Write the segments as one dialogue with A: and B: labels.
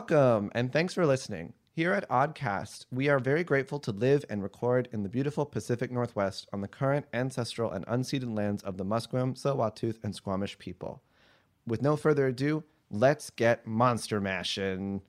A: Welcome, and thanks for listening. Here at Oddcast, we are very grateful to live and record in the beautiful Pacific Northwest on the current ancestral and unceded lands of the Musqueam, Tsleil-Waututh, and Squamish people. With no further ado, let's get monster mashin'.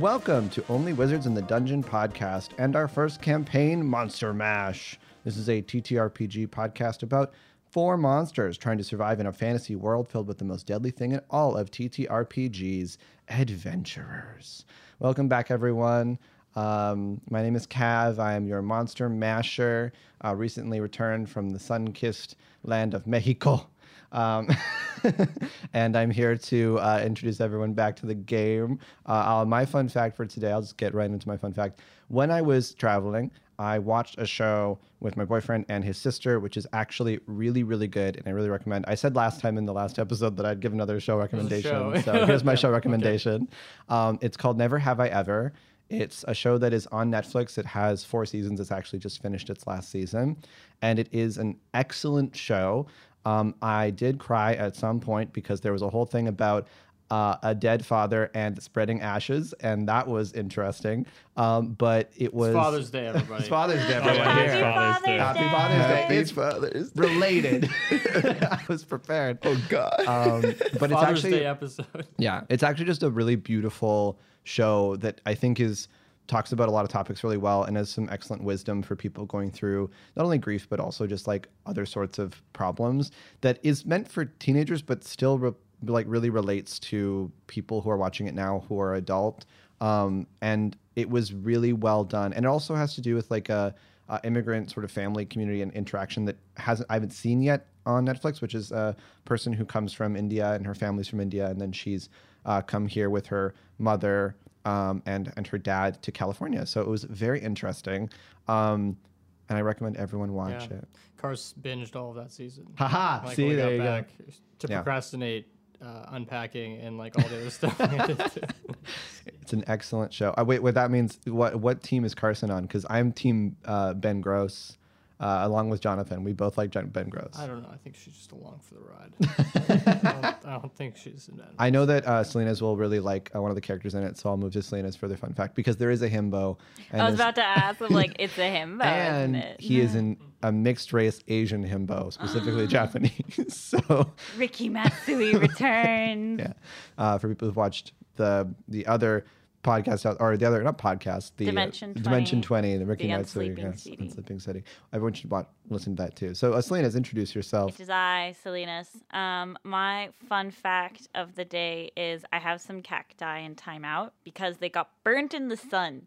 A: Welcome to Only Wizards in the Dungeon podcast and our first campaign, Monster Mash. This is a TTRPG podcast about four monsters trying to survive in a fantasy world filled with the most deadly thing in all of TTRPGs adventurers. Welcome back, everyone. Um, my name is Cav. I am your monster masher, uh, recently returned from the sun kissed land of Mexico. Um, and I'm here to uh, introduce everyone back to the game. Uh, uh, my fun fact for today, I'll just get right into my fun fact. When I was traveling, I watched a show with my boyfriend and his sister, which is actually really, really good, and I really recommend. I said last time in the last episode that I'd give another show recommendation,
B: show.
A: so here's my show recommendation. Um, it's called Never Have I Ever. It's a show that is on Netflix. It has four seasons. It's actually just finished its last season, and it is an excellent show. Um, I did cry at some point because there was a whole thing about uh, a dead father and spreading ashes, and that was interesting. Um, but it was
B: Father's Day, everybody.
A: It's Father's Day, everyone.
B: Happy
A: Yeah.
C: Father's Day.
A: Happy Father's Day.
D: Happy
A: It's
D: Father's Day.
A: related. I was prepared.
D: Oh God.
A: Um, but it's
B: Father's
A: actually
B: Day episode.
A: yeah, it's actually just a really beautiful show that I think is talks about a lot of topics really well and has some excellent wisdom for people going through not only grief but also just like other sorts of problems that is meant for teenagers but still re- like really relates to people who are watching it now who are adult um, and it was really well done and it also has to do with like a, a immigrant sort of family community and interaction that hasn't i haven't seen yet on netflix which is a person who comes from india and her family's from india and then she's uh, come here with her mother um, and and her dad to california so it was very interesting um, and i recommend everyone watch
B: Yeah.
A: it
B: Cars binged all of that season.
A: haha
B: Like, when
A: see
B: we got
A: there you go
B: back, To
A: Yeah.
B: procrastinate uh, unpacking and like all the other stuff. we had to do.
A: It's an excellent show. Uh, wait, what that means? What what team is Carson on? Because I'm team uh, Ben Gross, uh, along with Jonathan. We both like Jon- Ben Gross.
B: I don't know. I think she's just along for the ride. I, don't, I don't think she's in that.
A: I know that uh, Selena's will really like uh, one of the characters in it, so I'll move to Selena's for the fun fact because there is a himbo. And
C: I was
A: there's-
C: about to ask, I'm like, it's a him, though,
A: and
C: isn't it?
A: he is in a mixed race Asian himbo, specifically Japanese. so
C: Ricky Matsui returns.
A: yeah, uh, for people who've watched the the other podcast out or the other not podcast the uh,
C: Dimension 20,
A: Dimension Twenty, the Ricky
C: the
A: Knight City,
C: Unsleeping
A: yes,
C: City.
A: Unsleeping City. Everyone should watch, listen to that too. So, uh, Selena's introduce yourself.
C: Which is I, Salinas. Um, my fun fact of the day is I have some cacti in timeout because they got burnt in the sun.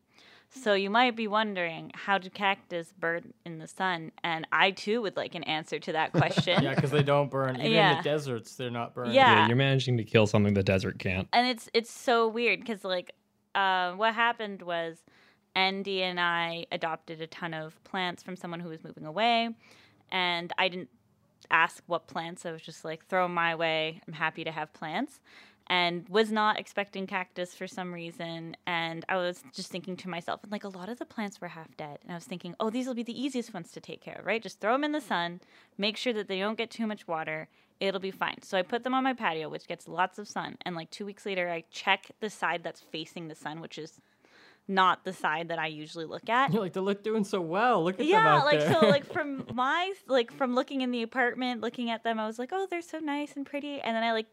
C: So you might be wondering, how do cactus burn in the sun? And I too would like an answer to that question.
B: Yeah, because they don't burn. Even in
C: Yeah.
B: the deserts, they're not burned.
C: Yeah.
E: Yeah, you're managing to kill something the desert can't.
C: and it's it's so weird because like uh, what happened was andy and i adopted a ton of plants from someone who was moving away and i didn't ask what plants i was just like throw 'em my way i'm happy to have plants and was not expecting cactus for some reason and i was just thinking to myself and like a lot of the plants were half dead and i was thinking oh these will be the easiest ones to take care of right just throw them in the sun make sure that they don't get too much water it'll be fine so i put them on my patio which gets lots of sun and like two weeks later i check the side that's facing the sun which is not the side that i usually look at
B: You're like, they're look- doing so well. Look at them
C: yeah
B: out
C: like
B: there.
C: so like from my like from looking in the apartment looking at them i was like oh they're so nice and pretty and then i like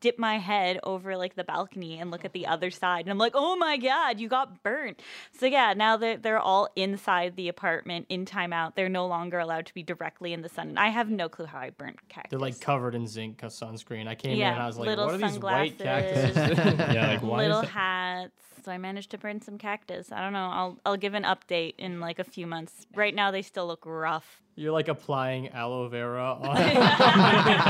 C: dip my head over like the balcony and look at the other side and i'm like oh my god you got burnt so yeah now they're, they're all inside the apartment in timeout they're no longer allowed to be directly in the sun and i have no clue how i burnt cactus
B: they're like covered in zinc sunscreen. I came in
C: Yeah,
B: and I was like,
C: little
B: what are these white
C: sunglasses.
B: cactuses?
E: Yeah, like why
C: little
E: is that?
C: hats so i managed to burn some cactus i don't know i'll i'll give an update in like a few months right now they still look rough
B: You're like applying aloe vera on.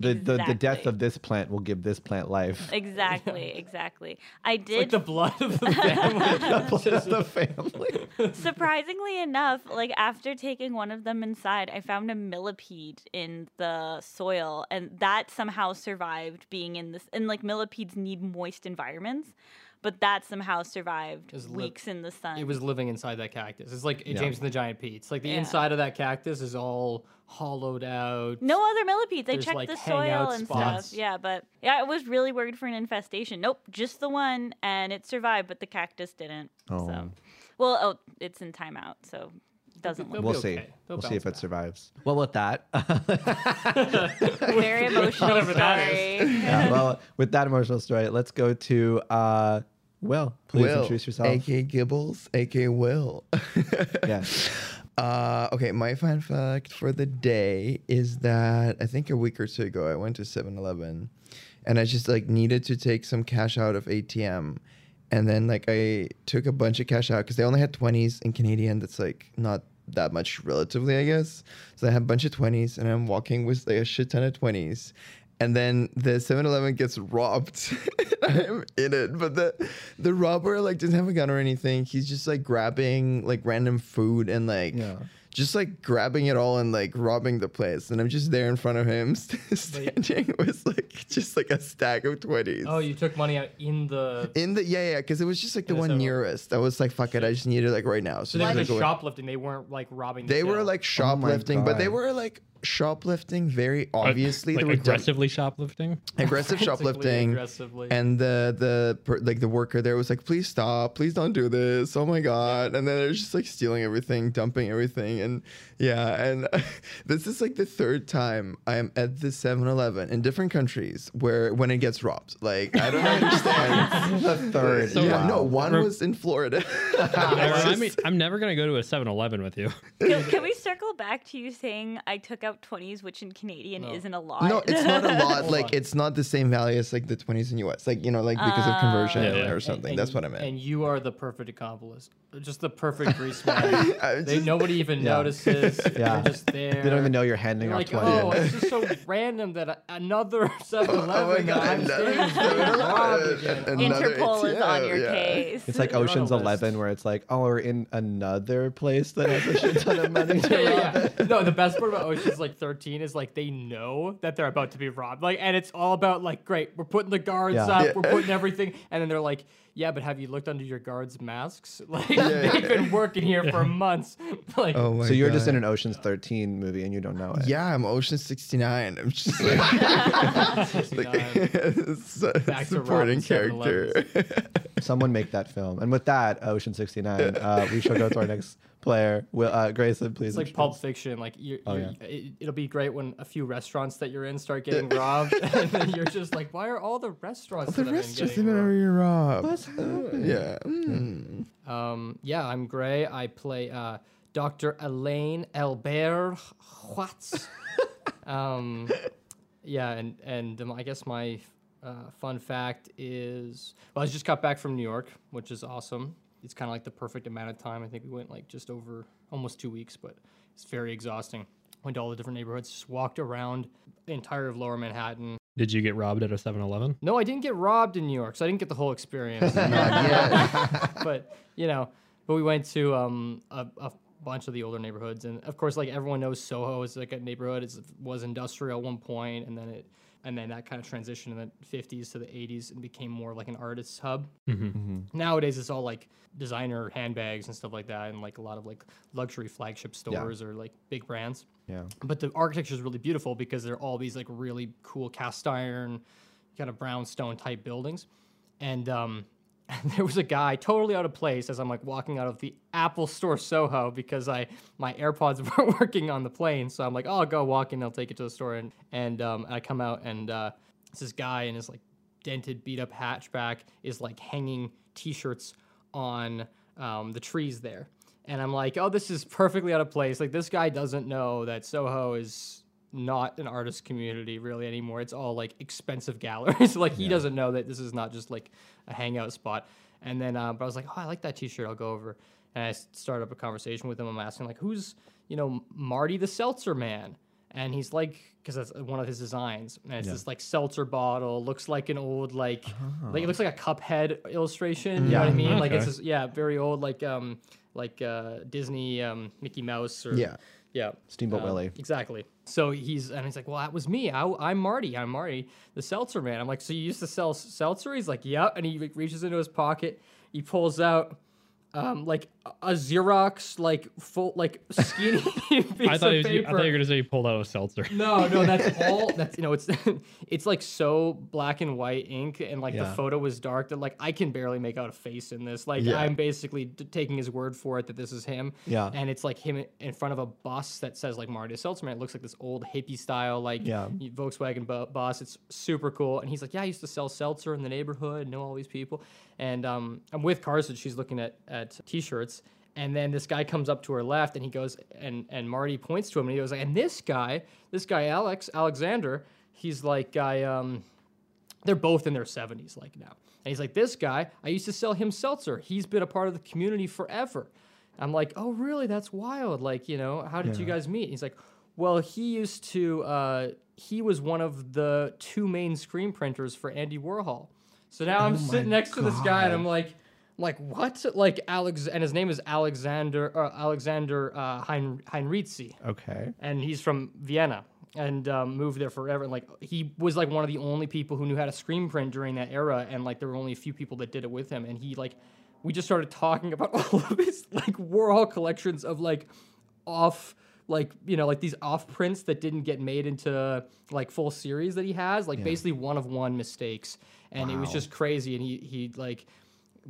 A: The, the the death
C: Exactly.
A: of this plant will give this plant life.
C: Exactly, exactly. I
B: like
C: did
B: the blood of the family.
A: Just the family.
C: surprisingly enough, like after taking one of them inside, I found a millipede in the soil and that somehow survived being in this and like millipedes need moist environments. but that somehow survived
B: Is li-
C: weeks in the sun.
B: It was living inside that cactus. It's like James and the Giant Peach. It's like the
C: Yeah.
B: inside of that cactus is all hollowed out.
C: no other millipedes. I
B: There's,
C: checked
B: like,
C: the
B: hangout
C: soil and
B: spots.
C: stuff. Yeah, but yeah, I was really worried for an infestation. Nope, just the one, and it survived, but the cactus didn't.
A: Oh.
C: So, well, oh, it's in timeout, so it doesn't look
B: They'll
A: We'll
B: be
A: see.
B: okay. They'll
A: We'll see if it
B: bounce
A: survives. Well, with that,
C: very emotional
B: Whatever that
C: story.
A: yeah, well, with that emotional story, let's go to uh, Will. Please
D: Will,
A: introduce yourself.
D: aka Gibbles, aka Will.
A: Yeah.
D: Uh, okay, my fun fact for the day is that I think a week or two ago I went to 7-Eleven, and I just like needed to take some cash out of ATM, and then like I took a bunch of cash out because they only had twenties in Canadian. That's like not that much relatively, I guess. So I had a bunch of twenties, and I'm walking with like a shit ton of twenties, and then the 7-Eleven gets robbed. I'm in it, but the the robber like doesn't have a gun or anything. He's just like grabbing like random food and like
A: Yeah.
D: just like grabbing it all and like robbing the place. And I'm just there in front of him, st- standing with like just like a stack of twenties.
B: back. Oh, you took money out in the.
D: in the yeah yeah, because it was just like the
B: Yeah,
D: one
B: so-
D: nearest. I was like, fuck it, I just need it like right now.
B: So
D: So
B: they
D: just,
B: were
D: like, away.
B: shoplifting. They weren't like robbing. the
D: They were
B: till.
D: like shoplifting, but they
A: God.
D: were like shoplifting very obviously.
E: like
D: they were grab-
E: aggressively shoplifting.
D: aggressive
B: Frantically,
D: shoplifting
B: aggressively.
D: and the the per, like the worker there was like please stop please don't do this oh my god and then they're just like stealing everything dumping everything and yeah and this is like the third time i'm at the 7-eleven in different countries where when it gets robbed like i don't understand
A: the third.
E: So-
D: yeah
A: wow.
D: no one was in florida
E: Yeah, I mean, I'm never gonna go to a 7-Eleven with you.
C: can, can we circle back to you saying I took out twenties, which in Canadian isn't a lot?
D: No, it's not a lot.
B: on.
D: Like it's not the same value as like the twenties in US. Like you know, like because of conversion
E: Yeah, yeah.
D: or something.
B: And-
D: That's what I meant.
B: And you are the perfect accomplice. Just the perfect grease man.
D: I was
B: They,
D: just-
B: nobody even
A: Yeah.
B: notices.
A: Yeah.
B: You're just there.
A: They don't even know you're handing
B: You're
A: out
B: like,
A: 20.
B: oh, it's just so random that a- another
D: Oh,
B: 7 Eleven
D: God, uh,
B: I'm
D: another
B: standing here getting robbed again.
D: uh, And- another
C: Interpol is on
D: ATM,
C: your
D: yeah.
C: case.
A: It's like
B: You're on a
A: Ocean's
B: list.
A: Eleven, where it's like, oh, we're in another place that has a shit ton of money.
B: Yeah,
D: Oh
A: To rob.
B: yeah, yeah. No, the best part about Ocean's like 13 is like they know that they're about to be robbed. Like, and it's all about like, great, we're putting the guards
A: Yeah.
B: up,
D: Yeah.
B: we're putting everything, and then they're like, yeah, but have you looked under your guards' masks? Like, they've been working here for months. Like,
D: Oh my
A: So you're just
D: God.
A: in an Ocean's Thirteen movie and you don't know it.
D: Yeah, I'm Ocean 69. I'm just like,
B: $69.
D: s-
B: Back to
D: supporting
B: Robin
D: character.
B: 7-Elevens.
A: Someone make that film. And with that, Ocean 69, uh, we shall go to our next player. Will, uh, Grayson, please.
B: It's like Pulp Fiction. Like you, you it, it'll be great when a few restaurants that you're in start getting robbed, and then you're just like, why are all the restaurants
D: The
B: that I'm in
D: rest of
B: getting
D: them
B: robbed?
D: are robbed.
A: introduce-
D: Yeah. Mm.
B: Um, yeah, I'm Gray. I play uh, Dr. Elaine Albert Watts. um, yeah, and and um, I guess my uh, fun fact is, well, I just got back from New York, which is awesome. It's kind of like the perfect amount of time. I think we went like just over almost two weeks, but it's very exhausting. Went to all the different neighborhoods, just walked around the entire of Lower Manhattan.
E: Did you get robbed at a 7-Eleven?
B: No, I didn't get robbed in New York, so I didn't get the whole experience
D: Not yet.
B: but you know, but we went to um a, a bunch of the older neighborhoods, and of course, like everyone knows, Soho is like a neighborhood. It was industrial at one point, and then it and then that kind of transitioned in the 50s to the 80s and became more like an artist's hub.
D: Mm-hmm.
B: Nowadays, it's all like designer handbags and stuff like that, and like a lot of like luxury flagship stores or like big brands
A: Yeah.
B: but the architecture is really beautiful because they're all these like really cool cast iron kind of brownstone type buildings and um there was a guy totally out of place as I'm like walking out of the Apple Store Soho because I my AirPods weren't working on the plane, so I'm like, oh, I'll go walk in. I'll take it to the store, and and um, I come out and uh, it's this guy in his like dented, beat up hatchback is like hanging T-shirts on um, the trees there, and I'm like, oh, this is perfectly out of place. Like this guy doesn't know that Soho is not an artist community really anymore. It's all like expensive galleries. like he doesn't know that this is not just like a hangout spot. And then, uh, but I was like, oh, I like that T-shirt. I'll go over and I s- started up a conversation with him. I'm asking like, who's you know Marty the Seltzer Man? And he's like, because that's one of his designs, and it's this like seltzer bottle, looks like an old like, like it looks like a Cuphead illustration. You know what I mean? Like it's
E: Okay.
B: this, yeah, very old like um like uh Disney um Mickey Mouse or
D: Yeah.
B: Yeah. Um,
A: Steamboat Willie.
B: Exactly. So he's and he's like, "Well, that was me. I, am Marty. I'm Marty, the seltzer man." I'm like, "So you used to sell s- seltzer?" He's like, "Yep." And he like, reaches into his pocket. He pulls out um, like a- a Xerox, like full, like skinny piece
E: I thought,
B: of
E: he was, I
B: paper.
E: thought you were going to say you pulled out a seltzer.
B: No, no, that's all. That's you know, it's it's like so black and white ink, and like the
A: Yeah.
B: photo was dark that like I can barely make out a face in this. Like
D: Yeah.
B: I'm basically d- taking his word for it that this is him.
A: Yeah.
B: and it's like him in front of a bus that says like Marty Seltzman. It looks like this old hippie style like
A: Yeah.
B: Volkswagen bu- bus. It's super cool. And he's like, yeah, I used to sell seltzer in the neighborhood, know all these people. And um, I'm with Carson. She's looking at at t-shirts. And then this guy comes up to her left, and he goes, and and Marty points to him, and he goes, like, and this guy, this guy Alex Alexander, he's like, I um, they're both in their 70s like now and he's like this guy i used to sell him seltzer he's been a part of the community forever i'm like oh really that's wild like you know how did you guys meet he's like well he used to uh, he was one of the two main screen printers for andy warhol so now i'm sitting next to this guy and i'm like I'm like what like alex and his name is alexander uh, alexander uh, Hein- heinrici
A: Okay.
B: and he's from Vienna and um, moved there forever. And like he was like one of the only people who knew how to screen print during that era, and like there were only a few people that did it with him. And he like we just started talking about all of his like Warhol collections of like off like you know like these off prints that didn't get made into like full series that he has like basically one of one mistakes and it was just crazy and he he like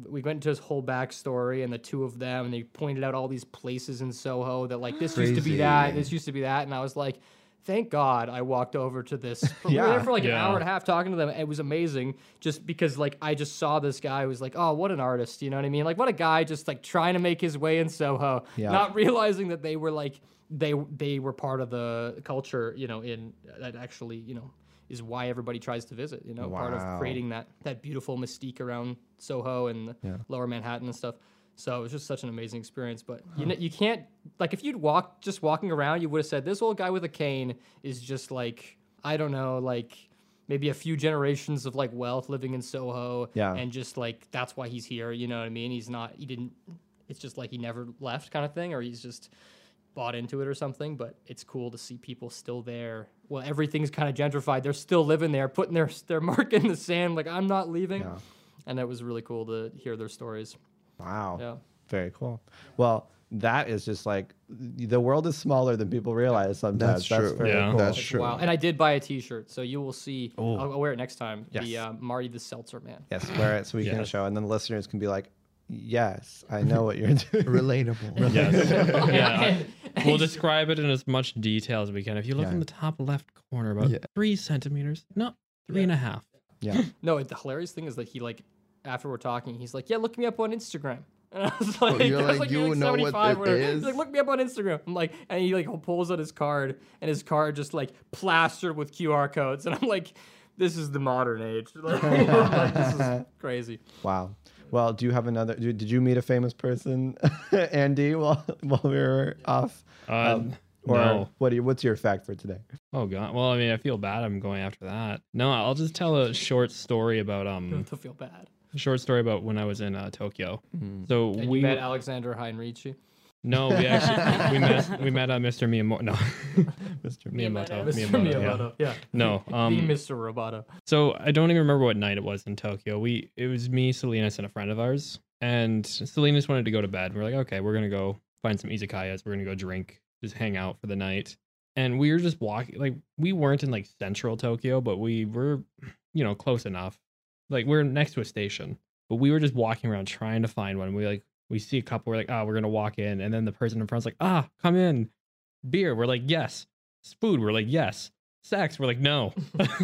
B: we went into his whole backstory and the two of them and they pointed out all these places in soho that like this used to be that
D: Crazy.
B: this used to be that and i was like thank god i walked over to this we were
A: Yeah.
B: there for like an
E: Yeah.
B: hour and a half talking to them it was amazing just because like i just saw this guy who was like oh what an artist you know what i mean like what a guy just like trying to make his way in soho
A: Yeah.
B: not realizing that they were like they they were part of the culture you know in that actually you know is why everybody tries to visit you know part of
A: Wow.
B: creating creating that that beautiful mystique around Soho and the Lower Manhattan and stuff. So it was just such an amazing experience. But you know, you can't like if you'd walked just walking around, you would have said this old guy with a cane is just like I don't know, like maybe a few generations of like wealth living in Soho,
A: Yeah.
B: and just like that's why he's here. You know what I mean? He's not. He didn't. It's just like he never left, kind of thing, or he's just bought into it or something, but it's cool to see people still there. Well, everything's kind of gentrified. They're still living there, putting their their mark in the sand. Like I'm not leaving. And it was really cool to hear their stories.
A: Wow.
B: Yeah.
A: Very cool. Well, that is just like the world is smaller than people realize sometimes.
D: That's true.
A: very
E: Yeah.
A: cool.
D: That's
B: It's
D: true.
B: Wow. And I did buy a T-shirt, so you will see. I'll, I'll wear it next time. The
A: Yes.
B: uh, Marty the Seltzer Man.
A: Yes, wear it so we can
E: Yes.
A: show, and then the listeners can be like, "Yes, I know what you're doing."
D: Relatable.
E: Yes. yeah. I- We'll describe it in as much detail as we can. If you look
A: Yeah.
E: in the top left corner, about
D: Yeah.
E: three centimeters, no, three and a half.
A: yeah,
B: No, the hilarious thing is that he like after we're talking, he's like, "Yeah, look me up on Instagram." And I was like,
D: you're
B: I was
D: like,
B: "You're
D: "You know what
B: 75 or
D: it
B: whatever." He's
D: is?
B: like, "Look me up on Instagram." I'm like, and he like pulls out his card, and his card just like plastered with QR codes, and I'm like, "This is the modern age. Like, like, this is crazy."
A: wow. Well, do you have another? Did did you meet a famous person, Andy, while while we were off? Um,
E: Uh,
A: Or
E: no.
A: what? do you- What's your fact for today?
E: Oh god. Well, I mean, I feel bad. I'm going after that. No, I'll just tell a short story about um,
B: Don't feel bad.
E: a short story about when I was in uh, Tokyo. So
B: And
E: we
B: you met Alexander Heinrici.
E: no, we actually we met we met uh, Mr. Miyamoto. No,
A: Mr.
E: Miyamoto.
C: Miyamoto.
B: Mr.
E: Miyamoto, yeah.
B: Miyamoto. Yeah.
E: No, um,
B: the Mr. Roboto.
E: So I don't even remember what night it was in Tokyo. We it was me, Salinas, and a friend of ours. And Salinas wanted to go to bed. We're like, okay, we're gonna go find some izakayas. We're gonna go drink, just hang out for the night. And we were just walking, like we weren't in like central Tokyo, but we were, you know, close enough. Like we're next to a station, but we were just walking around trying to find one. We like we see a couple. We're like, ah, we're gonna walk in, and then the person in front's like, ah, come in, beer. We're like, yes. Food. We're like, yes. Sex. We're like, no.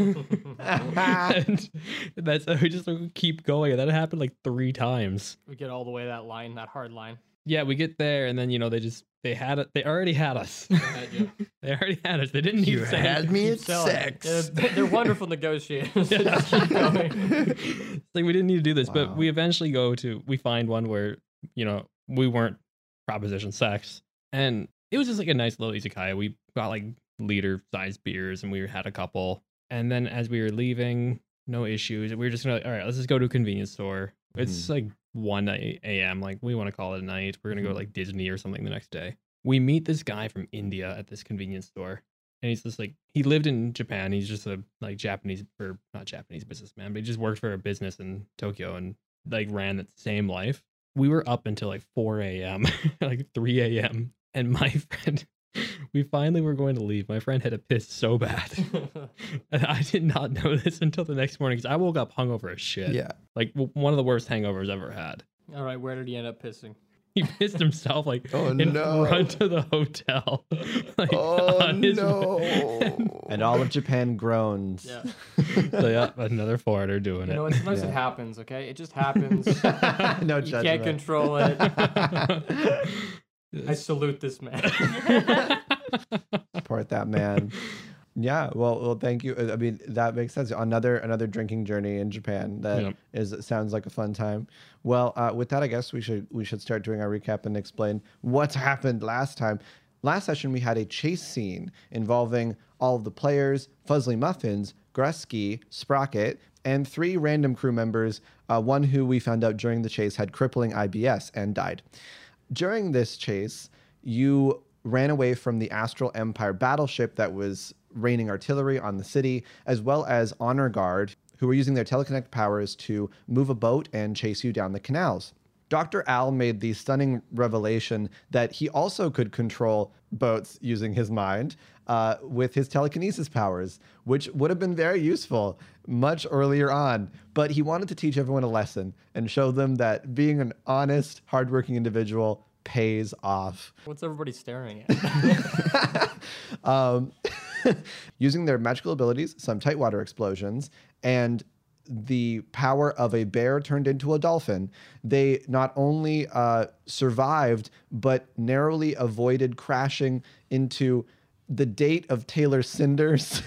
E: and that's we just like, keep going. And that happened like three times.
B: We get all the way that line, that hard line.
E: Yeah, we get there, and then you know they just they had it. They already had us.
B: Had you.
E: they already had us. They didn't need
D: You
E: sex.
D: had me at
B: Keep selling.
D: sex.
B: They're, they're wonderful negotiators.
E: Yeah.
B: Just keep going.
E: it's like we didn't need to do this,
A: Wow.
E: but we eventually go to we find one where you know we weren't proposition sex, and it was just like a nice little izakaya. We got like liter sized beers, and we had a couple. And then as we were leaving, no issues. We were just gonna like, all right, let's just go to a convenience store. Mm-hmm. It's like one a- a.m. Like we want to call it a night. We're gonna go to, like Disney or something the next day. we meet this guy from India at this convenience store. And he's just like he lived in Japan. He's just a like Japanese or not Japanese businessman, but he just worked for a business in Tokyo and like ran that same life. We were up until like 4 a.m., like 3 a.m. And my friend, we finally were going to leave. My friend had a piss so bad. And I did not know this until the next morning because I woke up hungover as shit.
D: Yeah.
E: Like w- one of the worst hangovers I've ever had.
B: All right, where did he end up pissing?
E: He pissed himself like
D: Oh,
E: in
D: no.
E: front of the hotel. like,
D: Oh
E: on his-
D: no.
A: And all of Japan groans.
B: Yeah.
E: so yeah, another foreigner doing
B: You
E: it.
B: know, what, sometimes
A: Yeah.
B: it happens, okay? It just happens. you
A: no judgment.
B: can't control it. I salute this man.
A: Support that man. Yeah, well, well, thank you. I mean, that makes sense. Another another drinking journey in Japan that
E: Yep.
A: is sounds like a fun time. Well, uh, with that, I guess we should we should start doing our recap and explain what's happened last time. Last session, we had a chase scene involving all of the players, Fuzzly Muffins, Grusky, Sprocket, and three random crew members. Uh, one who we found out during the chase had crippling IBS and died. During this chase, you ran away from the Astral Empire battleship that was raining artillery on the city, as well as Honor Guard, who were using their teleconnect powers to move a boat and chase you down the canals. Dr. Al made the stunning revelation that he also could control boats using his mind uh, with his telekinesis powers, which would have been very useful much earlier on. But he wanted to teach everyone a lesson and show them that being an honest, hardworking individual pays off.
B: What's everybody staring at?
A: um, using their magical abilities, some tight water explosions, and the power of a bear turned into a dolphin. They not only uh, survived, but narrowly avoided crashing into the date of Taylor Cinders.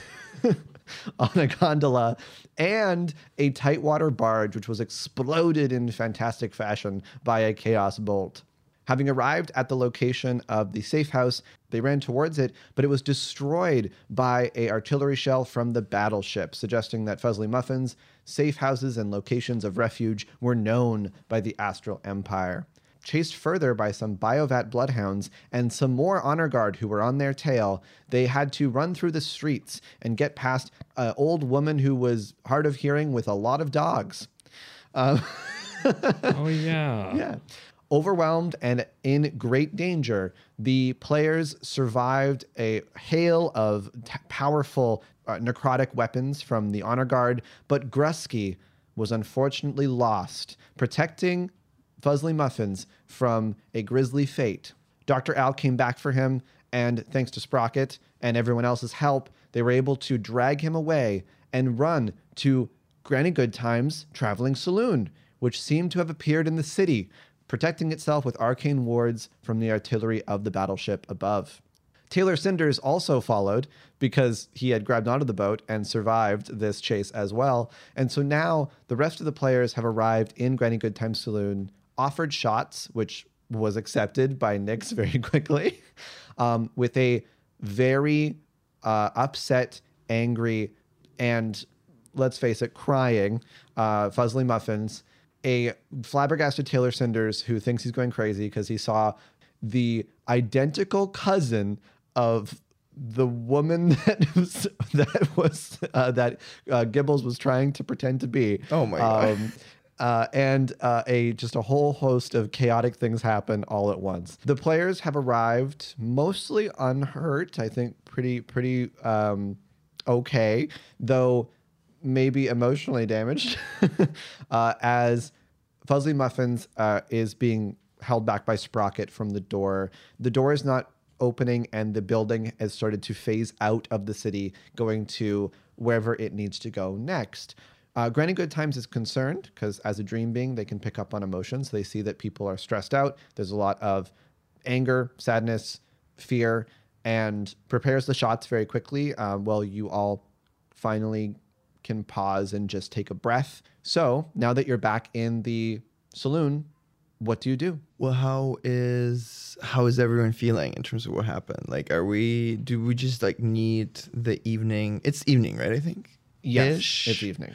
A: on a gondola and a tight water barge, which was exploded in fantastic fashion by a chaos bolt. Having arrived at the location of the safe house, they ran towards it, but it was destroyed by a artillery shell from the battleship, suggesting that Fuzzly Muffins, safe houses, and locations of refuge were known by the Astral Empire. Chased further by some Biovat bloodhounds and some more honor guard who were on their tail, they had to run through the streets and get past an old woman who was hard of hearing with a lot of dogs.
E: oh yeah.
A: Yeah. Overwhelmed and in great danger, the players survived a hail of t- powerful uh, necrotic weapons from the honor guard, but Grusky was unfortunately lost, protecting Fuzzly Muffins from a grisly fate. Dr. Al came back for him, and thanks to Sprocket and everyone else's help, they were able to drag him away and run to Granny Goodtime's traveling saloon, which seemed to have appeared in the city, protecting itself with arcane wards from the artillery of the battleship above. Taylor Cinders also followed because he had grabbed onto the boat and survived this chase as well. And so now the rest of the players have arrived in Granny Goodtime Saloon, offered shots, which was accepted by Nix very quickly, um, with a very uh, upset, angry, and let's face it, crying uh, Fuzzly Muffins, a flabbergasted Taylor Cinders who thinks he's going crazy because he saw the identical cousin of the woman that was that was uh, that uh, Gibbles was trying to pretend to be.
D: Oh my God.
A: Um, uh, and uh, a just a whole host of chaotic things happen all at once. The players have arrived mostly unhurt. I think pretty pretty um, okay, though maybe emotionally damaged uh, as Fuzzy Muffins uh, is being held back by Sprocket from the door. The door is not opening, and the building has started to phase out of the city, going to wherever it needs to go next. Uh, Granny Good Times is concerned because, as a dream being, they can pick up on emotions. They see that people are stressed out. There's a lot of anger, sadness, fear, and prepares the shots very quickly uh, while you all finally can pause and just take a breath. So now that you're back in the saloon, what do you do?
D: Well, how is how is everyone feeling in terms of what happened? Like, are we? Do we just like need the evening? It's evening, right? I think. Ish.
A: it's evening.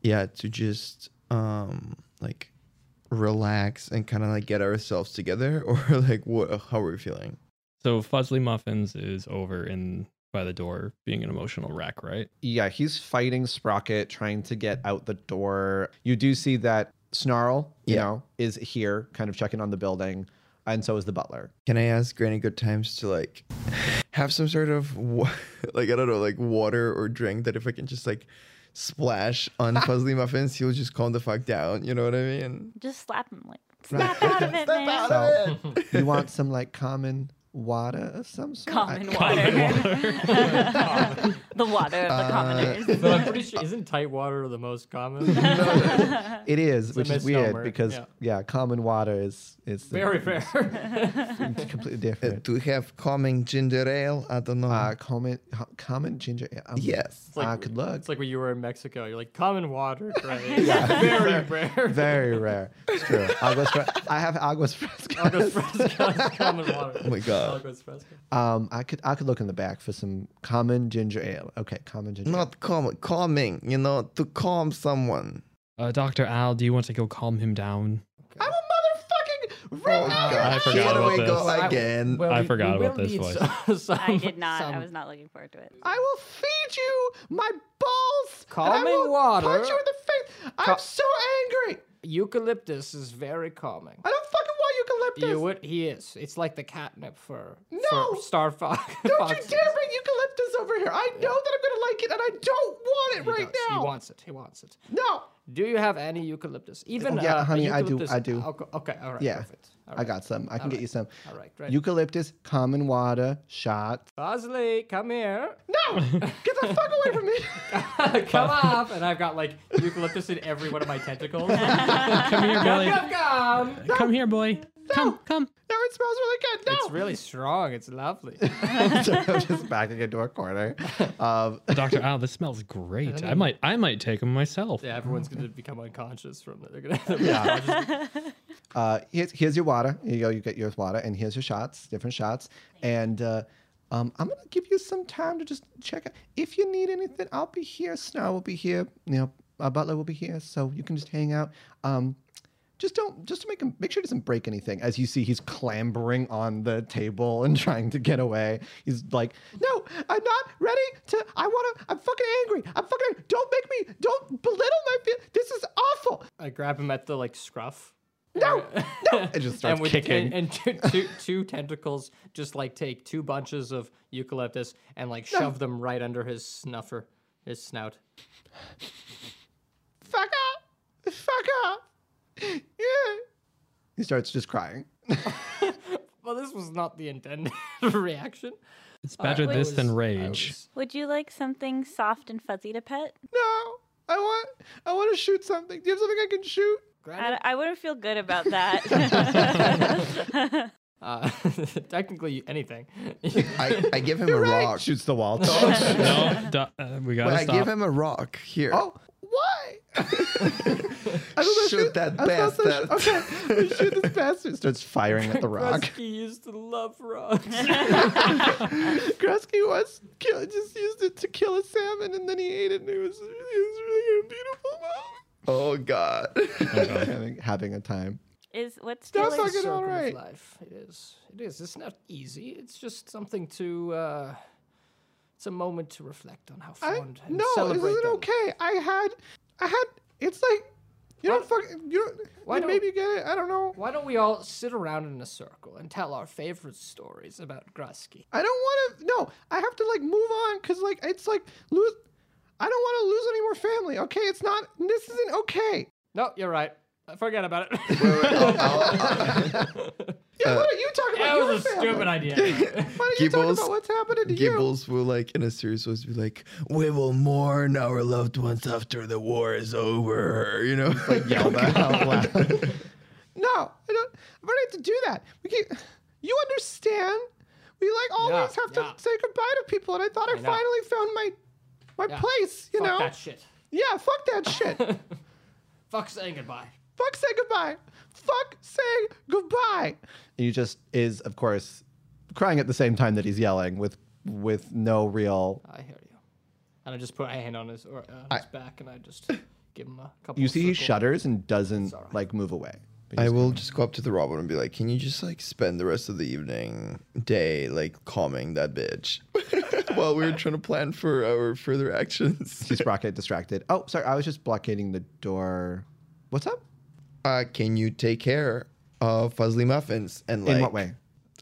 D: Yeah, to just um like relax and kind of like get ourselves together, or like what? How are we feeling?
E: So Fuzzly Muffins is over in by the door being an emotional wreck, right?
A: Yeah, he's fighting Sprocket, trying to get out the door. You do see that Snarl, you
D: Yeah.
A: know, is here, kind of checking on the building, and so is the butler.
D: Can I ask Granny Good Times to like have some sort of wa- like I don't know like water or drink that if I can just like splash on Fuzzly Muffins, he'll just calm the fuck down. You know what I mean?
C: Just slap him like snap out of it, man.
D: out
A: So you want some like common water of some sort?
C: Common
A: I-
C: water. the water of the
D: Uh,
C: commoners.
B: But I'm pretty sure isn't tight water the most common?
A: It is,
B: a
A: which is weird
B: misnomer,
A: because yeah.
B: yeah.
A: common water is is the-
B: Very fair.
A: it's completely
D: Uh,
A: different.
D: do we have common ginger ale? I don't know.
A: Uh, common ho- common ginger. ale. Um,
D: yes.
B: like-
A: I could look.
B: It's like when you were in Mexico. You're like common water, right? Very rare.
A: Very rare. It's true. Aguas fre- I have aguas
B: Aguas
A: frescas.
B: frescas, common water. Oh
D: my God.
B: Aguas frescas.
A: Um, I could I could look in the back for some common ginger ale. Okay, common ginger. ale.
D: Not calm, calming. You know, to calm someone.
E: Uh, Doctor Al, do you want to go calm him down?
A: I'm a motherfucking
D: Oh
A: red.
D: God!
E: I forgot
D: Here
E: about
D: we go
E: this.
D: again.
E: I forgot about this voice.
B: voice.
C: I did not. I was not looking forward to it.
A: I will feed you my balls.
B: Call
A: and I
B: me
A: will
B: water.
A: Punch you in the face. I'm
B: Ca-
A: so angry.
B: Eucalyptus is very calming.
A: I don't fucking want eucalyptus.
B: You would, he is. It's like the catnip for,
A: No!
B: for Star Fox.
A: Don't you dare bring eucalyptus over here. I know that I'm going to like it, and I don't want it
B: He
A: right
B: does.
A: now.
B: He wants it. He wants it.
A: no.
B: Do you have any eucalyptus? Even
A: Oh, yeah,
B: uh, a
A: honey, I do-
B: eucalyptus-
A: I do.
B: alco- Okay, all right,
A: Yeah.
B: perfect. All
A: I
B: right.
A: got some. I can get you some.
B: All right, right.
A: Eucalyptus, common water, shot.
B: Bosley, come here.
A: No! Get the fuck away from me!
B: come up, and I've got like eucalyptus in every one of my tentacles.
E: Come here, boy.
B: come, come.
E: Come here, boy. Come, come.
A: No, it smells really good. No!
B: It's really strong. It's lovely.
A: so I'm just backing into a corner. Um,
E: Uh, Doctor Al, this smells great. I might, I might take him myself.
B: yeah, everyone's gonna become unconscious from it. They're gonna. Yeah.
A: uh, here's, here's your water. Here you go. You get your water, and here's your shots, different shots. And uh, um, I'm going to give you some time to just check it. If you need anything, I'll be here. Snow will be here. You know, our butler will be here. So you can just hang out. Um, just don't, just to make him, make sure he doesn't break anything. As you see, he's clambering on the table and trying to get away. He's like, no, I'm not ready to, I want to, I'm fucking angry. I'm fucking, angry. don't make me, don't belittle my, feel- this is awful.
B: I grab him at the like scruff.
A: No, no. It just starts
B: and with
A: kicking.
B: and, and two, two, two tentacles just like take two bunches of eucalyptus and like shove them right under his snuffer, his snout.
A: fuck up, fuck up. Yeah. He starts just crying.
B: Well, this was not the intended reaction.
E: It's better
C: I
E: this
B: was-
E: than
B: I
E: rage.
B: was-
C: Would you like something soft and fuzzy to pet?
A: No, I want, I want to shoot something. Do you have something I can shoot?
C: I, I wouldn't feel good about that.
B: Uh, technically, anything.
D: I, I give him a rock.
A: Shoots the wall.
E: no, du- uh, we gotta
D: I
E: stop.
D: give him a rock here.
A: oh, why? I was
D: Shoot that
A: I was about to
D: bastard.
A: sh- okay, shoot this bastard. Starts firing at the rock.
B: Gretzky used to love rocks.
A: Grusky was kill, just used it to kill a salmon, and then he ate it, and it was, it was really a beautiful moment.
D: Oh God.
A: having, having a time.
C: is what's
A: Stop
C: your like,
A: fucking-
B: Circle of
A: alright.
B: Life. It is. It is. It's not easy. It's just something to. Uh, it's a moment to reflect on how
A: I,
B: fond and
A: no, this
B: celebrate
A: isn't
B: them.
A: okay. I had, I had. It's like you don't fucking you. Don't,
B: Why
A: you
B: don't-
A: maybe get it. I don't know.
B: Why don't we all sit around in a circle and tell our favorite stories about Grusky?
A: I don't want to. No, I have to like move on because like it's like lose. I don't want to lose any more family. Okay, it's not. This isn't okay.
B: No, you're right. Forget about it.
A: Yeah, what are you talking about?
B: Uh, that
A: Your
B: was a
A: family.
B: stupid idea.
A: What are you talking
D: Gibbles-
A: about? What's happening to you?
D: Gibbles will like in a serious voice be like, "We will mourn our loved ones after the war is over." You know, like yell that out loud.
A: No, I don't. I don't have to do that. We can't. You understand? We like always have to
B: yeah.
A: say goodbye to people, and I thought I,
B: know.
A: finally found my my
B: Yeah.
A: place. You
B: Fuck
A: know?
B: that shit.
A: Yeah, fuck that shit.
B: Fuck saying goodbye.
A: fuck say goodbye. Fuck saying goodbye. And he just is, of course, crying at the same time that he's yelling with with no real.
B: I hear you. And I just put a hand on his, or, uh, his back and I just give him a couple.
A: You
B: of
A: see, he
B: circles.
A: shudders and doesn't
B: all right.
A: like move away.
D: I will just go up to the robot and be like, "Can you just like spend the rest of the evening, day, like calming that bitch while we were trying to plan for our further actions?"
A: She's rocket distracted. Oh, sorry. I was just blockading the door. What's up?
D: Uh, can you take care of Fuzzly Muffins and like
A: In what way?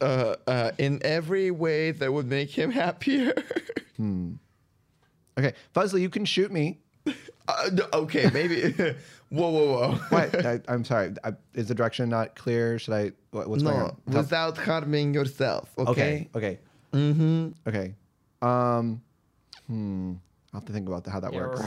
D: Uh, uh, in every way that would make him happier.
A: Okay, Fuzzly, you can shoot me.
D: uh, no, okay, maybe. whoa, whoa, whoa!
A: What? I, I'm sorry. I, is the direction not clear? Should I? What, what's going
D: No,
A: on? Tough-
D: without harming yourself.
A: Okay.
D: Okay.
A: Okay.
D: Mm-hmm.
A: Okay. Um. Hmm. I'll have to think about how that works.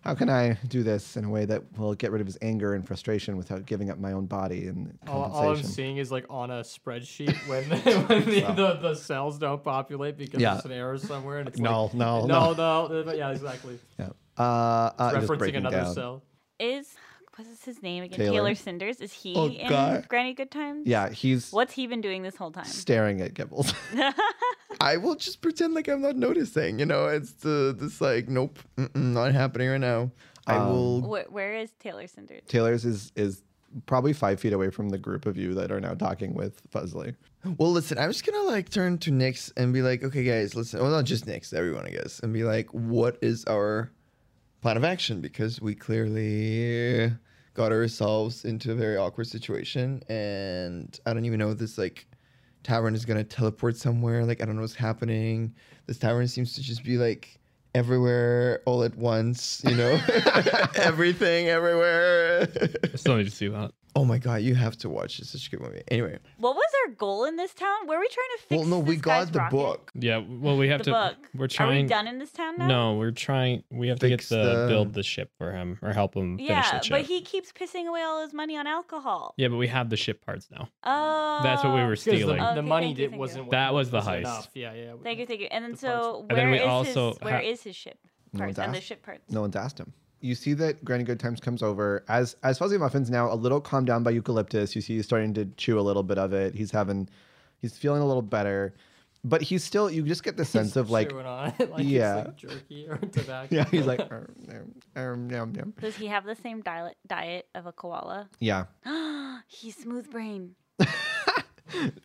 A: how can I do this in a way that will get rid of his anger and frustration without giving up my own body and
B: All, all I'm
A: compensation?
B: seeing is like on a spreadsheet when, when the, the, the cells don't populate because
A: Yeah.
B: there's an error somewhere. And it's
A: No,
B: like,
A: no,
B: no, no, no. Yeah, exactly.
A: yeah. Uh, uh, just
B: Referencing
A: breaking
B: another
A: down.
B: cell.
C: Is what's his name again?
A: Taylor.
C: Taylor, Cinders. Is he
D: Oh,
C: in
D: God.
C: Granny Good Times?
A: Yeah, he's
C: What's he been doing this whole time?
A: staring at Gibbles.
D: I will just pretend like I'm not noticing. You know, it's the this like, nope, mm-mm, not happening right now. I will.
C: Wh- where is Taylor Cinders?
A: Taylor's is is probably five feet away from the group of you that are now talking with Fuzzly.
D: Well, listen, I'm just gonna like turn to Nyx and be like, okay, guys, listen. Well, not just Nyx, everyone, I guess, and be like, what is our plan of action? Because we clearly got ourselves into a very awkward situation, and I don't even know if this like tavern is gonna teleport somewhere. Like, I don't know what's happening. This tavern seems to just be like everywhere all at once. You know, everything everywhere.
E: I still need to see that.
D: oh my god, you have to watch. It's such a good movie. Anyway,
C: What was our goal in this town? Were we trying to fix?
D: well, no, we
C: this guy's
D: got the
C: rocket?
D: book.
E: Yeah. Well, we have
C: The
E: to.
C: book.
E: We're
C: Are
E: trying.
C: we done in this town now?
E: No, we're trying. We have to get
D: Fix
E: the,
D: the-
E: build the ship for him or help him finish
C: Yeah,
E: the ship.
C: but he keeps pissing away all his money on alcohol.
E: yeah, but we have the ship parts now.
C: Oh.
E: That's what we were
B: 'Cause
E: stealing.
B: The, the
C: Okay,
B: money
C: thank you,
B: did,
C: thank you.
B: wasn't
E: That was the
B: wasn't
E: heist.
B: Enough. Yeah, yeah. we-
C: Thank you, thank you. And then
B: The
C: so
E: And then
C: where
E: we
C: is
E: also
C: his where
E: ha-
C: is his ship
A: No one's
C: parts and the
A: asked.
C: ship parts?
A: No one's asked him. You see that Granny Good Times comes over as as Fuzzy Muffin's now a little calmed down by eucalyptus. You see he's starting to chew a little bit of it. He's having, he's feeling a little better, but he's still. You just get the sense of like,
B: Chewing on it like
A: Yeah.
B: it's like jerky or tobacco.
A: yeah, he's like, "Arm, arm, arm, yum, yum."
C: Does he have the same diet diet of a koala?
A: yeah,
C: He's smooth brain.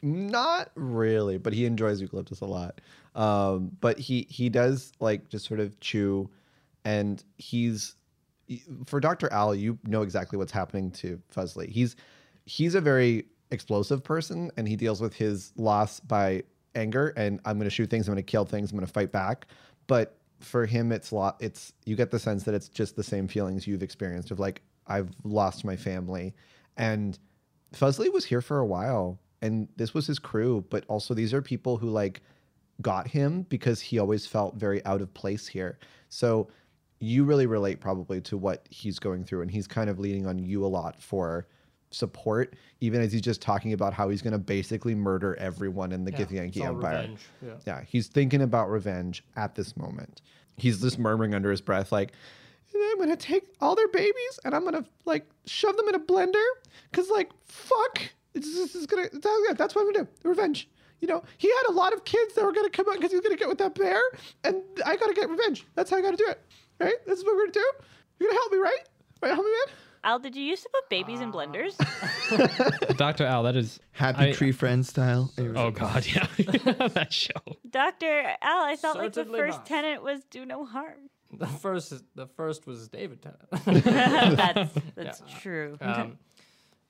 A: not really, but he enjoys eucalyptus a lot. Um, but he he does like just sort of chew, and he's for Dr. Al, you know exactly what's happening to Fuzzly. He's he's a very explosive person and he deals with his loss by anger and I'm gonna shoot things, I'm gonna kill things, I'm gonna fight back. But for him it's lot it's you get the sense that it's just the same feelings you've experienced of like, I've lost my family. And Fuzzly was here for a while and this was his crew, but also these are people who like got him because he always felt very out of place here. So you really relate probably to what he's going through and he's kind of leaning on you a lot for support even as he's just talking about how he's going to basically murder everyone in the
B: Yeah, it's
A: Githyanki
B: all
A: empire.
B: revenge, Yeah.
A: Yeah, he's thinking about revenge at this moment. He's just murmuring under his breath, like, I'm gonna take all their babies and I'm gonna like shove them in a blender, cause like fuck, this is this is gonna that- that's what I'm gonna do. Revenge. You know, he had a lot of kids that were gonna come out because he's gonna get with that bear, and I gotta get revenge. That's how I gotta do it. Right? This is what we're gonna do. You're gonna help me, right? Right, help me, man.
C: Al, did you used to put babies in blenders?
E: Ah. Dr. Al, that is.
D: Happy
E: I-
D: Tree
B: uh,
D: Friend style.
E: Oh, God. Yeah. that show.
C: Doctor Al, I felt like the
B: Certainly
C: first
B: not.
C: tenant was do no harm.
B: The first, is- the first was David Tennant.
C: that's that's true.
B: Um,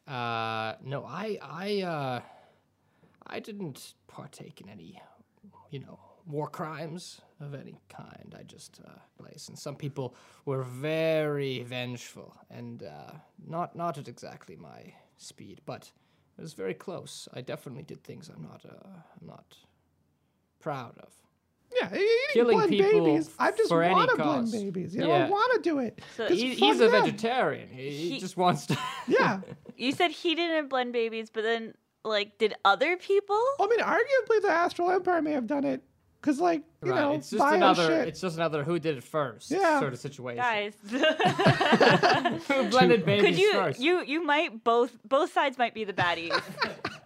B: uh, no, I, I, uh, I didn't partake in any, you know, war crimes of any kind. I just uh, place, and some people were very vengeful, and uh, not not at exactly my speed, but it was very close. I definitely did things I'm not, uh, I'm not proud of.
A: Yeah, he- he didn't
B: Killing
A: blend
B: people
A: babies. I just
B: for any
A: want to blend
B: cause.
A: babies. You know, I
B: Yeah.
A: want to do it.
C: So
A: 'Cause
B: He,
A: fuck
B: he's a
A: them.
B: vegetarian. He, he
C: He-
B: just wants to.
A: Yeah.
C: you said he didn't blend babies, but then like did other people?
A: I mean, arguably the Astral Empire may have done it, because like you
B: right.
A: know,
B: it's just
A: bio
B: another.
A: shit.
B: It's just another who did it first
A: Yeah.
B: sort of situation.
C: Guys.
B: Who blended babies
C: Could you
B: first?
C: you you might both both sides might be the baddies.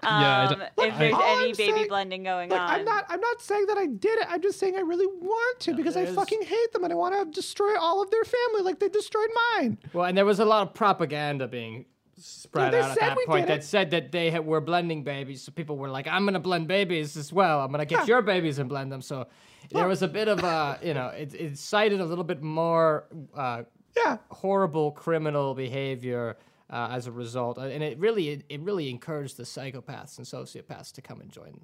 E: Yeah, I
C: um,
E: don't-
C: if
E: I-
C: there's
E: All
C: any
A: I'm
C: baby
A: saying-
C: blending going
A: Look,
C: on.
A: I'm not. I'm not saying that I did it. I'm just saying I really want to because I
B: there's-
A: fucking hate them and I want to destroy all of their family like they destroyed mine.
B: Well, and there was a lot of propaganda being spread
A: they
B: out at
A: said
B: that
A: we
B: point
A: did it.
B: that said that they had, were blending babies. So people were like, "I'm gonna blend babies as well. I'm gonna get your babies and blend them." So there was a bit of a, you know, it, it cited a little bit more uh,
A: Yeah.
B: horrible criminal behavior. Uh, as a result, Uh, and it really it, it really encouraged the psychopaths and sociopaths to come and join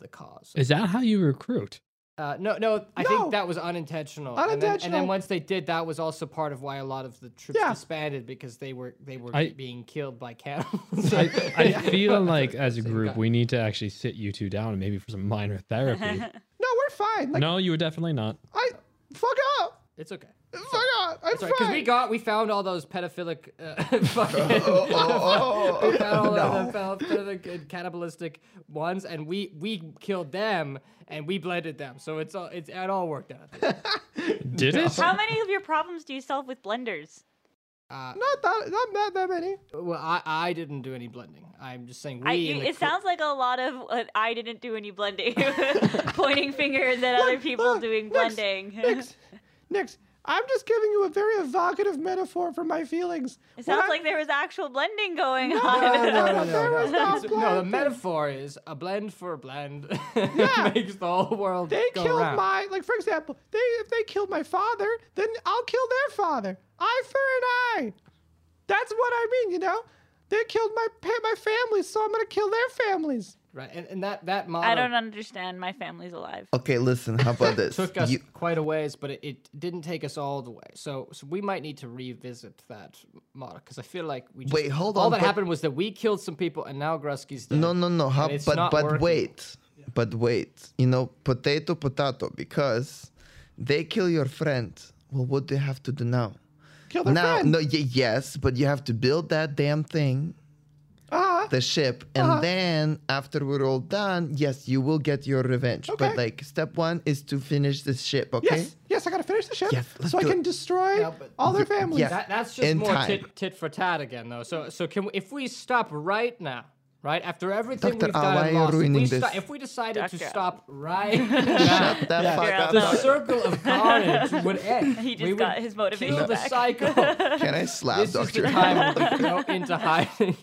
B: the cause.
E: Is that how you recruit?
B: Uh, no, no, I
A: No.
B: think that was unintentional. And then- And then,
A: Unintentional.
B: once they did, that was also part of why a lot of the troops
A: Yeah.
B: disbanded because they were they were
E: I-
B: being killed by cannibals.
E: I, I feel like as a
B: Same
E: group
B: guy.
E: we need to actually sit you two down and maybe for some minor therapy.
A: No, we're fine. Like
E: no, you were definitely not.
A: I fuck up.
B: it's okay.
A: Fuck up. I'm
B: Because
A: fine.
B: we got we found all those pedophilic uh, fucking
D: oh,
B: we found all the pedophilic and cannibalistic ones, and we we killed them and we blended them. So it's all it's it all worked out.
E: Did it?
C: How many of your problems do you solve with blenders?
B: Uh,
A: not that. Not that, that many.
B: well, I I didn't do any blending. I'm just saying we.
C: I,
B: in the
C: it
B: cl-
C: sounds like a lot of uh, I didn't do any blending, pointing fingers at other people
A: look,
C: doing
A: next,
C: blending.
A: Nix. Nix. I'm just giving you a very evocative metaphor for my feelings.
C: It
A: When
C: sounds
A: I-
C: like there was actual blending going
B: no,
C: on.
B: no, no, no,
A: There was no
B: no. It's- no, the
A: blending.
B: metaphor is a blend for a blend makes the whole world
A: they
B: go
A: killed
B: round.
A: my like for example they if they killed my father then i'll kill their father eye for an eye that's what i mean you know they killed my pa- my family so i'm gonna kill their families
B: right, and, and that that model
C: I don't understand. My family's alive.
D: Okay, listen. How about this?
B: took us
D: You-
B: quite a ways, but it, it didn't take us all the way. So, so we might need to revisit that model because I feel like we just,
D: Wait, hold
B: All
D: on,
B: that
D: but-
B: happened was that we killed some people, and now Grusky's dead.
D: No, no, no. How,
B: it's
D: but
B: not
D: but
B: working.
D: wait, but wait. You know, potato, potato. Because they kill your friend. Well, what do you have to do now?
A: kill their
D: now,
A: friends
D: no, y- yes, but you have to build that damn thing,
A: uh-huh.
D: the ship, and then after we're all done, yes, you will get your revenge.
A: Okay.
D: But like, step one is to finish this ship. Okay.
A: yes yes i gotta finish the ship
D: Yes, let's
A: so i
D: do
A: can
D: it.
A: destroy
B: Yeah, but-
A: all their families
D: yeah.
B: That, that's just
D: In
B: more
D: time.
B: tit, tit for tat again, though. So, so can we, if we stop right now, right after everything
D: Dr.
B: we've
D: Al,
B: done
D: why are
B: and
D: you
B: lost, if we,
D: ruining
B: sto-
D: this?
B: if we decided
C: Dr.
B: to
C: Al.
B: stop right now,
D: Shut the fuck
C: You're
D: up.
C: out.
B: the circle of carnage would end.
C: He just
B: We would
C: got his motivation
B: kill the
C: back.
B: cycle.
D: Can I slap
B: this
D: Doctor?
B: is the time we go into hiding.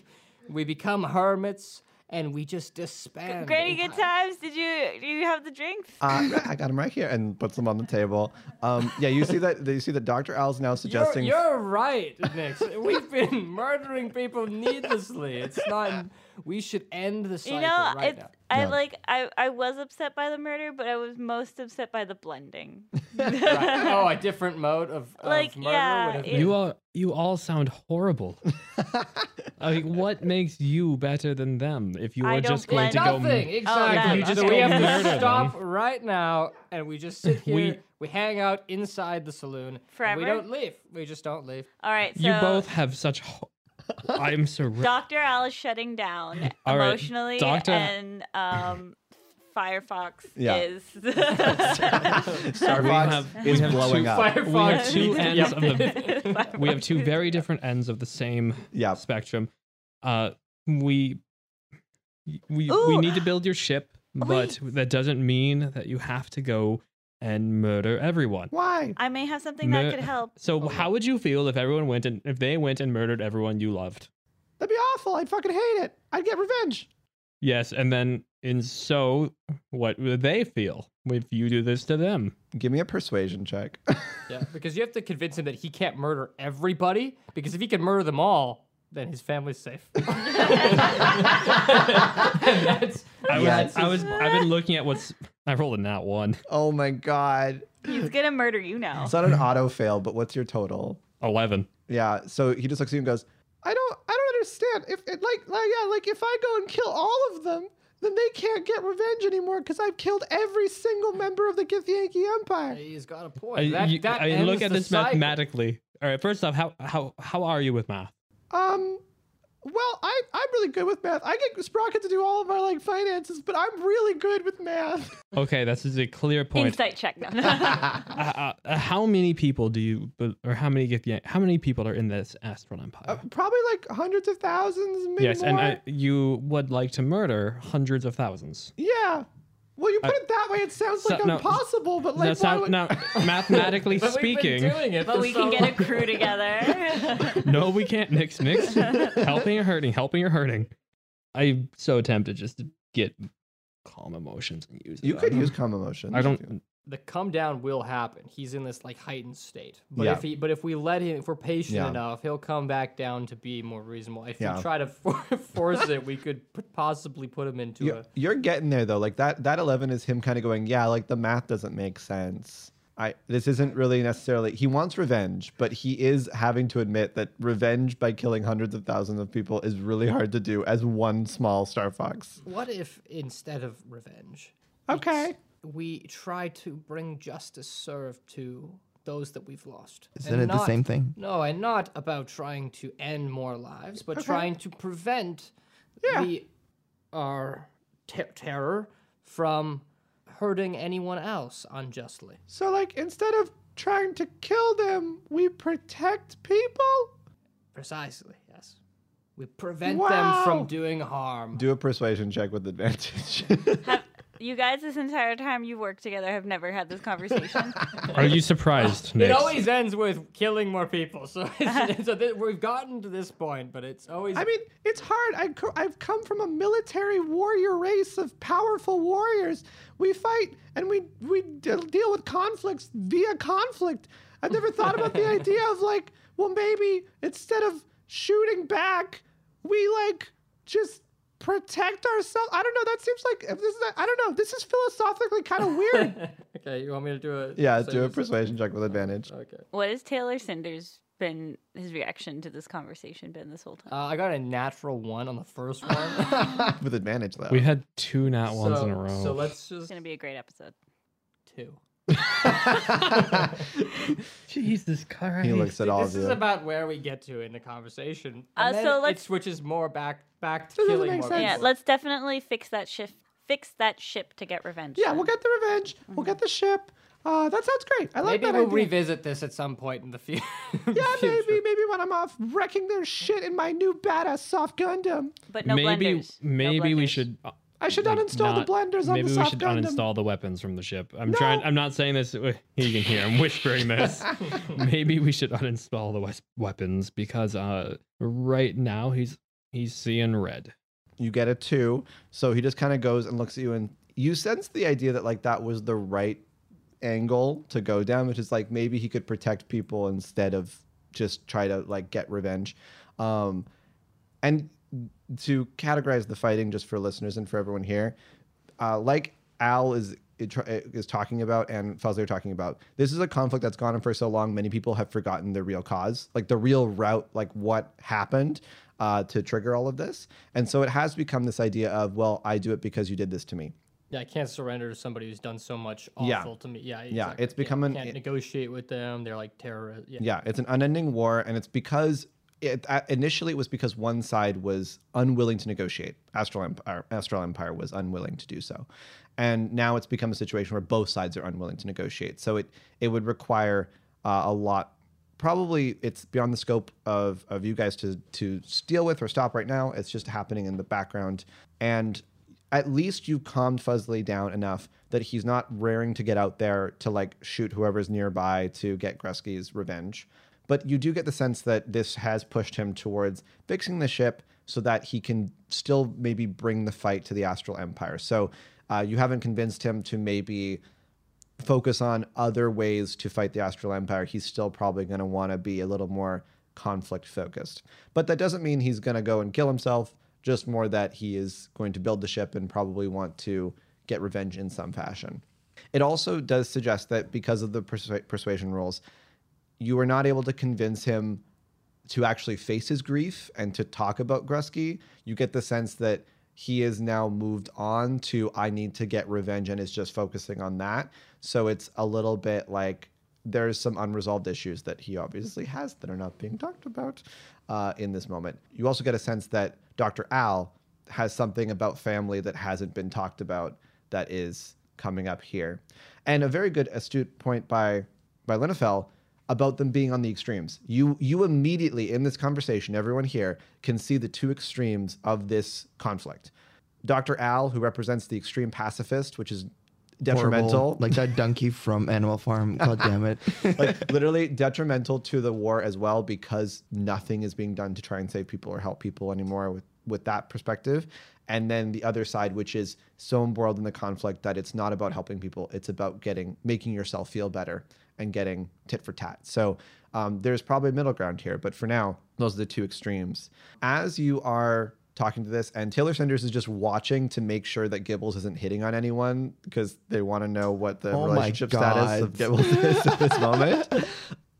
B: We become hermits and we just disband.
C: Granny,
B: the
C: good
B: entire-
C: times. Did you do you have the drinks?
A: Uh, I got him right here and puts them on the table. Um, yeah, you see that you see that Dr. Al's now
B: You're,
A: suggesting
B: you're right, Nix. We've been murdering people needlessly. It's not. We should end the cycle
C: you know,
B: right
C: it's,
B: now.
C: I
A: No.
C: like I, I was upset by the murder, but I was most upset by the blending.
B: Right. Oh, a different mode of, of
C: Like,
B: murder
C: yeah,
B: would have
C: it-
B: been.
E: You all you all sound horrible. I mean, what makes you better than them if you
C: I
E: are
C: don't
E: just going to
C: blame-
E: go m-
B: Nothing.
C: that.
B: Exactly.
C: You just
B: so we
C: go
B: have
E: murder
B: to
E: them.
B: stop right now, and we just sit here.
E: We-
B: We, hang out inside the saloon. and
C: Forever?
B: we don't leave. We just don't leave.
C: All right, so
E: You both have such ho- I'm surrounded.
C: Dr. Al is shutting down
E: All right,
C: emotionally
E: Dr.
C: and um Firefox
A: Yeah.
C: is
E: we
A: Starbucks
E: have-
A: is
E: we have
A: blowing
E: two
A: up.
E: We have
B: Firefox.
E: two ends
B: Yep.
E: of the we have two very different ends of the same
A: Yep.
E: spectrum. Uh, we we we
C: Ooh.
E: need to build your ship, but that doesn't mean that you have to go and murder everyone.
A: why?
C: I may have something
E: Mur-
C: that could help.
E: So how would you feel if everyone went and if they went and murdered everyone you loved?
A: That'd be awful. I'd fucking hate it. I'd get revenge.
E: Yes, and then in so what would they feel if you do this to them?
A: Give me a persuasion check.
B: Yeah, because you have to convince him that he can't murder everybody. Because if he can murder them all, then his family's safe. And that's,
E: I was,
A: Yes.
E: I was I've been looking at what's I rolled a nat one.
A: oh my god.
C: He's gonna murder you now.
A: It's not an auto fail, but what's your total?
E: Eleven.
A: Yeah. So he just looks at you and goes, "I don't, I don't understand. If it, like, like, yeah, like if I go and kill all of them, then they can't get revenge anymore because I've killed every single member of the Githyanki Empire.
B: he's got a point.
E: I,
B: that,
E: you-
B: that
E: I
B: ends
E: look at
B: the
E: this
B: cycle.
E: mathematically. All right, first off, how how how are you with math?
A: Um, well, I, I'm really good with math. I get Sprocket to do all of our like finances, but I'm really good with math.
E: Okay, this is a clear point.
C: Insight check. No, no.
E: Uh, uh, how many people do you, but- or how many get the, how many people are in this astral empire?
A: Uh, probably like hundreds of thousands, maybe
E: yes,
A: more.
E: and I, you would like to murder hundreds of thousands.
A: yeah. Well, you put it that way, it sounds
E: so-
A: like
E: no,
A: impossible, but like
E: That's
A: why
E: how-
A: would-
E: now, mathematically
B: But we've been
E: speaking,
B: doing it
C: but
B: for
C: we
B: so
C: can get a
B: long.
C: crew together.
E: no, we can't mix, mix. helping or hurting, helping or hurting. I'm so tempted just to get calm emotions and use.
A: you
E: it. I
A: could
E: don't-
A: use calm emotion.
E: I don't.
B: the come down will happen. He's in this like heightened state. But
A: Yeah.
B: if he, but if we let him, if we're patient
A: Yeah.
B: enough, he'll come back down to be more reasonable. If
A: Yeah.
B: we try to for- force it, we could p- possibly put him into
A: You're,
B: a.
A: you're getting there though. Like that that eleven is him kind of going, yeah, like the math doesn't make sense. I this isn't really necessarily. He wants revenge, but he is having to admit that revenge by killing hundreds of thousands of people is really hard to do as one small Star Fox.
B: What if instead of revenge,
A: Okay.
B: we try to bring justice served to those that we've lost?
D: Isn't
B: And
D: it the
B: not-
D: same thing?
B: No, and not about trying to end more lives, but trying to prevent the our ter- terror from hurting anyone else unjustly.
A: So like instead of trying to kill them, we protect people.
B: Precisely, yes. We prevent them
A: Wow.
B: from doing harm.
A: Do a persuasion check with advantage.
C: you guys, this entire time you've worked together, have never had this conversation.
E: Are you surprised,
B: it
E: Nick?
B: always ends with killing more people. So, it's, so th- we've gotten to this point, but it's always
A: I mean, it's hard. I co- I've come from a military warrior race of powerful warriors. We fight and we we de- deal with conflicts via conflict. I've never thought about the idea of like, well, maybe instead of shooting back, we like just protect ourselves. I don't know. That seems like if this is. I don't know. This is philosophically kind of weird.
B: okay. You want me to do a
A: check with advantage.
B: Okay.
C: what has Taylor Cinder's been his reaction to this conversation been this whole time?
B: Uh, I got a natural one on the first one.
A: With advantage, though.
E: We had two nat ones
B: so,
E: in a row.
B: Oh. So let's just
C: It's gonna be a great episode.
B: two.
E: Jesus Christ!
A: he looks at all
B: this is about where we get to in the conversation.
C: Uh,
B: And then
C: so
B: it
C: let's-
B: switches more back back to
A: Doesn't
B: killing
A: make
B: more
A: sense.
C: Yeah,
B: people.
C: let's definitely fix that shift. Fix that ship to get revenge.
A: Yeah,
C: on.
A: we'll get the revenge. We'll get the ship. Uh, that sounds great. I like
B: Maybe
A: that
B: we'll
A: idea.
B: revisit this at some point in the future.
A: yeah, maybe, maybe when I'm off wrecking their shit in my new badass soft Gundam,
C: but no
E: maybe
C: blenders. No
E: maybe we
C: blenders.
E: should uh,
A: I should not
E: like,
A: install
E: not-
A: the blenders on
E: maybe
A: the
E: we
A: soft
E: should
A: Gundam.
E: uninstall the weapons from the ship i'm
A: No.
E: trying i'm not saying this you can hear i'm whispering this maybe we should uninstall the wes- weapons because uh right now he's he's seeing red
A: you get a two. So he just kind of goes and looks at you, and you sense the idea that like that was the right angle to go down, which is like maybe he could protect people instead of just try to like get revenge. Um, and to categorize the fighting just for listeners and for everyone here, uh, like Al is is talking about and Fuzzy are talking about, this is a conflict that's gone on for so long. Many people have forgotten the real cause, like the real route, like what happened uh, to trigger all of this. And so it has become this idea of, well, I do it because you did this to me.
B: Yeah, I can't surrender to somebody who's done so much awful
A: Yeah.
B: to me. Yeah,
A: Yeah,
B: exactly.
A: it's become an-
B: can't
A: it-
B: negotiate with them. They're like terrorists. Yeah.
A: Yeah, it's an unending war, and it's because it, uh, initially it was because one side was unwilling to negotiate. Astral Empire, Astral Empire was unwilling to do so, and now it's become a situation where both sides are unwilling to negotiate. So it it would require uh, a lot. Probably it's beyond the scope of, of you guys to to deal with or stop right now. It's just happening in the background, and at least you've calmed Fuzzly down enough that he's not raring to get out there to like shoot whoever's nearby to get Gresky's revenge. But you do get the sense that this has pushed him towards fixing the ship so that he can still maybe bring the fight to the Astral Empire. So uh, you haven't convinced him to maybe focus on other ways to fight the Astral Empire, he's still probably going to want to be a little more conflict focused. But that doesn't mean he's going to go and kill himself, just more that he is going to build the ship and probably want to get revenge in some fashion. It also does suggest that because of the persu- persuasion rules, you were not able to convince him to actually face his grief and to talk about Grusky. You get the sense that he is now moved on to I need to get revenge and is just focusing on that. So it's a little bit like there's some unresolved issues that he obviously has that are not being talked about. uh, in this moment. You also get a sense that Dr. Al has something about family that hasn't been talked about that is coming up here. And a very good astute point by by Linnefell about them being on the extremes. You you immediately in this conversation, everyone here can see the two extremes of this conflict. Dr. Al, who represents the extreme pacifist, which is detrimental,
D: Horrible, like that donkey from Animal Farm. God damn it!
A: like literally detrimental to the war as well because nothing is being done to try and save people or help people anymore with with that perspective and then the other side which is so embroiled in the conflict that it's not about helping people it's about getting making yourself feel better and getting tit for tat so um, there's probably a middle ground here but for now those are the two extremes as you are talking to this and taylor sanders is just watching to make sure that gibbles isn't hitting on anyone because they want to know what the
D: Oh my
A: relationship status of
D: God.
A: Gibbles is at this moment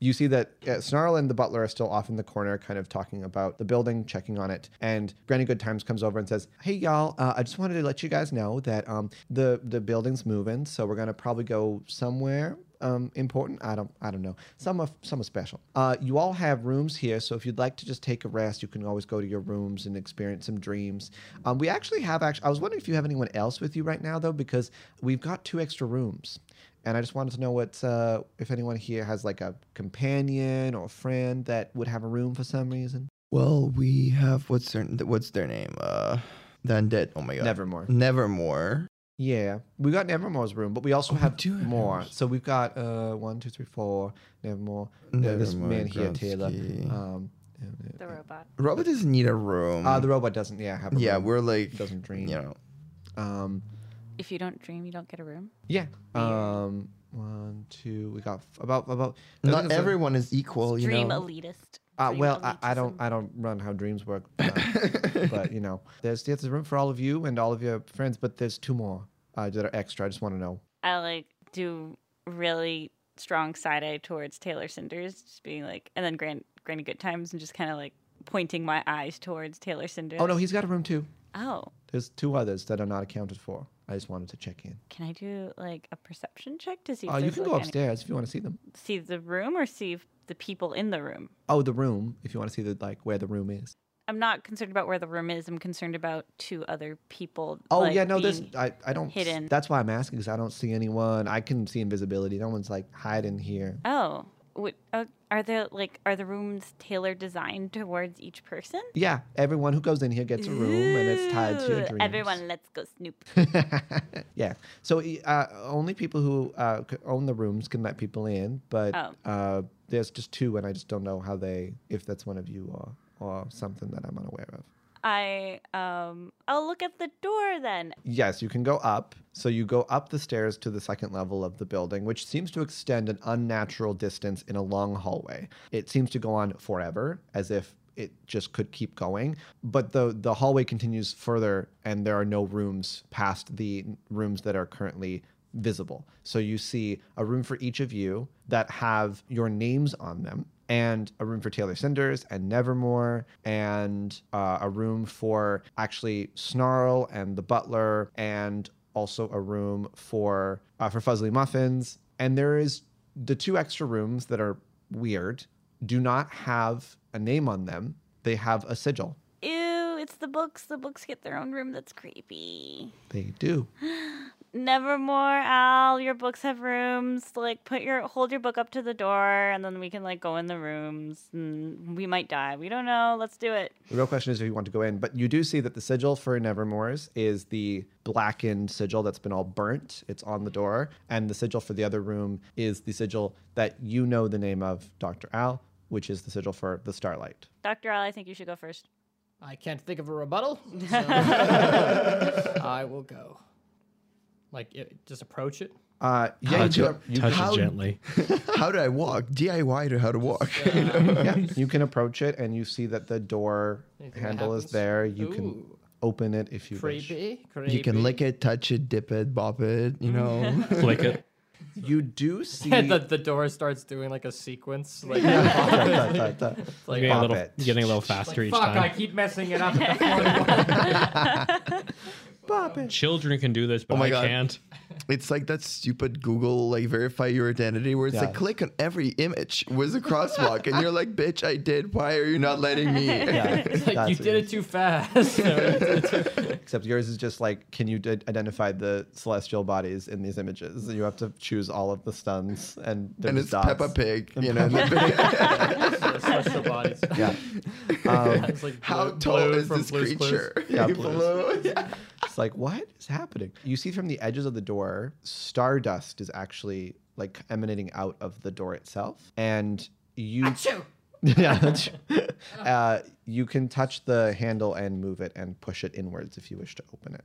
A: you see that uh, Snarl and the butler are still off in the corner, kind of talking about the building, checking on it. And Granny Goodtimes comes over and says, "Hey y'all, uh, I just wanted to let you guys know that um, the the building's moving, so we're gonna probably go somewhere." Um, important? I don't. I don't know. Some are some are special. Uh, you all have rooms here, so if you'd like to just take a rest, you can always go to your rooms and experience some dreams. Um, we actually have. Actually, I was wondering if you have anyone else with you right now, though, because we've got two extra rooms and I just wanted to know what uh, if anyone here has like a companion or friend that would have a room for some reason.
D: well, we have what's their what's their name? Uh, the undead. Oh my god.
A: Nevermore.
D: Nevermore.
A: Yeah, we got Nevermore's room, but we also
D: Oh, we
A: have
D: do have
A: more.
D: Nevermore's.
A: So we've got uh, one, two, three, four. Nevermore.
D: Mm.
A: Uh, this
D: Nevermore
A: man here, Taylor.
D: Grodsky.
A: Um, and,
C: The robot.
D: Robert doesn't need a room.
A: uh, uh, the robot doesn't. Yeah, have. A
D: yeah,
A: room.
D: we're like
A: doesn't dream.
D: You know,
A: Um,
C: If you don't dream, you don't get a room.
A: yeah. Um, one, two. We got f- about about. I think
D: not
A: it's a-
D: everyone is equal. You
C: dream
D: know.
C: elitist.
A: Uh,
C: Dream
A: well, I, I
C: elitism.
A: don't I don't run how dreams work, uh, but you know, there's there's room for all of you and all of your friends, but there's two more uh, that are extra. I just want to know.
C: I like do really strong side eye towards Taylor Cinders, just being like, and then Grand Granny Good Times, and just kind of like pointing my eyes towards Taylor Cinders.
A: Oh no, he's got a room too.
C: Oh,
A: There's two others that are not accounted for. I just wanted to check in.
C: can I do like a perception check to see?
A: Uh, you
C: there's,
A: can
C: like,
A: go
C: any-
A: upstairs if you want to see them.
C: see the room or see if the people in the room.
A: Oh, the room if you want to see the like where the room is.
C: I'm not concerned about where the room is. I'm concerned about two other people.
A: Oh
C: like,
A: yeah, no, this
C: being-
A: I, I don't.
C: hidden.
A: That's why I'm asking because I don't see anyone. I can see invisibility. No one's like hiding here.
C: Oh, what, uh, are there like are the rooms tailor designed towards each person?
A: Yeah, everyone who goes in here gets a room, and it's tied to your
C: Ooh,
A: dreams.
C: Everyone, let's go snoop.
A: yeah. So uh, only people who uh, c- own the rooms can let people in, but
C: Oh.
A: uh, there's just two, and I just don't know how they, if that's one of you or or something that I'm unaware of.
C: I um I'll look at the door then.
A: Yes, you can go up. So you go up the stairs to the second level of the building, which seems to extend an unnatural distance in a long hallway. It seems to go on forever, as if it just could keep going. But the the hallway continues further, and there are no rooms past the rooms that are currently visible. So you see a room for each of you that have your names on them, and a room for Taylor Cinders and Nevermore, and uh, a room for actually Snarl and the Butler, and also a room for uh, for Fuzzly Muffins. And there is the two extra rooms that are weird. Do not have a name on them. They have a sigil.
C: Ew, it's the books. The books get their own room. That's creepy.
A: They do.
C: Nevermore, Al. Your books have rooms. Like, put your hold your book up to the door, and then we can like go in the rooms. And we might die. We don't know. Let's do it.
A: The real question is if you want to go in, but you do see that the sigil for Nevermore's is the blackened sigil that's been all burnt. It's on the door, and the sigil for the other room is the sigil that you know the name of, Doctor Al, which is the sigil for the Starlight.
C: Doctor Al, I think you should go first.
B: I can't think of a rebuttal. so I will go. Like, it, just approach it.
A: Uh, yeah,
E: touch
A: you
E: it,
A: can, you,
E: touch
A: how-
E: it gently.
D: how do I walk? DIY to how to walk.
A: yeah, you can approach it, and you see that the door
B: Anything that
A: handle is
B: happens?
A: there. You can
B: Ooh,
A: open it if you wish.
B: creepy, creepy.
D: you can lick it, touch it, dip it, bop it. You know.
E: Flick it.
A: You do see.
B: the, the door starts doing like a sequence. Like,
A: Dot, dot, dot.
B: like,
E: Getting a
A: Pop
E: little,
A: it.
E: getting a little faster
B: like,
E: each
B: fuck, I
E: time.
B: keep messing it up. at the front door."
A: Bop it.
E: Children can do this, but
A: Oh
D: my
E: I
D: God.
E: can't.
D: It's like that stupid Google like verify your identity where it's
A: Yeah.
D: like click on every image with a crosswalk and you're like, bitch, I did. Why are you not letting me?
A: Yeah.
B: um, It's like
A: That's
B: you
A: what
B: did
A: it
B: it too fast. You know, you did it too-
A: Except yours is just like, can you d- identify the celestial bodies in these images? You have to choose all of the stuns, and there's
D: and it's
A: dots.
D: Peppa Pig, you know.
B: Yeah, celestial bodies.
A: Yeah,
B: It's like
D: How
A: Um,
B: blue-
D: tall
B: blue
D: is
B: from
D: this
B: Blue's Clues.
D: creature?
A: Yeah, Blue's
D: Blue, yeah.
A: it's like what is happening? You see from the edges of the door, stardust is actually like emanating out of the door itself, and you
B: Achoo!
A: yeah, that's- uh, you can touch the handle and move it and push it inwards if you wish to open it.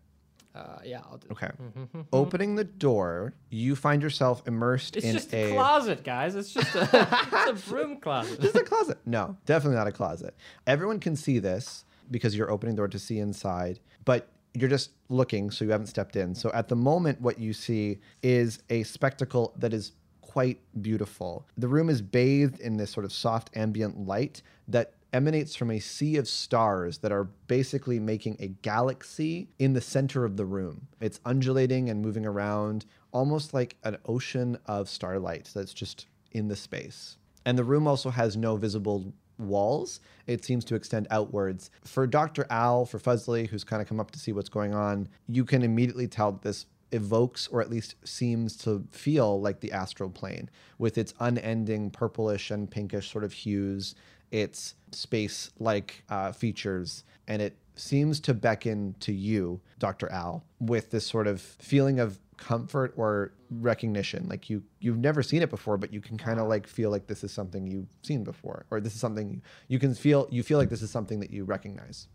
B: Uh, yeah, I'll do.
A: Okay.
B: Mm-hmm.
A: Opening the door, you find yourself immersed
B: It's
A: in
B: just a
A: a
B: closet, guys. It's just a, it's a broom closet.
A: Just a closet. No, definitely not a closet. Everyone can see this because you're opening the door to see inside, but you're just looking, so you haven't stepped in. So at the moment, what you see is a spectacle that is quite beautiful. The room is bathed in this sort of soft ambient light that emanates from a sea of stars that are basically making a galaxy in the center of the room. It's undulating and moving around, almost like an ocean of starlight that's just in the space. And the room also has no visible walls. It seems to extend outwards. For Dr. Al, for Fuzzly, who's kind of come up to see what's going on, you can immediately tell that this evokes or at least seems to feel like the astral plane with its unending purplish and pinkish sort of hues, its space like uh, features, and it seems to beckon to you, Dr. Al, with this sort of feeling of comfort or recognition like you you've never seen it before but you can kind of like feel like this is something you've seen before or this is something you can feel you feel like this is something that you recognize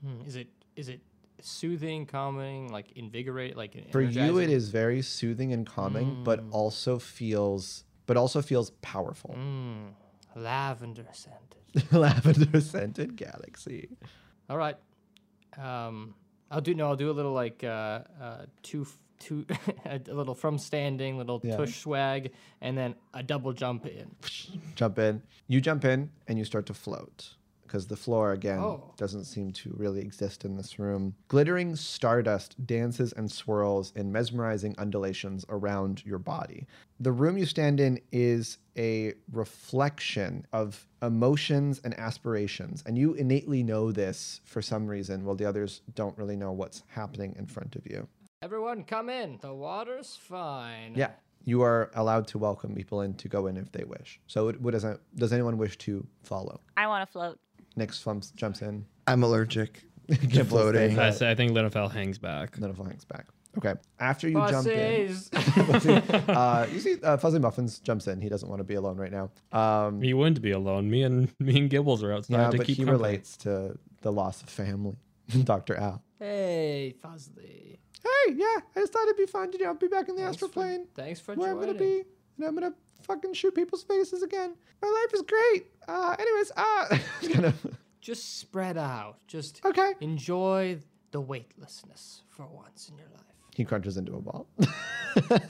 B: Hmm, Is it is it soothing, calming, like invigorate, like
A: for you it
B: energizing?
A: is very soothing and calming but also feels but also feels powerful
B: Mm, lavender scented.
A: lavender scented galaxy
B: All right. Um, I'll do no. I'll do a little like uh, uh, two f- two a little from standing, little
A: Yeah.
B: tush swag, and then a double jump in.
A: jump in you jump in and you start to float because the floor again
B: Oh.
A: doesn't seem to really exist in this room. Glittering stardust dances and swirls in mesmerizing undulations around your body. The room you stand in is a reflection of emotions and aspirations, and you innately know this for some reason, while the others don't really know what's happening in front of you.
B: Everyone, come in. The water's fine.
A: Yeah, you are allowed to welcome people in to go in if they wish. So, it, what does, that, does anyone wish to follow?
C: I want to float.
A: Nick flumps, jumps in.
D: I'm allergic to floating.
E: I, say, I think Linafel hangs back.
A: Then Fuzzy hangs back. Okay. After you jump in,
B: Pussies.
A: uh, you see uh, Fuzzy Muffins jumps in. He doesn't want to be alone right now. Um,
E: He wouldn't be alone. Me and me and Gibbles are outside
A: yeah,
E: to
A: but
E: keep
A: he
E: company.
A: relates to the loss of family. Dr. Al.
B: hey, Fuzzly.
A: Hey, yeah, I just thought it'd be fun to you know, be back in the
B: Thanks
A: astral
B: for-
A: plane
B: Thanks for
A: where I'm
B: joining.
A: going to be. And I'm going to fucking shoot people's faces again. My life is great. Uh, anyways, uh, it's kind of,
B: Just spread out. Just
A: okay.
B: enjoy the weightlessness for once in your life.
A: He crunches into a ball.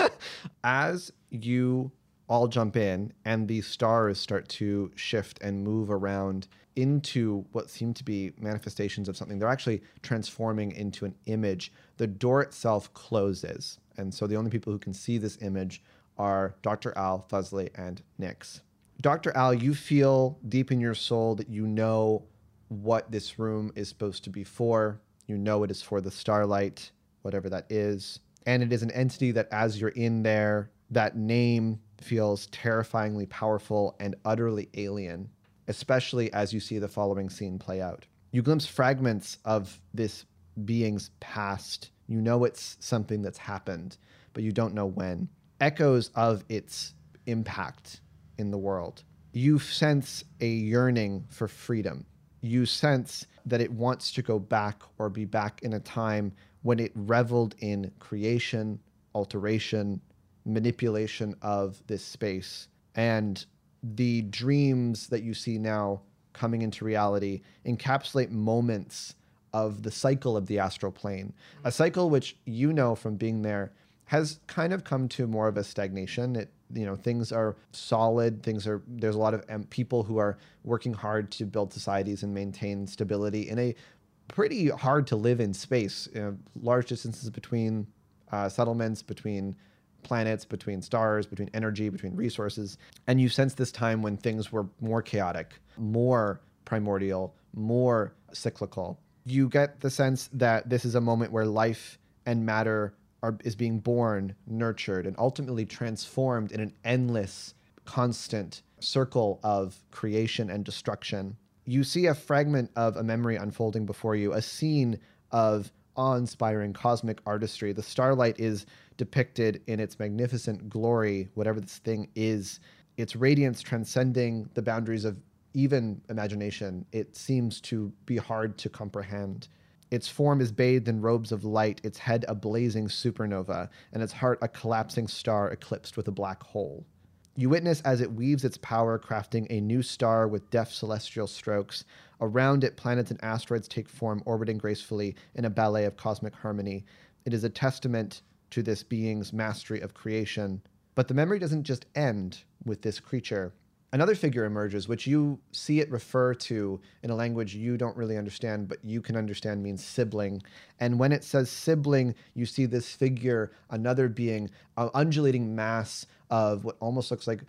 A: As you all jump in and the stars start to shift and move around into what seem to be manifestations of something, they're actually transforming into an image. The door itself closes. And so the only people who can see this image are Dr. Al, Fuzzley, and Nix. Dr. Al, you feel deep in your soul that you know what this room is supposed to be for. You know it is for the starlight, whatever that is. And it is an entity that, as you're in there, that name feels terrifyingly powerful and utterly alien, especially as you see the following scene play out. You glimpse fragments of this being's past. You know it's something that's happened, but you don't know when. Echoes of its impact in the world. You sense a yearning for freedom. You sense that it wants to go back or be back in a time when it reveled in creation, alteration, manipulation of this space. And the dreams that you see now coming into reality encapsulate moments of the cycle of the astral plane, a cycle which you know from being there has kind of come to more of a stagnation. It you know things are solid. Things are there's a lot of um, people who are working hard to build societies and maintain stability in a pretty hard to live in space. You know, large uh, distances between uh, settlements, between planets, between stars, between energy, between resources. And you sense this time when things were more chaotic, more primordial, more cyclical. You get the sense that this is a moment where life and matter are, is being born, nurtured, and ultimately transformed in an endless, constant circle of creation and destruction. You see a fragment of a memory unfolding before you, a scene of awe inspiring cosmic artistry. The starlight is depicted in its magnificent glory, whatever this thing is, its radiance transcending the boundaries of even imagination. It seems to be hard to comprehend. Its form is bathed in robes of light, its head a blazing supernova, and its heart a collapsing star eclipsed with a black hole. You witness as it weaves its power, crafting a new star with deft celestial strokes. Around it, planets and asteroids take form, orbiting gracefully in a ballet of cosmic harmony. It is a testament to this being's mastery of creation. But the memory doesn't just end with this creature. Another figure emerges, which you see it refer to in a language you don't really understand, but you can understand means sibling. And when it says sibling, you see this figure, another being, an undulating mass of what almost looks like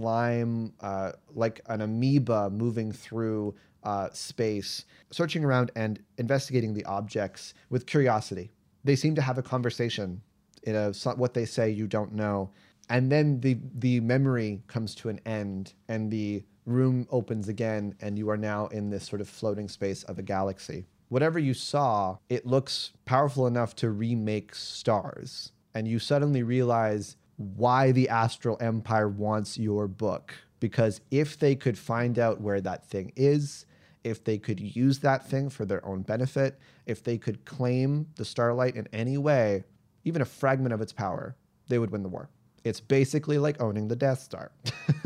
A: slime, uh, like an amoeba moving through uh, space, searching around and investigating the objects with curiosity. They seem to have a conversation. You know, so- what they say you don't know, and then the the memory comes to an end, and the room opens again, and you are now in this sort of floating space of a galaxy. Whatever you saw, it looks powerful enough to remake stars, and you suddenly realize why the Astral Empire wants your book. Because if they could find out where that thing is, if they could use that thing for their own benefit, if they could claim the Starlight in any way, even a fragment of its power, they would win the war. It's basically like owning the Death Star,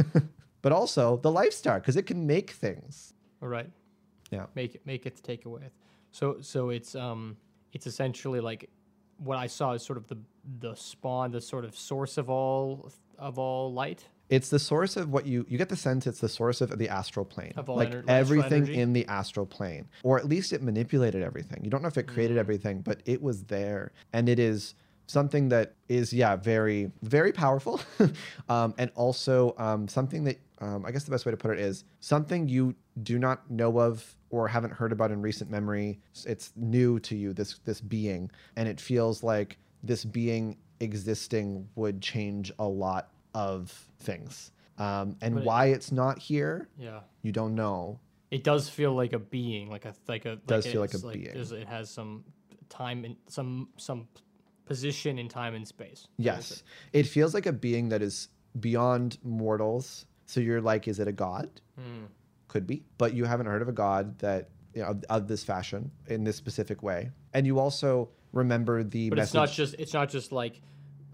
A: but also the Life Star, because it can make things.
B: All right.
A: Yeah.
B: Make it make its takeaway. So so it's um it's essentially like what I saw is sort of the the spawn, the sort of source of all of all light.
A: It's the source of what you you get the sense it's the source of the astral plane,
B: Of all
A: like
B: ener- astral
A: everything
B: energy.
A: in the astral plane, or at least it manipulated everything. You don't know if it
B: Mm.
A: created everything, but it was there, and it is something that is yeah very very powerful, um, and also um, something that um, I guess the best way to put it is something you do not know of or haven't heard about in recent memory. It's new to you this this being, and it feels like this being existing would change a lot of things. Um, and
B: But it-
A: why it's not here,
B: Yeah.
A: you don't know.
B: It does feel like a being, like a like a
A: Does
B: like
A: feel like a
B: it's
A: being.
B: there's- It has some time and some some position in time and space.
A: Yes. It feels like a being that is beyond mortals. So you're like, is it a god?
B: Hmm.
A: Could be. But you haven't heard of a god that, you know, of, of this fashion in this specific way. And you also remember the
B: But
A: message.
B: it's not just it's not just like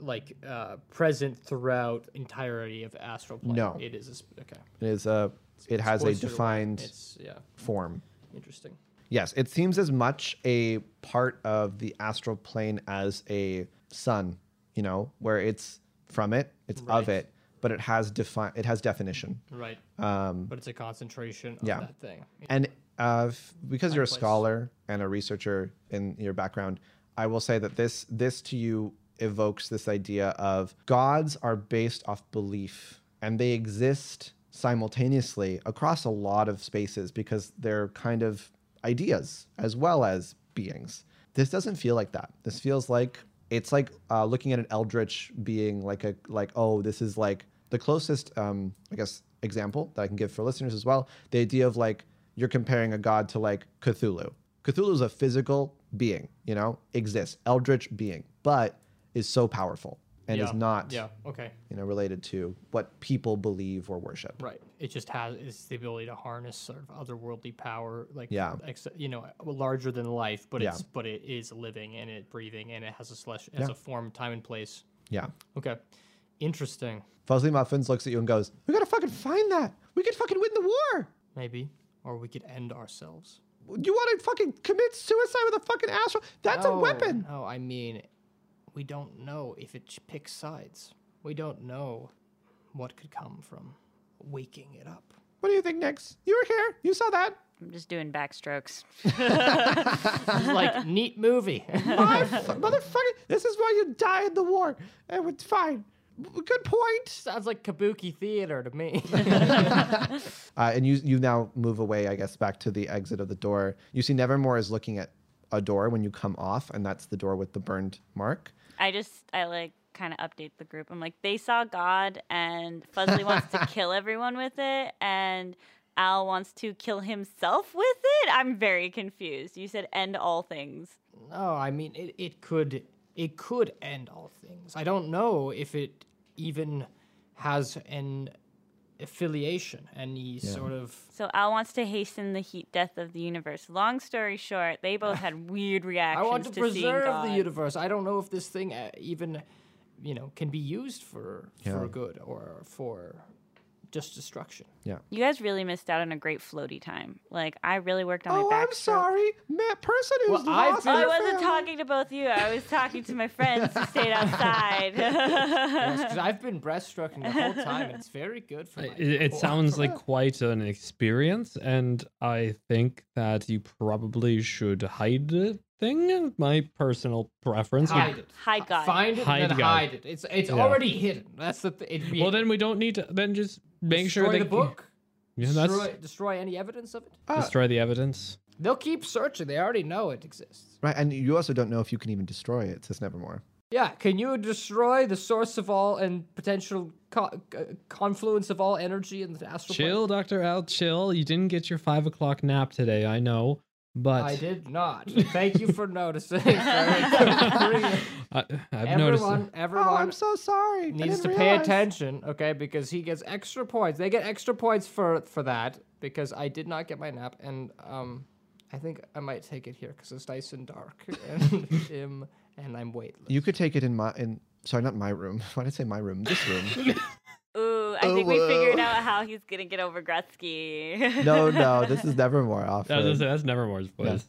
B: like uh present throughout entirety of astral plane.
A: No.
B: It is a, sp- okay.
A: it, is a, it has a
B: Cloistered away.
A: defined
B: It's yeah,
A: form.
B: interesting.
A: Yes, it seems as much a part of the astral plane as a sun, you know, where it's from it, it's of
B: Right.
A: it, but it has defi- it has definition.
B: Right.
A: Um,
B: but it's a concentration of
A: yeah.
B: that thing.
A: and uh, f- because you're a
B: Likewise.
A: scholar and a researcher in your background, I will say that this this to you evokes this idea of gods are based off belief and they exist simultaneously across a lot of spaces because they're kind of ideas as well as beings. This doesn't feel like that. This feels like it's like uh, looking at an eldritch being like a like oh this is like the closest um, I guess example that I can give for listeners as well. The idea of like you're comparing a god to like Cthulhu. Cthulhu is a physical being, you know, exists, eldritch being, but is so powerful and
B: Yeah,
A: is not,
B: Yeah. Okay.
A: you know, related to what people believe or worship.
B: Right. It just has it's the ability to harness sort of otherworldly power, like
A: Yeah.
B: ex- you know, larger than life, but
A: Yeah.
B: it's but it is living and it breathing and it has a slash it has
A: Yeah.
B: a form, time, and place.
A: Yeah.
B: Okay. Interesting.
A: Fuzzy Muffins looks at you and goes, "We gotta fucking find that. We could fucking win the war."
B: Maybe, or we could end ourselves.
A: You want to fucking commit suicide with a fucking astral? That's a
B: No,
A: weapon.
B: Oh, No, I mean, we don't know if it ch- picks sides. We don't know what could come from waking it up.
A: What do you think, Nix? You were here. You saw that.
C: I'm just doing backstrokes.
B: It's like neat movie.
A: My f- motherfucker, this is why you die in the war. It was fine. Good point.
B: Sounds like kabuki theater to me.
A: Uh, and you you now move away, I guess, back to the exit of the door. You see Nevermore is looking at a door when you come off, and that's the door with the burned mark.
C: I just I like kind of update the group. I'm like, they saw God, and Fuzzly wants to kill everyone with it, and Al wants to kill himself with it. I'm very confused. You said end all things.
B: no, I mean it, it could it could end all things. I don't know if it even has an affiliation, any sort of
C: So Al wants to hasten the heat death of the universe. Long story short, they both had weird
B: I
C: reactions
B: want to,
C: seeing
B: preserve the
C: God.
B: universe. I don't know if this thing uh, even, you know, can be used for
A: Yeah.
B: for good or for just destruction.
A: Yeah.
C: You guys really missed out on a great floaty time. Like I really worked on
A: oh,
C: my backstroke.
A: I'm sorry, Ma- person who's
B: Well, I've
A: lost.
B: been-
C: I
A: their
C: wasn't
A: family.
C: talking to both of you. I was talking to my friends who stayed outside.
B: Yes, 'cause I've been breaststroking the whole time, and it's very good for my.
E: It, it
B: core.
E: sounds like quite an experience, and I think that you probably should hide the thing. My personal preference. would-
B: hide it.
C: Hi, God.
B: Find it
E: Hide
B: and then
E: God.
B: hide it. It's it's
E: Yeah.
B: already hidden. That's the thing. It'd be-
E: Well, then we don't need to. Then just make sure
B: destroy
E: they
B: the book.
E: Yeah, that's
B: destroy, destroy any evidence of it.
A: Uh,
E: destroy the evidence.
B: They'll keep searching. They already know it exists.
A: right, and you also don't know if you can even destroy it. Says Nevermore.
B: Yeah, can you destroy the source of all and potential co- uh, confluence of all energy in the astral plane?
E: Chill, Doctor Al. Chill. You didn't get your five o'clock nap today. I know, but
B: I did not. Thank you for noticing. sir.
E: I, have noticed.
B: everyone,
A: Oh,
B: everyone
A: I'm so sorry. I
B: needs
A: didn't
B: to pay
A: realize.
B: attention, okay? Because he gets extra points. They get extra points for for that because I did not get my nap, and um, I think I might take it here because it's nice and dark and dim, and I'm weightless.
A: You could take it in my in. Sorry, not my room. Why did I say my room? This room.
C: Ooh, I think we figured out how he's gonna get over Gretzky.
A: no, no, this is Nevermore. Offer.
E: I was gonna say, that's Nevermore's voice.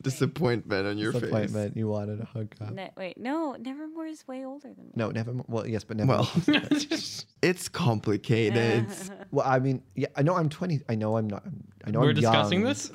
D: Disappointment on your face.
A: disappointment. You wanted a hookup.
C: Ne- wait, no, Nevermore is way older than me.
A: No, Nevermore. Well, yes, but Nevermore.
D: Well, it's complicated.
A: Well, I mean, yeah, I know I'm 20. I know I'm not. I know
E: We're
A: I'm
E: discussing
A: young.
E: this.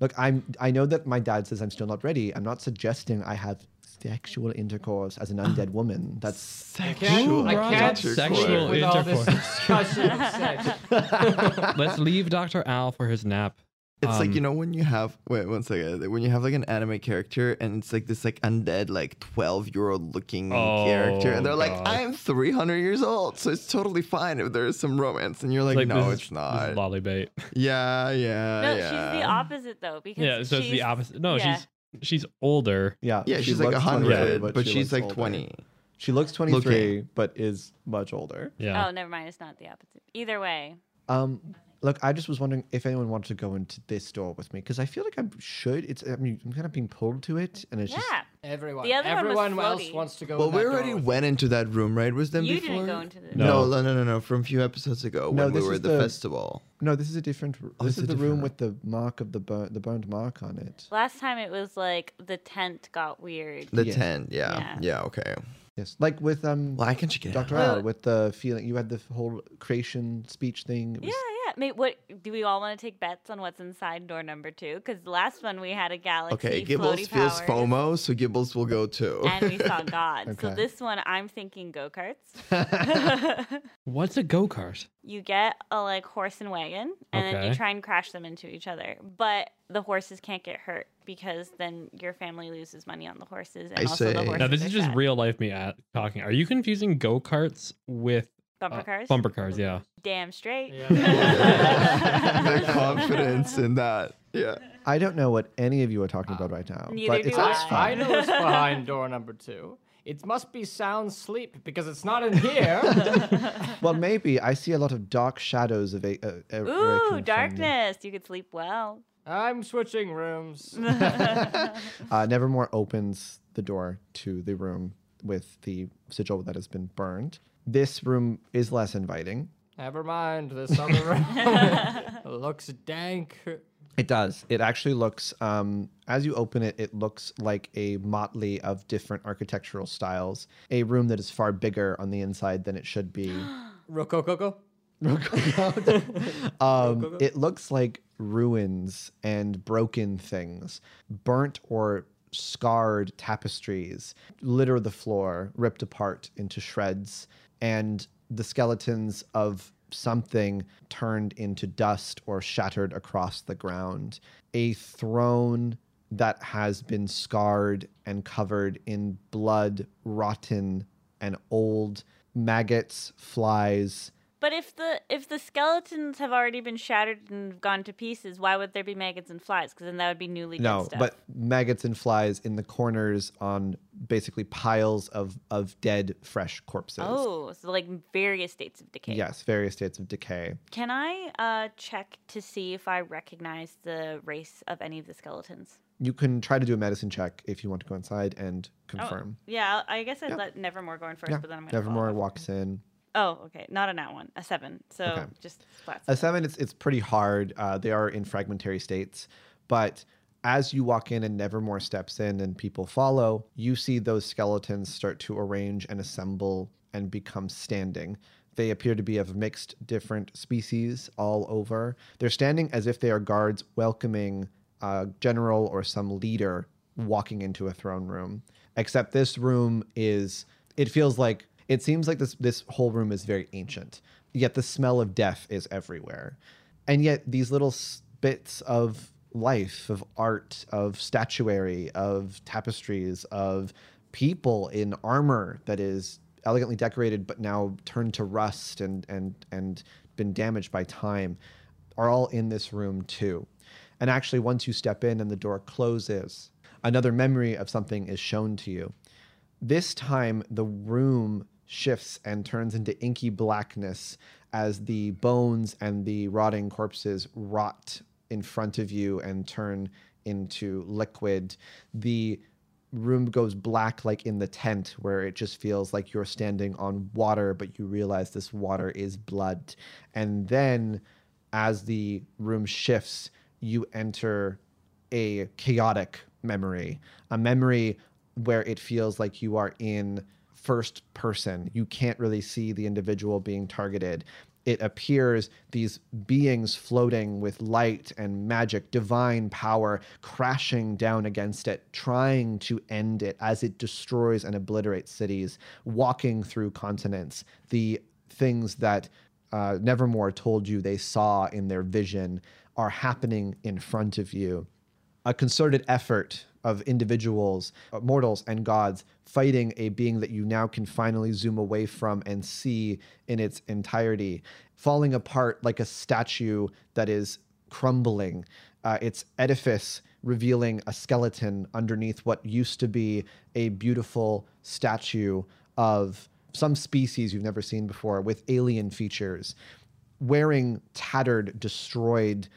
A: Look, I'm. I know that my dad says I'm still not ready. I'm not suggesting I have sexual intercourse as an undead woman. That's
D: Sexual
B: I can't
D: intercourse.
E: Sexual
B: with all this
E: intercourse.
B: discussion of sex.
E: Let's leave Doctor Al for his nap.
D: It's like you
E: Um,
D: know when you have wait one second when you have like an anime character and it's like this like undead like twelve year old looking character and
E: Oh,
D: they're like
E: God.
D: I'm three hundred years old so it's totally fine if there is some romance and you're like,
E: this
D: no
E: is-
D: it's
E: this is
D: not
E: lollybait.
D: yeah yeah
C: No,
D: Uh, yeah
C: she's the opposite though because
E: Yeah, so it's
C: she's-
E: the opposite. No,
C: yeah.
E: she's she's older.
A: yeah.
D: yeah
A: she
D: she's like
A: looks 23,
D: hundred but,
A: she looks
D: she's like
A: older.
D: twenty
A: She looks 23, but is much older.
E: Yeah.
C: Oh, never mind. It's not the opposite. Either way,
A: Um, look, I just was wondering if anyone wanted to go into this door with me because I feel like I should. It's. I mean, I'm kind of being pulled to it, and it's
C: yeah.
A: just.
B: Everyone,
C: The other one was
B: everyone else
C: floaty.
B: wants to go.
D: well
B: in that
D: we already
B: door.
D: went into that room right with them
C: Oh You
D: before
C: didn't go into the.
D: no. no no no no from a few episodes ago
A: No,
D: when we
A: this
D: were
A: is
D: at the,
A: the-
D: festival
A: No, this is a different. r-
D: Oh,
A: this is
D: it's a
A: the room
D: different-
A: with the mark of the burn, the burned mark on it.
C: Last time it was like the tent got weird.
D: the
A: Yeah.
D: tent yeah.
C: Yeah.
D: yeah okay
A: Yes, like with um.
D: well I can check it out
A: Dr. Al, with the feeling you had the whole creation speech thing. It
C: Yeah,
A: was-
C: yeah. Mate, what do we all want to take bets on what's inside door number two? Because last one we had a galaxy.
D: okay
C: Gibbles
D: Gibbles feels FOMO so Gibbles will go too
C: And we saw God. So
A: Okay.
C: this one, I'm thinking go karts.
E: What's a go kart?
C: you get a like horse and wagon, and then you
E: Okay.
C: try and crash them into each other. But the horses can't get hurt because then your family loses money on the horses, and
D: I
C: also the
D: see. Now,
C: horses.
E: Now this is
C: are
E: just
C: sad.
E: real life me at, talking. Are you confusing go karts with
C: bumper
E: uh,
C: cars.
E: Bumper cars, yeah.
C: Damn straight.
D: the confidence in that. Yeah.
A: I don't know what any of you are talking about right now,
C: neither
A: but it
C: do
A: sounds
C: I.
B: I
A: fun.
B: know what's behind door number two. It must be sound sleep because it's not in here.
A: Well, maybe I see a lot of dark shadows of a. Uh, uh, raking
C: Ooh,
A: from-
C: darkness. You could sleep well.
B: I'm switching rooms.
A: Uh, Nevermore opens the door to the room with the sigil that has been burned. This room is less inviting.
B: Never mind, this other room looks dank.
A: It does. It actually looks, um, as you open it, it looks like a motley of different architectural styles. A room that is far bigger on the inside than it should be.
B: Rococo?
A: um, it looks like ruins and broken things, burnt or scarred tapestries litter the floor, ripped apart into shreds, and the skeletons of something turned into dust or shattered across the ground. A throne that has been scarred and covered in blood, rotten and old, maggots, flies,
C: But if the if the skeletons have already been shattered and gone to pieces, why would there be maggots and flies? Because then that would be newly dead
A: No,
C: stuff.
A: but maggots and flies in the corners on basically piles of of dead fresh corpses.
C: oh, so like various states of decay.
A: Yes, various states of decay.
C: Can I uh, check to see if I recognize the race of any of the skeletons?
A: You can try to do a medicine check if you want to go inside and confirm.
C: Yeah, I I guess I'd
A: Yeah.
C: let Nevermore go in first,
A: yeah.
C: Oh, but then I'm gonna fall
A: Nevermore
C: off.
A: walks in.
C: Oh, okay, not a nat one, a seven. So
A: Okay.
C: just flat.
A: A seven, it's it's pretty hard. Uh, they are in fragmentary states, but as you walk in and Nevermore steps in and people follow, you see those skeletons start to arrange and assemble and become standing. They appear to be of mixed different species all over. They're standing as if they are guards welcoming a general or some leader walking into a throne room. Except this room is it feels like it seems like this this whole room is very ancient. Yet the smell of death is everywhere. And yet these little s- bits of life, of art, of statuary, of tapestries, of people in armor that is elegantly decorated but now turned to rust and and and been damaged by time are all in this room too. And actually, once you step in and the door closes, another memory of something is shown to you. This time, the room shifts and turns into inky blackness as the bones and the rotting corpses rot in front of you and turn into liquid. The room goes black like in the tent where it just feels like you're standing on water but you realize this water is blood and then as the room shifts you enter a chaotic memory a memory where it feels like you are in first person you can't really see the individual being targeted it appears these beings floating with light and magic, divine power, crashing down against it, trying to end it as it destroys and obliterates cities, walking through continents. The things that uh, Nevermore told you they saw in their vision are happening in front of you a concerted effort of individuals, uh, mortals, and gods fighting a being that you now can finally zoom away from and see in its entirety, falling apart like a statue that is crumbling, uh, its edifice revealing a skeleton underneath what used to be a beautiful statue of some species you've never seen before with alien features wearing tattered, destroyed,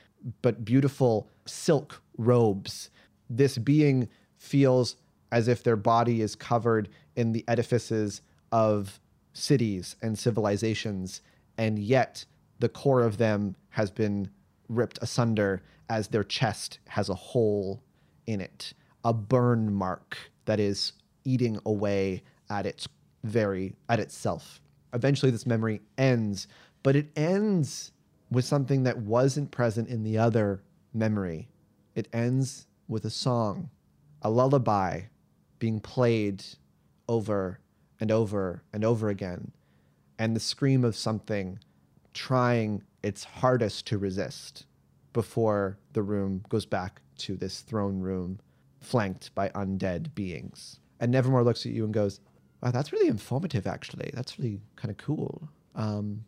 A: but beautiful silk robes. This being feels as if their body is covered in the edifices of cities and civilizations, and yet the core of them has been ripped asunder as their chest has a hole in it, a burn mark that is eating away at its very at itself. Eventually this memory ends, but it ends with something that wasn't present in the other memory. It ends with a song, a lullaby being played over and over and over again, and the scream of something trying its hardest to resist before the room goes back to this throne room flanked by undead beings. And Nevermore looks at you and goes, Wow, that's really informative, actually. That's really kind of cool. Um,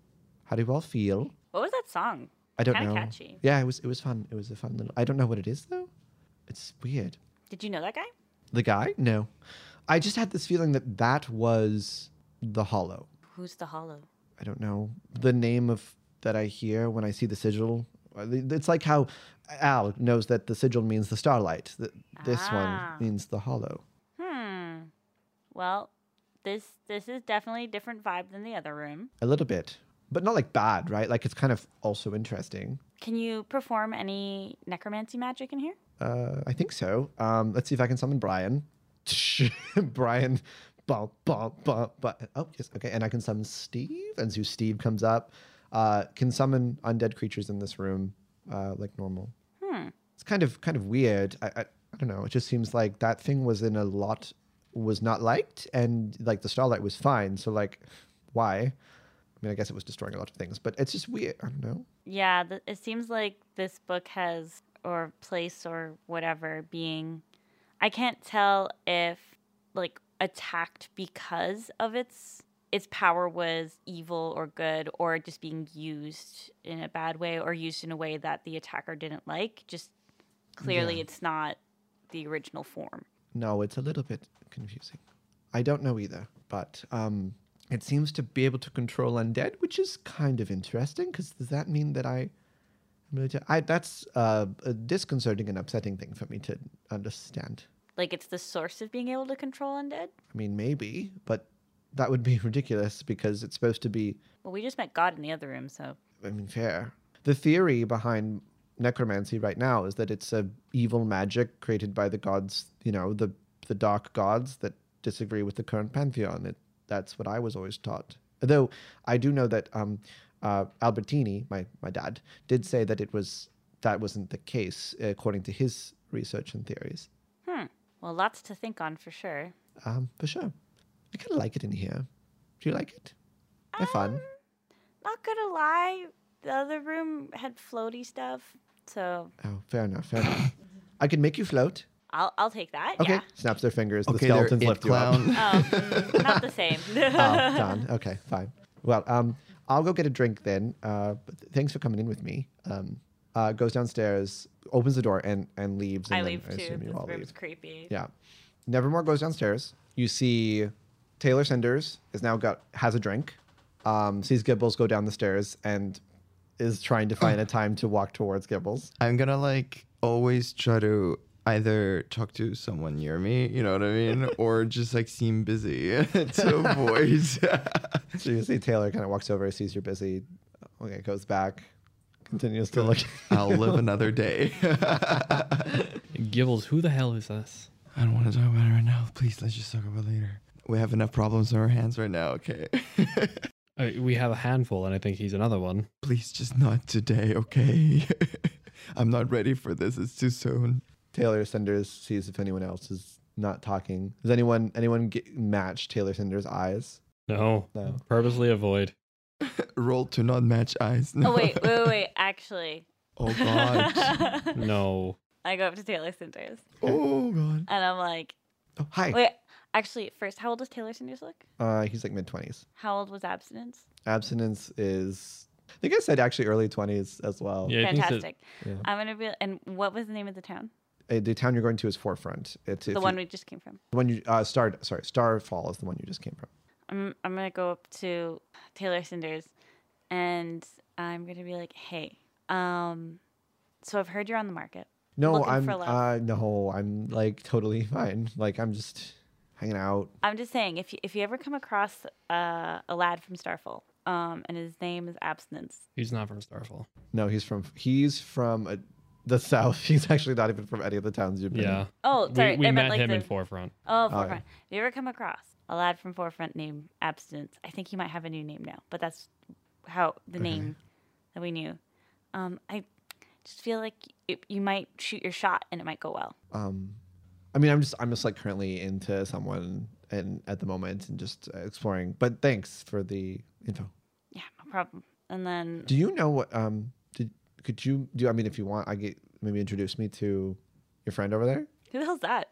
A: how do you all feel?
C: what was that song?
A: I don't
C: Kinda
A: know.
C: catchy.
A: Yeah, it was it was fun. It was a fun little. I don't know what it is though. It's weird.
C: Did you know that guy?
A: The guy? No. I just had this feeling that that was the Hollow.
C: Who's the Hollow?
A: I don't know the name of that I hear when I see the sigil. Uh, It's like how Al knows that the sigil means the starlight. That this
C: Ah.
A: one means the Hollow.
C: Hmm. Well, this this is definitely a different vibe than the other room.
A: A little bit, but not like bad, right? Like it's kind of also interesting.
C: Can you perform any necromancy magic in here?
A: Uh, I think so. Um, let's see if I can summon Brian. Brian. Bah, bah, bah, bah. Oh, yes. Okay. And I can summon Steve. And so Steve comes up. uh, can summon undead creatures in this room uh, like normal.
C: Hmm.
A: It's kind of kind of weird. I, I I don't know. It just seems like that thing was in a lot was not liked, and like the starlight was fine. So like, why? I mean, I guess it was destroying a lot of things, but it's just weird. I don't know.
C: Yeah, th- it seems like this book has, or place, or whatever being. I can't tell if, like, attacked because of its its power was evil or good, or just being used in a bad way, or used in a way that the attacker didn't like. Just clearly, it's not the original form.
A: No, it's a little bit confusing. I don't know either, but um, it seems to be able to control undead, which is kind of interesting. Because does that mean that I, I'm really I that's uh, a disconcerting and upsetting thing for me to understand.
C: Like, it's the source of being able to control undead.
A: I mean, maybe, but that would be ridiculous because it's supposed to be
C: Well, we just met God in the other room, so
A: I mean, fair. The theory behind necromancy right now is that it's a evil magic created by the gods, you know, the the dark gods that disagree with the current pantheon. It, that's what I was always taught. Though I do know that um, uh, Albertini, my my dad, did say that it was that wasn't the case according to his research and theories.
C: hmm. Well, lots to think on for sure.
A: Um, for sure, I kind of like it in here. Do you like it? They're fun.
C: not gonna lie, the other room had floaty stuff, so
A: Oh, fair enough. Fair enough. I can make you float.
C: I'll I'll take that.
A: Okay.
C: Yeah.
A: Snaps their fingers. the
D: Okay, there,
A: skeletons
D: it
A: lift you
D: clown.
C: Oh, mm, not the same.
A: up. oh, done. Okay, fine. Well, um, I'll go get a drink then. Uh, but th- thanks for coming in with me. Um, uh, goes downstairs, opens the door, and and leaves. And
C: I
A: then
C: leave
A: I
C: too.
A: assume
C: This
A: you all
C: room's
A: leave.
C: creepy.
A: Yeah. Nevermore goes downstairs. You see, Taylor Senders is now got has a drink. Um, sees Gibbles go down the stairs and is trying to find a time to walk towards Gibbles.
D: I'm gonna like always try to either talk to someone near me, you know what I mean, or just like seem busy to avoid.
A: So you see Taylor kind of walks over, sees you're busy. Okay, goes back, continues to look.
D: I'll live another day.
E: Gibbles, who the hell is this?
D: I don't want to talk about it right now. Please, let's just talk about it later. We have enough problems on our hands right now, okay?
E: Uh, we have a handful, and I think he's another one.
D: Please, just not today, okay? I'm not ready for this. It's too soon.
A: Taylor Senders sees if anyone else is not talking. Does anyone anyone get, match Taylor Senders' eyes?
E: No,
A: No.
E: purposely avoid.
D: Roll to not match eyes.
C: Oh
D: No.
C: wait, wait, wait, wait. Actually,
D: Oh, God.
E: No,
C: I go up to Taylor Sanders
D: oh, God.
C: and I'm like,
A: Oh, hi.
C: wait. Actually, first, how old does Taylor Sanders look?
A: Uh, he's like mid twenties.
C: How old was abstinence?
A: Abstinence is. I think I said actually early twenties as well.
E: Yeah. I think so.
C: Fantastic.
A: Yeah.
C: I'm gonna be. And what was the name of the town?
A: Uh, The town you're going to is Forefront. It's if
C: the
A: you-
C: one we just came from.
A: the one you uh, star. Sorry, Starfall is the one you just came from.
C: I'm I'm gonna go up to Taylor Cinders and I'm gonna be like, hey, um, so I've heard you're on the market.
A: No,
C: Looking
A: I'm.
C: for love.
A: Uh, no, I'm like totally fine. Like I'm just hanging out.
C: I'm just saying, if you, if you ever come across uh, a lad from Starfall, um, and his name is Abstinence,
E: he's not from Starfall.
A: No, he's from. He's from uh the south. He's actually not even from any of the towns you've been.
E: Yeah,
C: oh, sorry,
E: we, we
C: I
E: met
C: meant like
E: him
C: the,
E: in Forefront.
C: oh,
A: yeah.
C: Forefront. If you ever come across a lad from Forefront named Abstinence, I think he might have a new name now, but that's how the name that we knew. Um, I just feel like you, you might shoot your shot and it might go well.
A: um i mean i'm just i'm just like currently into someone and at the moment and just uh, exploring but thanks for the info
C: Yeah, no problem. And then
A: do you know what um did could you do i mean if you want i get maybe introduce me to your friend over there
C: who the hell's that?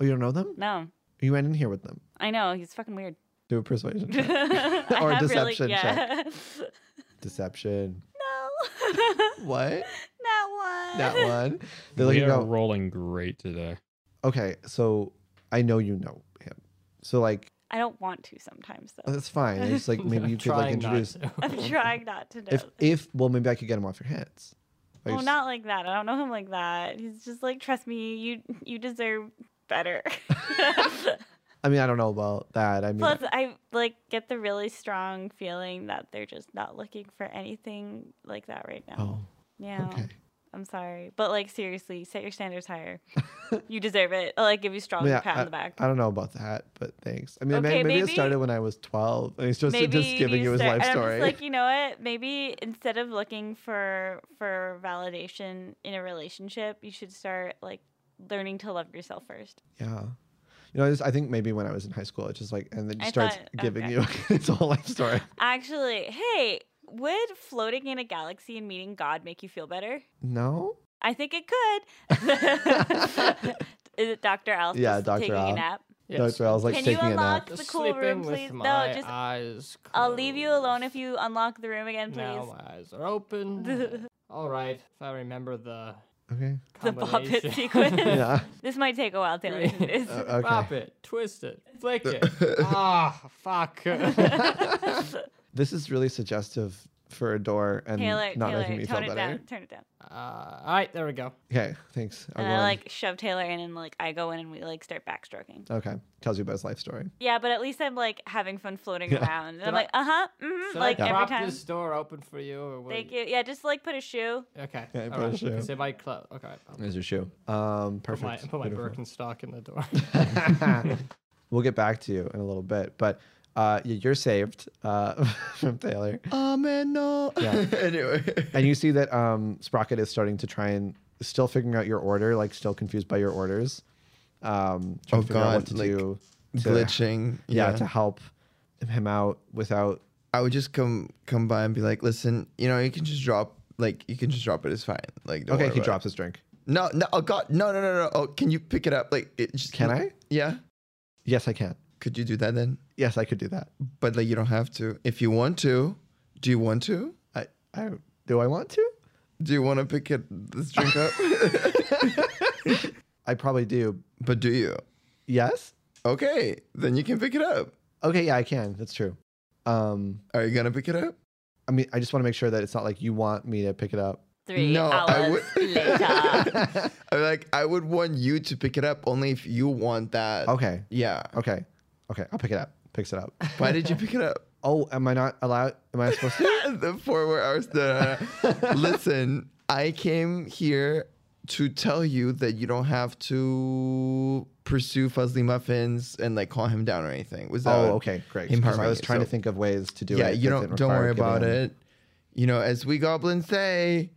A: oh you don't know them
C: No,
A: you went in here with them
C: I know he's fucking weird.
A: do a persuasion check.
C: I
A: Or a
C: have
A: deception
C: yeah.
A: deception
C: no,
A: what
C: not one.
A: that one they're
E: We
A: looking
E: are
A: out
E: rolling great today.
A: okay so i know you know him so like
C: I don't want to sometimes though.
A: that's fine it's like maybe you could like
B: Trying not
A: introduce
B: to.
C: I'm trying not to know.
A: if if well maybe i could get him off your hands
C: oh, not like that. I don't know him like that. He's just like, trust me, you you deserve better.
A: i mean i don't know about that i mean
C: Plus, I like get the really strong feeling that they're just not looking for anything like that right now.
A: oh
C: yeah,
A: Okay.
C: I'm sorry, but like seriously, set your standards higher. you deserve it. I'll like give you a strong
A: Yeah,
C: pat on the back.
A: I don't know about that, but thanks. I mean, may-
C: Okay,
A: maybe, it
C: maybe-
A: started when I was 12, and he's just
C: maybe
A: just giving you his
C: start-
A: life
C: and
A: story.
C: I'm just like, you know what? Maybe instead of looking for for validation in a relationship, you should start like learning to love yourself first.
A: yeah. You know, I, just, I think maybe when I was in high school, it's just like, and then
C: I
A: he starts
C: thought- oh,
A: giving
C: okay.
A: you his whole life story.
C: Actually, hey, would floating in a galaxy and meeting God make you feel better?
A: No?
C: I think it could. Is it Dr. Al
A: Yeah,
C: just
A: Dr.
C: taking
A: Al.
C: a nap?
A: No,
B: Yes.
A: so I was like
C: Can you
A: taking a nap.
C: unlock the cool
B: Sleeping
C: room, please?
B: with
C: No,
B: my
C: just
B: eyes
C: I'll leave you alone if
B: closed.
C: you unlock the room again,
B: Now
C: please.
B: my eyes are open. All right, if I remember the
A: Okay.
C: The Bob Pitt
B: combination.
C: sequence.
A: Yeah.
C: This might take a while, Taylor. isn't it?
A: Uh, okay.
B: Pop it, twist it, flick it. Ah, fuck. Uh,
A: This is really suggestive for a door and
C: Taylor,
A: not
C: Taylor,
A: making me
C: tone
A: feel
C: it
A: better.
C: down. Turn it down.
B: Uh, all right, there we go.
A: Okay, thanks.
C: And I
A: everyone.
C: like shove Taylor in, and like I go in, and we like start backstroking.
A: Okay, tells you about his life story.
C: Yeah, but at least I'm like having fun floating
A: Yeah.
C: around. And I'm
B: I-
C: like, uh huh, mm-hmm,
B: Should
C: like
B: I
C: every
B: prop
C: time.
B: this door open for you? Or what
C: Thank you. Yeah, just like put a shoe.
B: Okay.
A: Yeah,
B: all
A: put a
B: right,
A: shoe.
B: 'cause It might close. Okay. I'll
A: There's your shoe. Um,
B: Put my,
A: perfect.
B: put my
A: Beautiful.
B: Birkenstock in the door.
A: we'll get back to you in a little bit, but uh, y- you're saved uh, from Taylor,
D: Oh man, no.
A: Yeah.
D: anyway.
A: and you see that um, Sprocket is starting to try and still figuring out your order, like still confused by your orders. Um, trying to
D: Oh,
A: figure out what
D: God,
A: to
D: like,
A: do. to-
D: Glitching.
A: Yeah, to help him out without.
D: I would just come come by and be like, listen, you know, you can just drop like you can just drop it. It's fine. Like don't
A: Okay,
D: worry
A: he
D: about
A: drops his drink.
D: It. No, no. Oh God, no, no, no, no. Oh, can you pick it up? Like it just
A: Can I?
D: Yeah.
A: Yes, I can.
D: Could you do that then?
A: Yes, I could do that.
D: But like you don't have to. If you want to, do you want to?
A: I, I do. I want to.
D: Do you want to pick it this drink up?
A: I probably do.
D: but do you?
A: Yes.
D: Okay, then you can pick it up.
A: Okay. Yeah, I can. That's true. Um,
D: Are you gonna pick it up?
A: I mean, I just want to make sure that it's not like you want me to pick it up.
C: Three
D: No,
C: hours
D: I would-
C: later.
D: I'm like, I would want you to pick it up only if you want that.
A: Okay.
D: Yeah.
A: Okay. Okay. I'll pick it up. Picks it up.
D: Why did you pick it up?
A: Oh, am I not allowed? Am I supposed to?
D: the four more hours. No, no, no. Listen, I came here to tell you that you don't have to pursue Fuzzly Muffins and like call him down or anything. Was that?
A: Oh, okay. Great.
D: Him
A: 'Cause I
D: harming
A: was
D: you,
A: trying to
D: so-
A: think of ways to do
D: yeah,
A: it.
D: you
A: that
D: don't
A: didn't
D: don't worry
A: require
D: about
A: giving-
D: it. You know, as we goblins say,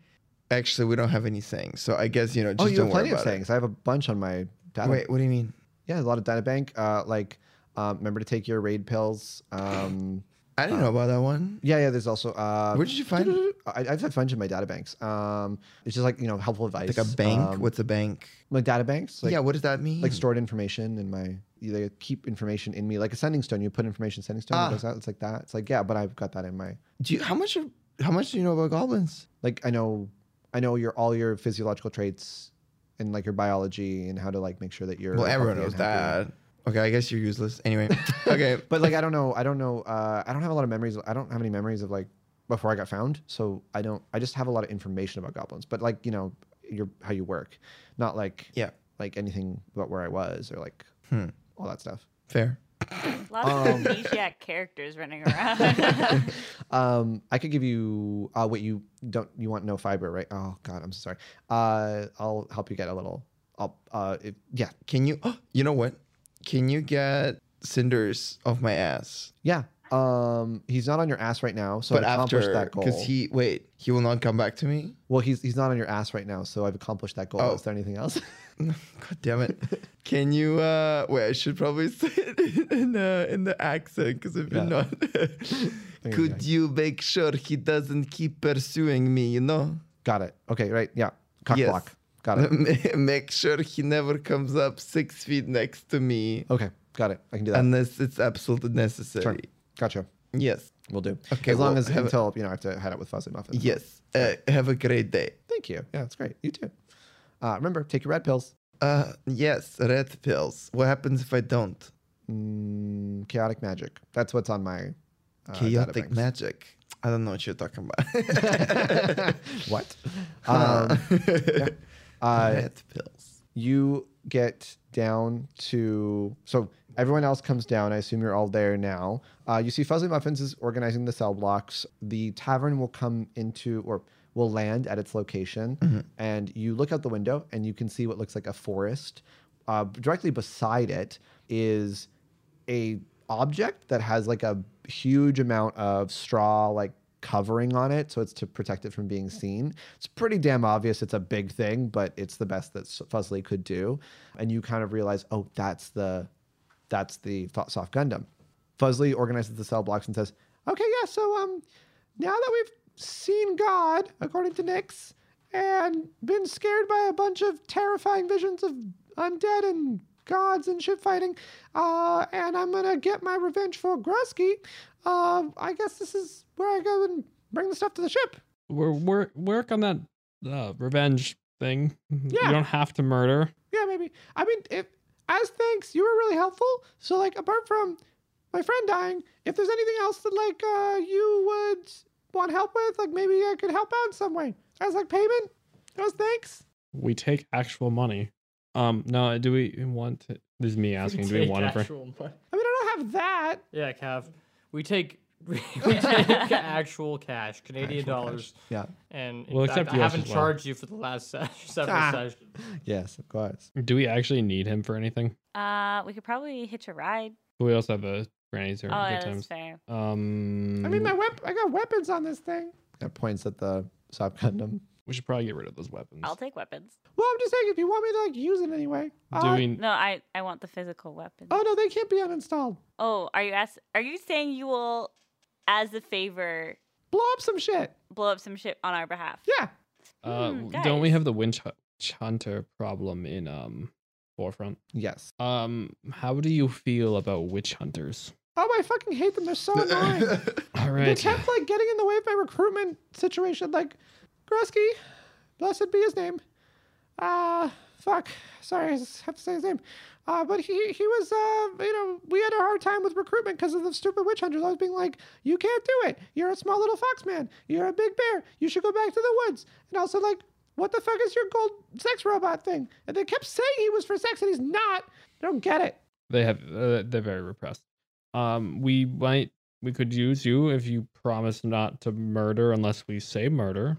D: actually, we don't have any sayings. So I guess you know,
A: Oh,
D: just
A: you
D: don't
A: have
D: worry
A: plenty of
D: about
A: things. I have a bunch on my
D: it.
A: data.
D: Wait, what do you mean?
A: Yeah, a lot of data bank. Uh, like, um, remember to take your raid pills. Um,
D: I didn't know about that one.
A: yeah, yeah. There's also. Uh,
D: Where did you find it?
A: I, I've had fun in my data banks. Um, it's just like you know helpful advice.
D: Like a bank?
A: Um,
D: What's a bank?
A: like data banks. Like,
D: yeah, what does that mean?
A: like stored information in my they keep information in me like a sending stone you put information in sending stone
D: Ah.
A: it goes out it's like that it's like yeah but i've got that in my
D: Do you, how much? Of, how much do you know about goblins?
A: like i know i know your all your physiological traits and like your biology and how to like make sure that you're
D: Well, everyone
A: healthy
D: knows
A: and happy.
D: that. Okay, I guess you're useless. Anyway, okay.
A: but like i don't know i don't know uh i don't have a lot of memories i don't have any memories of like before i got found so i don't i just have a lot of information about goblins but like you know your how you work not like
D: Yeah,
A: like anything about where i was or like
D: Hmm.
A: all that stuff
D: fair.
C: Lots
A: Um,
C: of amnesiac characters running around.
A: Um, I could give you. Uh, wait, you don't. You want no fiber, right? Oh God, I'm so sorry. Uh, I'll help you get a little. I'll. Uh, if, yeah,
D: Can you? oh, you know what? Can you get cinders off my ass?
A: yeah. Um, he's not on your ass right now, so
D: but
A: I've accomplished
D: after,
A: that goal.
D: because he wait, he will not come back to me.
A: well, he's he's not on your ass right now, so I've accomplished that goal.
D: Oh.
A: Is there anything else?
D: God damn it! Can you? uh Wait, I should probably say it in uh, in the accent because I've been
A: Yeah.
D: not. Could you make sure he doesn't keep pursuing me? You know.
A: Got it. Okay, right. Yeah, cock
D: Yes.
A: block. Got it.
D: make sure he never comes up six feet next to me
A: Okay, got it. I can do that.
D: unless it's absolutely necessary.
A: Oh, Sure. Gotcha.
D: Yes.
A: We'll do.
D: Okay,
A: as long
D: well,
A: as
D: have a-
A: until you know I have to head out with Fuzzy Muffin.
D: Yes. Uh, have a great day.
A: Thank you. Yeah, that's great. You too. Uh, remember, take your red pills.
D: Uh, yes, red pills. What happens if I don't?
A: Mm, chaotic magic. That's what's on my uh,
D: Chaotic
A: databanks.
D: magic. I don't know what you're talking about.
A: what? Um, yeah. uh,
D: red pills.
A: you get down to so everyone else comes down. I assume you're all there now. Uh, you see, Fuzzy Muffins is organizing the cell blocks. The tavern will come into or will land at its location, and you look out the window and you can see what looks like a forest. Uh, directly beside it is a object that has like a huge amount of straw like covering on it so it's to protect it from being seen it's pretty damn obvious it's a big thing but it's the best that S- fuzzly could do and you kind of realize oh that's the that's the Th- soft gundam fuzzly organizes the cell blocks and says okay yeah so um now that we've seen god according to nix and been scared by a bunch of terrifying visions of undead and gods and ship fighting. Uh, and I'm gonna get my revenge for Grusky. Uh, I guess this is where I go and bring the stuff to the ship.
E: We're, we're work on that uh, revenge thing.
A: Yeah.
E: You don't have to murder.
A: Yeah, maybe. I mean, if as thanks, you were really helpful. So like, apart from my friend dying, if there's anything else that like uh, you would want help with, like maybe I could help out in some way as like payment. As thanks.
E: We take actual money. Um, no, do we want to? This is me asking. do we
B: take
E: want to?
B: actual money.
A: I mean, I don't have that.
B: Yeah, Cav. We take we take actual cash, Canadian
D: Actual cash.
B: dollars,
A: Yeah.
B: and in
E: Well,
B: fact,
E: except
B: I
E: US
B: haven't
E: as well.
B: charged you for the last se- several
A: Ah.
B: sessions.
A: Yes, of course.
E: Do we actually need him for anything?
C: Uh, we could probably hitch a ride.
E: We also have a granny's or
C: oh, yeah,
E: good
C: that's
E: times.
C: fair.
E: Um,
A: wep- I got weapons on this thing. That points at the soft Gundam.
E: we should probably get rid of those weapons.
C: I'll take weapons.
A: Well, I'm just saying, if you want me to like use it anyway.
E: do
A: Uh,
E: we?
C: No, I, I want the physical weapon.
A: Oh no, they can't be uninstalled.
C: Oh, are you ask, Are you saying you will, as a favor,
A: Blow up some shit.
C: blow up some shit on our behalf?
A: Yeah.
E: Uh,
C: Hmm,
E: don't we
C: guys.
E: have the winch hu- hunter problem in um forefront?
A: Yes.
E: Um, how do you feel about witch hunters?
A: Oh, I fucking hate them. They're so annoying.
E: All
A: They
E: right,
A: kept like getting in the way of my recruitment situation. Like, Grusky, blessed be his name. Uh, fuck. Sorry, I just have to say his name. Uh, but he he was uh you know we had a hard time with recruitment because of the stupid witch hunters. I was being like, you can't do it. You're a small little fox man. You're a big bear. You should go back to the woods. And also like, what the fuck is your gold sex robot thing? And they kept saying he was for sex and he's not. I don't get it.
E: they have uh, they're very repressed. Um, we might we could use you if you promise not to murder unless we say murder.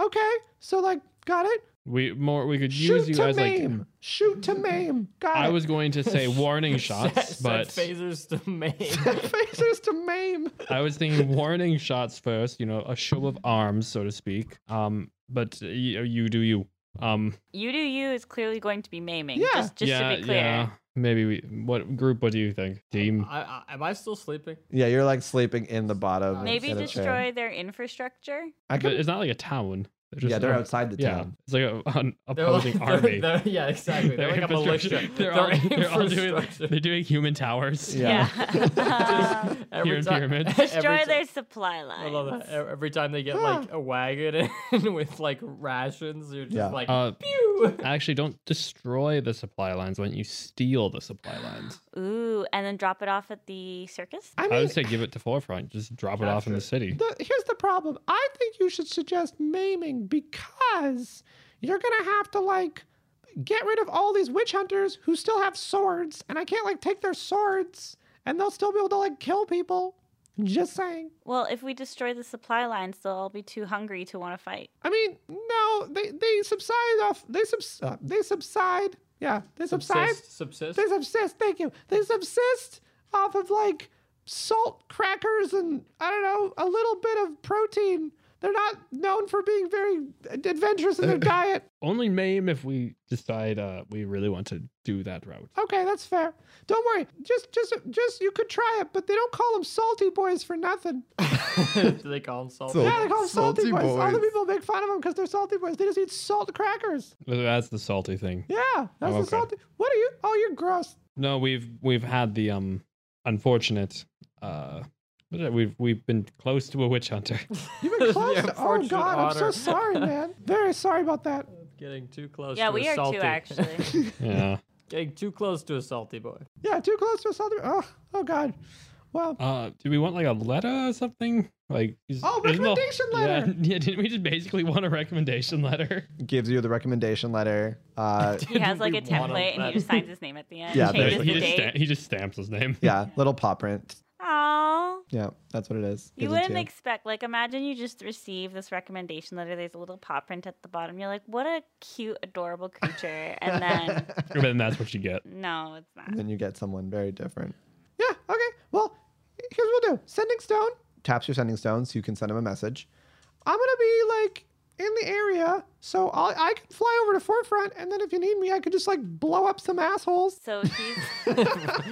A: Okay, so like, got it.
E: We more we could
A: Shoot
E: use you
A: to
E: as like
A: maim. Ah. Shoot to maim. Got
E: I
A: it.
E: was going to say warning shots,
B: Set- set
E: but
B: phasers to make.
A: phasers to maim.
E: I was thinking warning shots first. You know, a show of arms, so to speak. Um, but you, you do you. Um,
C: You do you is clearly going to be maiming.
A: Yeah.
C: Just, just
E: yeah,
C: to be clear.
E: yeah. Maybe we. What group? What do you think? Team.
B: I, I, am I still sleeping?
A: Yeah, you're like sleeping in the bottom.
C: Maybe
A: in a
C: destroy
A: chair.
C: their infrastructure.
A: I
E: But
A: could,
E: it's not like a town. They're just
A: yeah, they're
E: like-
A: outside the
E: Yeah,
A: town.
E: it's like a, an
B: They're like-
E: opposing
B: they're-
E: army.
B: they're- yeah, exactly. They're, like a
E: infrastructure-
B: militia.
E: They're,
B: Their
E: all, they're all doing.
B: infrastructure.
E: They're doing human towers.
A: Yeah.
C: Yeah.
B: Every
E: Pyramid,
B: time-
E: pyramid.
B: every
C: destroy
B: ti-
C: their supply
B: I
C: lines.
B: love that. E- Every time they get like a wagon in with like rations, you're just
A: Yeah.
B: like,
E: Uh,
B: pew.
E: actually, don't destroy the supply lines. Why don't you steal the supply lines?
C: Ooh, and then drop it off at the circus?
A: I
E: I
A: mean,
E: would say give it to forefront. Just drop it off in the city.
A: the, here's the problem. I think you should suggest maiming because you're gonna have to like get rid of all these witch hunters who still have swords, and I can't like take their swords, and they'll still be able to like kill people. Just saying.
C: Well, if we destroy the supply lines, they'll all be too hungry to want to fight.
A: I mean, no, they they subside off. They subs. Uh, they subside. Yeah, they subside.
B: subsist, subsist.
A: They subsist. Thank you. They subsist off of like salt crackers and I don't know a little bit of protein. They're not known for being very adventurous in their diet.
E: Only maim if we decide uh, we really want to do that route.
A: Okay, that's fair. Don't worry. Just, just, just you could try it, but they don't call them salty boys for nothing.
B: Do they call them salt?
D: So-
A: Yeah, they call them salty,
D: Salty
A: boys. All the
D: boys.
A: people make fun of them because they're salty boys. They just eat salt crackers.
E: That's the salty thing.
A: Yeah, that's the
E: Oh, okay.
A: salty. What are you? Oh, you're gross.
E: No, we've we've had the um unfortunate uh what is it? we've we've been close to a witch hunter.
A: You've
B: The
A: been close. to, oh
B: unfortunate
A: God, I'm so
B: honor.
A: sorry, man. Very sorry about that.
B: Getting too close.
C: yeah,
B: to
C: we
B: a
C: are
B: salty.
C: too, actually.
E: yeah.
B: Getting too close to a salty boy.
A: Yeah, too close to a salty. Oh, oh God. Well,
E: Uh do we want like a letter or something? Like is,
A: Oh,
E: isn't the-
A: recommendation letter!
E: Yeah, yeah, didn't we just basically want a recommendation letter?
A: gives you the recommendation letter. Uh,
C: He has like a
B: We want
C: template and he
B: that.
C: just signs his name at the end.
A: Yeah,
C: changes
E: he,
C: the
E: just
C: date.
E: sta- he just stamps his name.
A: yeah, little paw print.
C: Aw,
A: Yeah, that's what it is.
C: You
A: It is
C: wouldn't
A: too.
C: expect, like, imagine you just receive this recommendation letter. There's a little paw print at the bottom. You're like, what a cute, adorable creature. And then,
E: But then that's what you get.
C: no, it's not.
A: then you get someone very different. Yeah, okay. Well, here's what we'll do. Sending stone taps your sending stone so you can send him a message. I'm gonna be like in the area, so I'll, I can fly over to forefront, and then if you need me, I could just like blow up some assholes.
C: So he's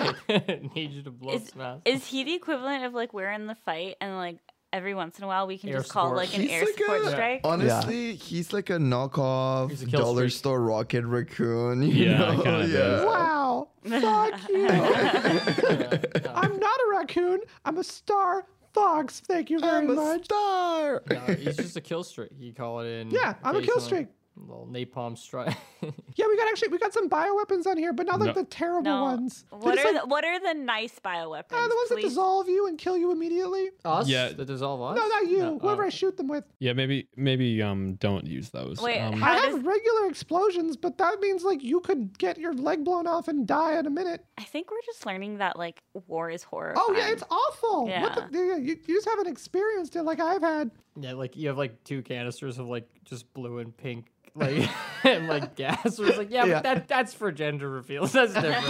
B: Need you to blow
C: Is-
B: smash.
C: is he the equivalent of like we're in the fight and like every once in a while we can
B: Air
C: just call
B: support.
C: like an
D: He's
C: air
D: like
C: support
D: a-
C: strike?
D: Honestly, he's like a knockoff
B: He's a kill
D: dollar
B: streak.
D: store rocket raccoon. You
E: Yeah,
D: know?
E: kinda
D: yeah.
E: does.
A: Wow! Fuck you!
B: Yeah, no,
A: I'm not a raccoon. I'm a star fox. Thank you very
D: I'm a
A: much.
D: star.
B: no, it's just a kill streak. You call it in.
A: Yeah, I'm a kill
B: occasionally.
A: streak.
B: Little napalm strike.
A: Yeah, we got actually we got some bioweapons on here, but not like
E: No.
A: the terrible
C: No.
A: ones. They're
C: What
A: just,
C: are
A: like,
C: the, what are the nice bioweapons?
A: uh, the ones that
C: please?
A: dissolve you and kill you immediately?
B: us?
E: Yeah.
B: That dissolve us?
A: No, not you.
B: No,
A: Whoever
B: oh.
A: I shoot them with.
E: Yeah, maybe maybe um don't use those.
C: Wait,
E: um,
C: how-
A: I have
C: does-
A: regular explosions, but that means like you could get your leg blown off and die in a minute.
C: I think we're just learning that like war is horrifying.
A: Oh yeah, it's awful.
C: Yeah.
A: What the, yeah, you, you just haven't experienced it like I've had.
B: Yeah, like you have like two canisters of like just blue and pink, like and like gas. It's like yeah,
A: Yeah.
B: but that that's for gender reveals. That's different.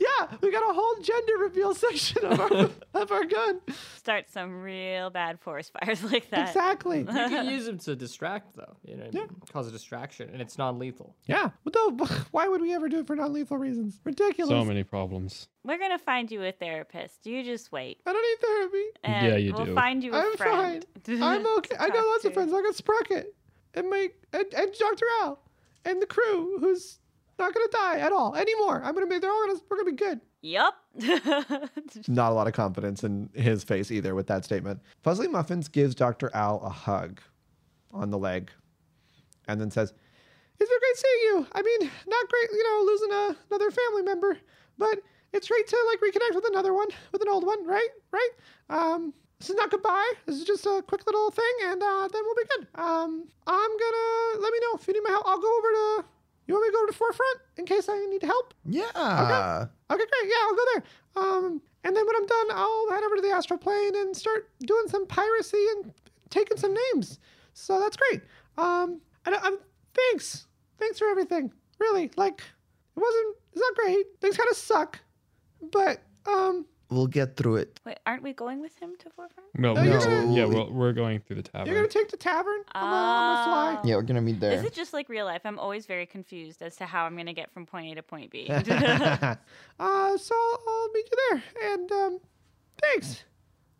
A: Yeah, we got a whole gender reveal section of our of our gun.
C: start some real bad forest fires like that.
A: Exactly.
B: you can use them to distract though. You know, what I mean? cause a distraction, and it's non-lethal.
A: Yeah. Well, no, why would we ever do it for non-lethal reasons? Ridiculous.
E: so many problems.
C: We're gonna find you a therapist. You just wait.
A: I don't need therapy.
C: And
E: Yeah, you
C: we'll
E: do.
C: find you a
A: I'm
C: friend.
A: fine. I'm okay. I got
C: Talk
A: lots of
C: to.
A: friends. I got Sprocket and my and, and Doctor Al and the crew, who's not gonna die at all anymore. I'm gonna be. They're all gonna. We're gonna be good.
C: Yup.
A: Not a lot of confidence in his face either with that statement. Fuzzy Muffins gives Doctor Al a hug on the leg, and then says, "It's been great seeing you. I mean, not great, you know, losing a, another family member, but." It's great to like reconnect with another one, with an old one, right? Right? Um, this is not goodbye. This is just a quick little thing, and uh, then we'll be good. Um, I'm gonna let me know if you need my help. I'll go over to. You want me to go over to forefront in case I need help?
D: Yeah.
A: Okay, great. Yeah, I'll go there. Um, and then when I'm done, I'll head over to the astral plane and start doing some piracy and taking some names. So that's great. Um, and I, I'm thanks, thanks for everything. Really, like it wasn't. It's not great. Things kind of suck, but um,
D: We'll get through it.
C: Wait, aren't we going with him to forefront?
E: No,
A: No,
E: we
A: you're
D: gonna-
E: yeah, we're, we're going through the
A: you're gonna
E: tavern.
A: take the tavern. I'm gonna, I'm gonna fly.
D: Yeah, we're gonna meet
C: This
D: there.
C: is just like real life. I'm always very confused as to how I'm gonna get from point A to point B.
A: uh, so I'll, I'll meet you there. And um, thanks,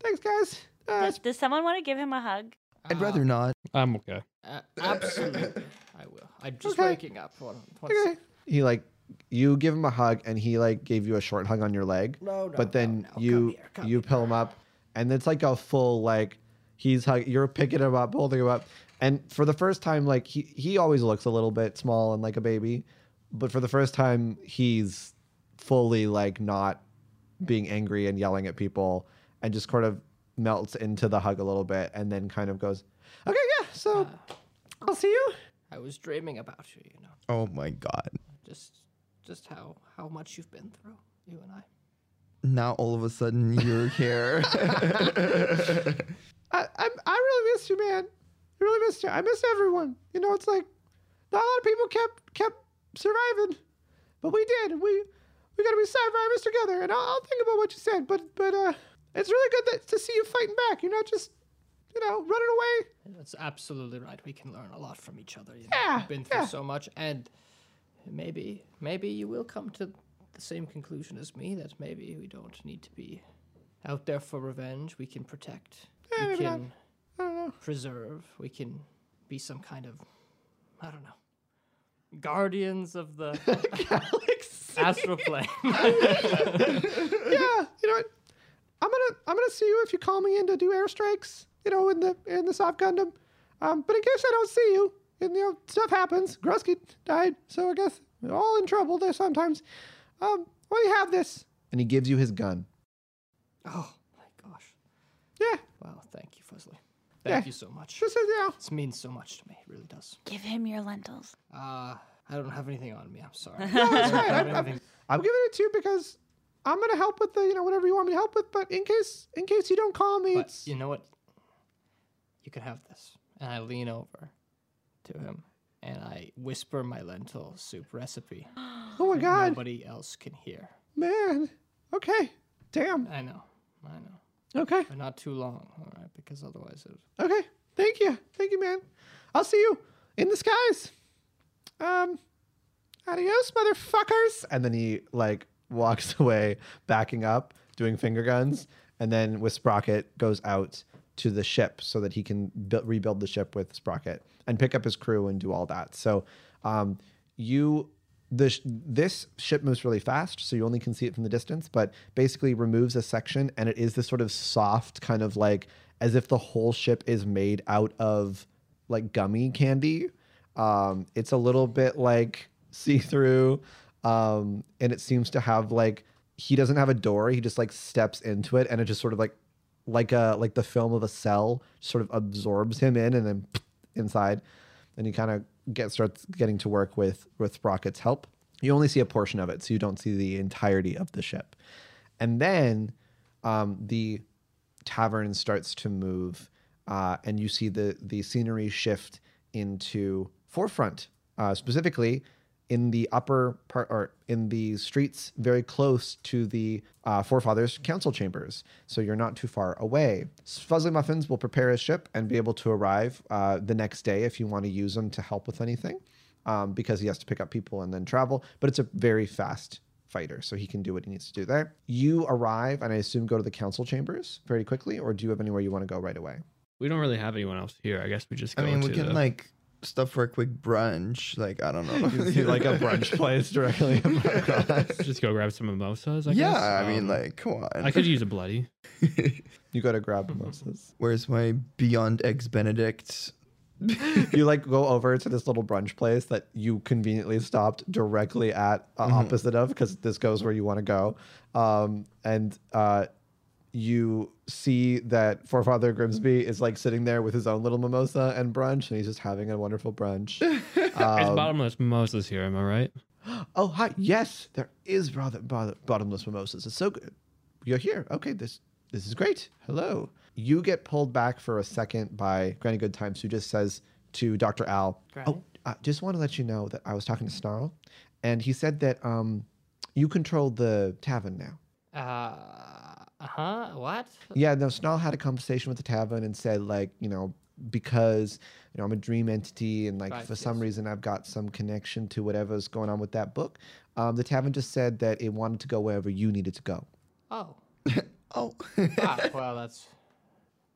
A: thanks guys. Uh,
C: does, does someone want to give him a hug?
D: I'd
C: Ah.
D: rather not.
E: I'm okay.
B: Uh, absolutely, I will. I'm just
A: Okay.
B: waking up. Hold on, one
A: okay.
B: sec.
A: He like you give him a hug and he like gave you a short hug on your leg.
B: No, no,
A: but then
B: no, no.
A: you
B: Come here, come
A: you pull him up and it's like a full like he's hug you're picking him up, holding him up. And for the first time like he he always looks a little bit small and like a baby, but for the first time he's fully like not being angry and yelling at people and just sort of melts into the hug a little bit and then kind of goes, "Okay, yeah. So
B: Uh.
A: I'll see you."
B: I was dreaming about you. You know,
D: Oh my god.
B: just just how how much you've been through, you and I.
D: Now all of a sudden you're here.
A: I, I, I really missed you, man. I really missed you. I missed everyone. You know, it's like not a lot of people kept kept surviving, but we did. and We we got to be survivors together. And I'll, I'll think about what you said. But but uh, it's really good that, to see you fighting back. You're not just you know running away.
B: That's absolutely right. We can learn a lot from each other. You know?
A: Yeah,
B: We've been through
A: yeah.
B: so much, and maybe, maybe you will come to the same conclusion as me that maybe we don't need to be out there for revenge. We can protect. we
A: maybe not.
B: can
A: I don't know.
B: preserve. We can be some kind of, I don't know, guardians of the astral plane.
A: yeah, you know what? I'm gonna I'm gonna see you if you call me in to do airstrikes. You know, in the in the soft Gundam. Um, but in case I don't see you, and you know stuff happens. Grusky died, so I guess we're all in trouble there sometimes. Um, why do you have this? And he gives you his gun.
B: oh my gosh!
A: Yeah,
B: Wow, thank you, Fuzzly. Thank
A: Yeah.
B: you so much.
A: just you know.
B: This means so much to me. It really does.
C: Give him your lentils.
B: Uh, I don't have anything on me. I'm sorry.
A: No, it's fine.
B: I
A: I'm,
B: don't
A: I'm,
B: think-
A: I'm giving it to you because I'm gonna help with the you know whatever you want me to help with, but in case in case you don't call me,
B: But
A: it's
B: you know what? You can have this. And I lean over to him and I whisper my lentil soup recipe.
A: oh my god,
B: Nobody else can hear.
A: man. Okay, damn.
B: I know. I know.
A: Okay,
B: But not too long, all right? Because otherwise it
A: okay. Thank you, thank you, man. I'll see you in the skies. Um, adios, motherfuckers. And then he like walks away, backing up, doing finger guns, and then with Sprocket goes out to the ship so that he can bu- rebuild the ship with Sprocket and pick up his crew and do all that. So, um, you the sh- this ship moves really fast, so you only can see it from the distance, but basically removes a section, and it is this sort of soft kind of like as if the whole ship is made out of like gummy candy. Um, it's a little bit like see through, um, and it seems to have like he doesn't have a door. He just like steps into it, and it just sort of like like a like the film of a cell sort of absorbs him in, and then inside, and he kind of gets starts getting to work with with Sprocket's help. You only see a portion of it, so you don't see the entirety of the ship, and then um, the tavern starts to move, uh, and you see the the scenery shift into forefront, uh, specifically in the upper part or in the streets very close to the uh, forefathers' council chambers. So you're not too far away. Fuzzly Muffins will prepare his ship and be able to arrive uh, the next day if you want to use him to help with anything, um, because he has to pick up people and then travel. But it's a very fast fighter, so he can do what he needs to do there. You arrive, and I assume go to the council chambers very quickly, or do you have anywhere you want to go right away?
E: We don't really have anyone else here. I guess we just
D: I
E: go
D: mean, we
E: to
D: can
E: the-
D: like stop for a quick brunch. Like I don't know,
A: place directly.
E: just go grab some mimosas. I
D: yeah,
E: guess.
D: I mean,
E: Um,
D: like come on.
E: I could use a bloody.
A: you go to grab mimosas.
D: Where's my Beyond Eggs Benedict?
A: you like go over to this little brunch place that you conveniently stopped directly at uh, opposite of because this goes where you want to go um, and uh, you see that forefather grimsby is like sitting there with his own little mimosa and brunch and he's just having a wonderful brunch
E: There's bottomless mimosas here. Am I right?
A: oh hi yes there is brother, bother, bottomless mimosas it's so good you're here okay this this is great hello you get pulled back for a second by granny good times who just says to dr al
B: Granny?
A: oh i just want to let you know that i was talking to snarl and he said that um you control the tavern now
B: uh huh. What?
A: yeah, no, Snarl had a conversation with the tavern and said, like, you know, because you know I'm a dream entity and like
B: Right,
A: for some
B: yes.
A: reason I've got some connection to whatever's going on with that book. Um, the tavern just said that it wanted to go wherever you needed to go.
B: Oh.
D: Oh,
B: Ah, well, that's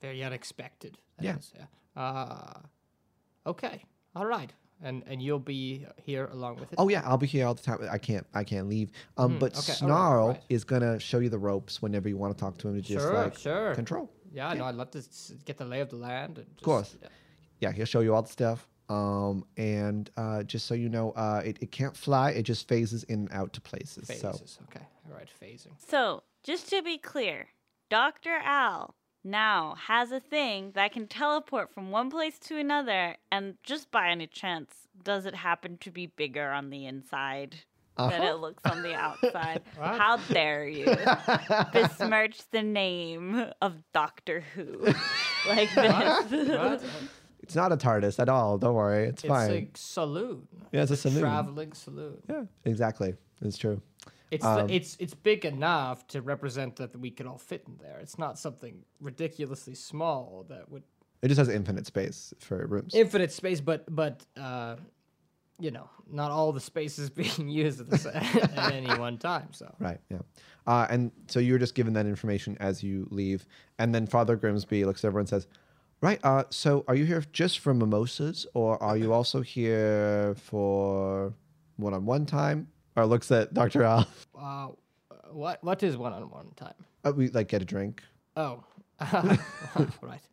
B: very unexpected. that
A: Yeah.
B: is, yeah. Uh, okay. All right. And and you'll be here along with it.
A: Oh yeah, I'll be here all the time. I can't, I can't leave. Um, but
B: Hmm, okay, all right,
A: Snarl
B: right.
A: is gonna show you the ropes whenever you want to talk to him to just
B: sure,
A: like
B: sure.
A: control.
B: Yeah, no, I'd love to s- get the lay of the land. And just,
A: course.
B: yeah.
A: yeah, he'll show you all the stuff. Um, and uh, just so you know, uh, it, it can't fly. It just phases in and out to places. So
B: Phases. Okay. All right. Phasing.
C: So, just to be clear, Dr. Al now has a thing that can teleport from one place to another, and just by any chance, does it happen to be bigger on the inside than it looks on the outside?
B: What?
C: How dare you besmirch the name of Doctor Who like this?
B: What?
A: it's not a TARDIS at all. Don't worry, it's,
B: It's
A: fine.
B: a saloon.
A: Yeah, it's a saloon.
B: Traveling saloon.
A: Yeah, exactly. It's true.
B: It's the-
A: Um,
B: it's it's big enough to represent that we could all fit in there. It's not something ridiculously small that would
A: It just has infinite space for rooms.
B: infinite space, but but uh, you know, not all the space is being used at, the, sa- at any one time. So
A: right. Yeah. Uh, and so you were just given that information as you leave, and then Father Grimsby looks at everyone and says, "Right. Uh, so are you here just for mimosas, or are you also here for one-on-one time?" Or looks at Doctor Al.
B: uh, what what is one on one time?
A: Uh, we like get a drink.
B: Oh, right.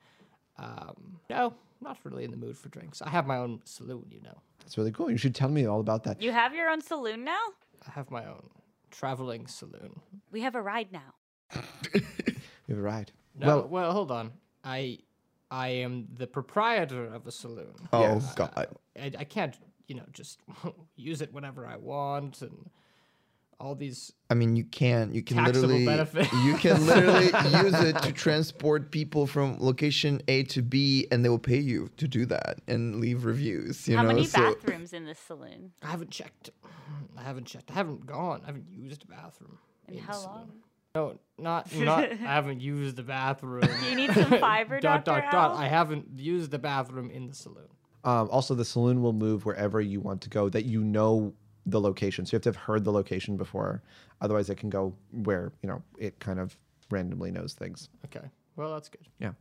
B: Um, no, not really in the mood for drinks. I have my own saloon, you know.
A: That's really cool. You should tell me all about that.
C: You have your own saloon now?
B: I have my own traveling saloon.
C: We have a ride now.
A: You're right.
B: No, well,
A: Well,
B: well, hold on. I I am the proprietor of a saloon.
D: oh
A: Yes.
D: God.
B: I, I can't, you know, just use it whenever I want and all these
D: I mean, you can you can
B: Taxable
D: literally
B: benefit.
D: you can literally use it to transport people from location A to B, and they will pay you to do that and leave reviews. You
C: How
D: know,
C: many
D: so
C: bathrooms in this saloon?
B: I haven't checked. I haven't checked. I haven't gone. I haven't used a bathroom.
C: And
B: in
C: how
B: saloon.
C: long?
B: No, not not. I haven't used the bathroom.
C: Do you need some fiber,
B: dot
C: Dr.
B: dot dot.
C: Al?
B: I haven't used the bathroom in the saloon.
A: Um, also, the saloon will move wherever you want to go that you know the location. So you have to have heard the location before. Otherwise, it can go where, you know, it kind of randomly knows things.
B: Okay. Well, that's good.
A: Yeah.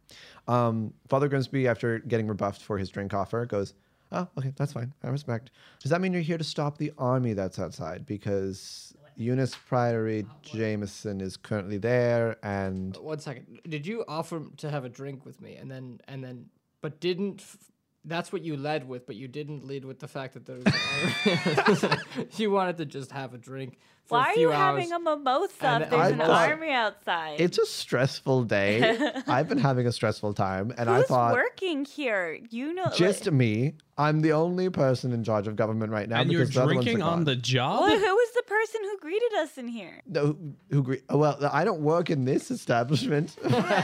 A: Um, Father Grimsby, after getting rebuffed for his drink offer, goes, Oh, okay, that's fine. I respect. Does that mean you're here to stop the army that's outside? Because Eunice Priory Jameson is currently there and
B: One second. Did you offer to have a drink with me, and then and then, but didn't? F- that's what you led with, but you didn't lead with the fact that there was. an army. you wanted to just have a drink. For
C: Why
B: a
C: are
B: few
C: you
B: hours.
C: having a mimosa?
B: and
C: if there's
A: I
C: an
A: thought-
C: army outside.
A: it's a stressful day. I've been having a stressful time and I
C: Who's
A: thought
C: working here? You know, like-
A: just me. I'm the only person in charge of government right now
E: and you're
A: because the other ones
E: drinking
A: are
E: on
A: gone.
E: the job.
C: Well, oh, who was the person who greeted us in here?
A: No, who, who gre- oh, well, I don't work in this establishment.
C: No, but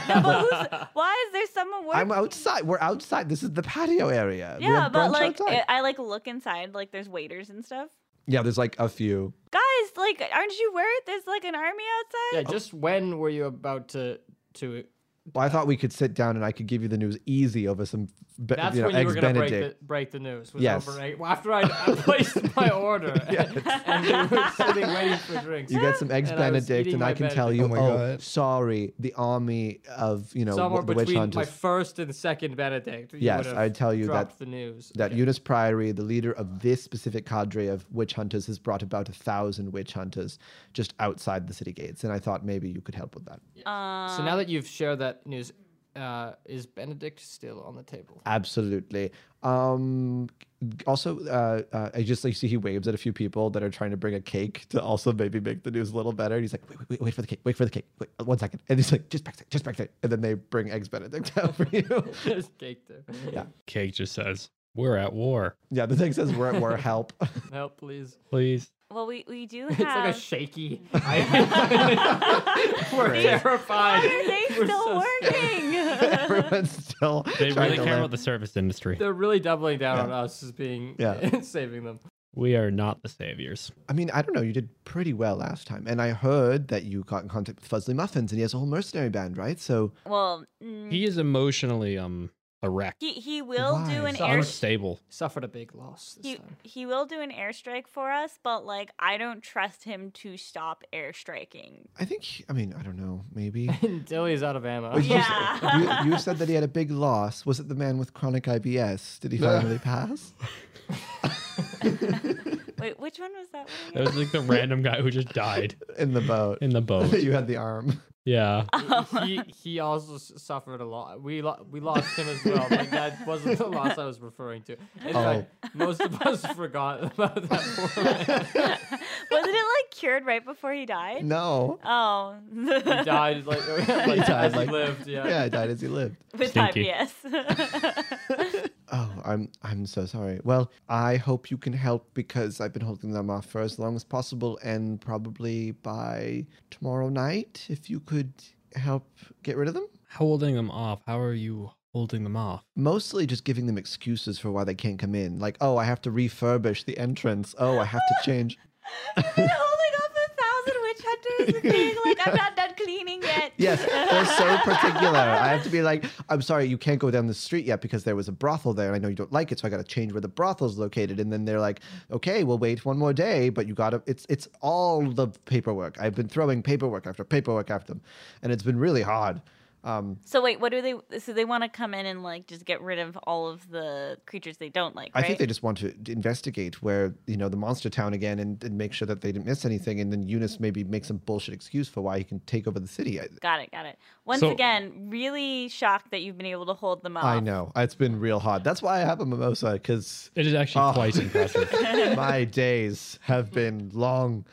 C: who's, why is there someone working?
A: I'm outside. We're outside. This is the patio area. We
C: yeah,
A: have
C: but
A: brunch
C: like
A: outside.
C: I, I like look inside, like there's waiters and stuff.
A: yeah, there's like a few.
C: Guys, like, aren't you worried? There's like an army
B: Yeah.
C: outside.
B: Just when were you about to to?
A: Well, I thought we could sit down and I could give you the news easy over some be,
B: That's
A: you know,
B: when you
A: eggs
B: were gonna break
A: Benedict.
B: the, break the news. Was
A: Yes.
B: over eight- well, after I, I placed my order, and you were sitting waiting for drinks.
A: You get some eggs
B: And I was
A: Benedict,
B: eating
A: and
B: my
A: I can tell you,
D: Benedict.
A: oh,
D: Oh my God.
A: sorry, the army of you know
B: Somewhere
A: wh- the witch
B: between my
A: hunters.
B: first and second Benedict. you
A: Yes,
B: would have
A: I tell you that-
B: dropped the news.
A: that Eunice Priory, the leader of this specific cadre of witch hunters, has brought about a thousand witch hunters just outside the city gates, and I thought maybe you could help with that.
C: Um,
B: So now that you've shared that news, uh, is Benedict still on the table?
A: Absolutely. Um, also, uh, uh, I just like see he waves at a few people that are trying to bring a cake to also maybe make the news a little better. And he's like, wait, wait, wait, wait for the cake, wait for the cake, wait uh, one second. And he's like, just back there, just back there. And then they bring eggs Benedict out for you.
B: There's cake there.
E: Cake just says, "We're at war.
A: yeah, the thing says we're at war. Help.
B: Help, please.
E: Please."
C: well, we we do
B: It's like
C: have.
B: a shaky. I- We're terrified.
C: why are they
B: We're so
C: still
B: scared.
C: working?
A: Everyone's still.
E: They
A: trying
E: really
A: to
E: care
A: live.
E: about the service industry.
B: They're really doubling down on us as being
A: Yeah.
B: saving them.
E: We are not the saviors.
A: I mean, I don't know. You did pretty well last time, and I heard that you got in contact with Fuzzly Muffins, and he has a whole mercenary band, right? So
C: well, mm,
E: He is emotionally um a wreck.
C: he he will do
A: Why?
C: an air.
E: Unstable.
B: Suffered a big loss this
C: He,
B: time.
C: he will do an airstrike for us, but like I don't trust him to stop airstriking.
A: I think. he- I mean, I don't know. Maybe.
B: Until he's out of ammo.
A: Well, you s-
C: Yeah.
A: you, you said that he had a big loss. Was it the man with chronic IBS? Did he finally pass?
C: Wait, which one was that? One
E: That was like the random guy who just died
A: In the boat.
E: in the boat.
A: you had the arm.
E: Yeah.
B: he he also s- suffered a lot. We lo- we lost him as well, but that wasn't the loss I was referring to. In
A: Oh.
B: fact, most of us forgot about that. poor man.
C: Wasn't it like cured right before he died?
A: No.
C: Oh,
B: He died like, like,
A: died,
B: as he
A: like-
B: lived. Yeah.
A: Yeah, he died as he lived.
C: with
E: Stinky.
C: IBS.
A: Oh, I'm I'm so sorry. Well, I hope you can help because I've been holding them off for as long as possible and probably by tomorrow night if you could help get rid of them.
E: Holding them off. How are you holding them off?
A: Mostly just giving them excuses for why they can't come in. Like, oh, I have to refurbish the entrance. Oh, I have to change.
C: I've been holding up a thousand witch hunters and being like, I'm not done cleaning yet.
A: Yes, they're so particular. I have to be like, I'm sorry, you can't go down the street yet because there was a brothel there, and I know you don't like it, so I got to change where the brothel's located. And then they're like, okay, we'll wait one more day, but you got to. It's it's all the paperwork. I've been throwing paperwork after paperwork after them, and it's been really hard. Um,
C: So wait, what do they? So they want to come in and like just get rid of all of the creatures they don't like,
A: I
C: right?
A: think they just want to d- investigate where you know the monster town again and, and make sure that they didn't miss anything. And then Eunice maybe make some bullshit excuse for why he can take over the city. I,
C: got it, got it. Once
E: So-
C: again, really shocked that you've been able to hold them off.
A: I know it's been real hard. That's why I have a mimosa because.
E: It is actually
A: Oh.
E: quite impressive.
A: My days have been long.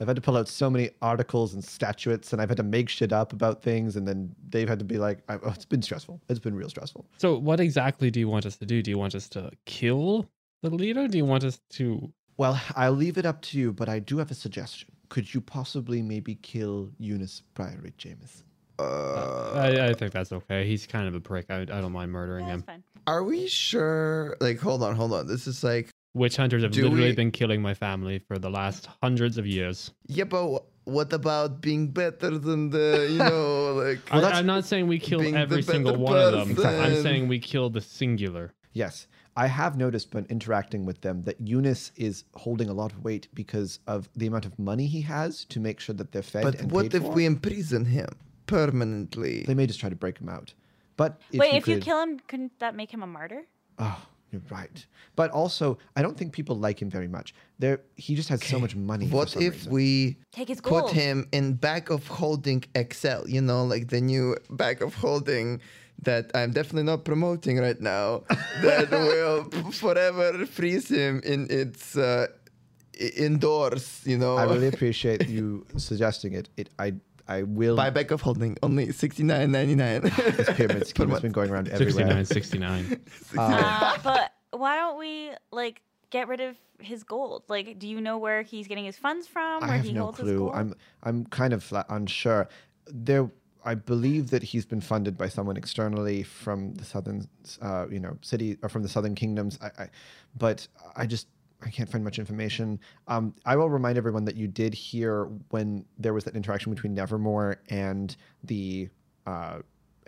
A: I've had to pull out so many articles and statuettes, and I've had to make shit up about things, and then they've had to be like, I, oh, "It's been stressful. It's been real stressful."
E: So, what exactly do you want us to do? Do you want us to kill the leader? Do you want us to?
A: Well, I'll leave it up to you, but I do have a suggestion. could you possibly maybe kill Eunice Priory Jameson?
D: Uh,
E: I, I think that's okay. He's kind of a prick. I, I don't mind murdering
C: Yeah, that's fine.
E: him.
D: are we sure? Like, hold on, hold on. This is like,
E: Witch hunters have
D: Do
E: literally
D: we-
E: been killing my family for the last hundreds of years.
D: yeah, but wh- what about being better than the, you know, like,
E: I, I'm not saying we kill
D: being the
E: every single
D: better
E: one of them. I'm
D: person.
E: saying we kill the singular.
A: Yes. I have noticed when interacting with them that Eunice is holding a lot of weight because of the amount of money he has to make sure that they're fed.
D: but
A: and
D: what
A: paid
D: if
A: for.
D: we imprison him permanently?
A: They may just try to break him out. But if
C: Wait,
A: you
C: if you
A: could-
C: kill him, couldn't that make him a martyr?
A: Oh, you're right. But also, I don't think people like him very much. There, he just has so much money. for
D: What
A: some
D: if
A: reason.
D: we
C: Take his
D: put
C: gold.
D: him in back of holding Excel? You know, like the new back of holding that I'm definitely not promoting right now. that will p- forever freeze him in its uh, i- indoors. You know,
A: I really appreciate you suggesting it. It, I, I will.
D: buy back of holding only sixty nine ninety nine.
A: This pyramid scheme has been going around everywhere.
E: 69, 69.
A: Um,
C: Uh, but why don't we like get rid of his gold? Like, do you know where he's getting his funds from? Where
A: I have
C: he
A: no
C: holds his
A: clue.
C: gold?
A: I'm I'm kind of fla- unsure. There, I believe that he's been funded by someone externally from the southern, uh, you know, city or from the southern kingdoms. I, I but I just I can't find much information. Um, I will remind everyone that you did hear when there was that interaction between Nevermore and the. Uh,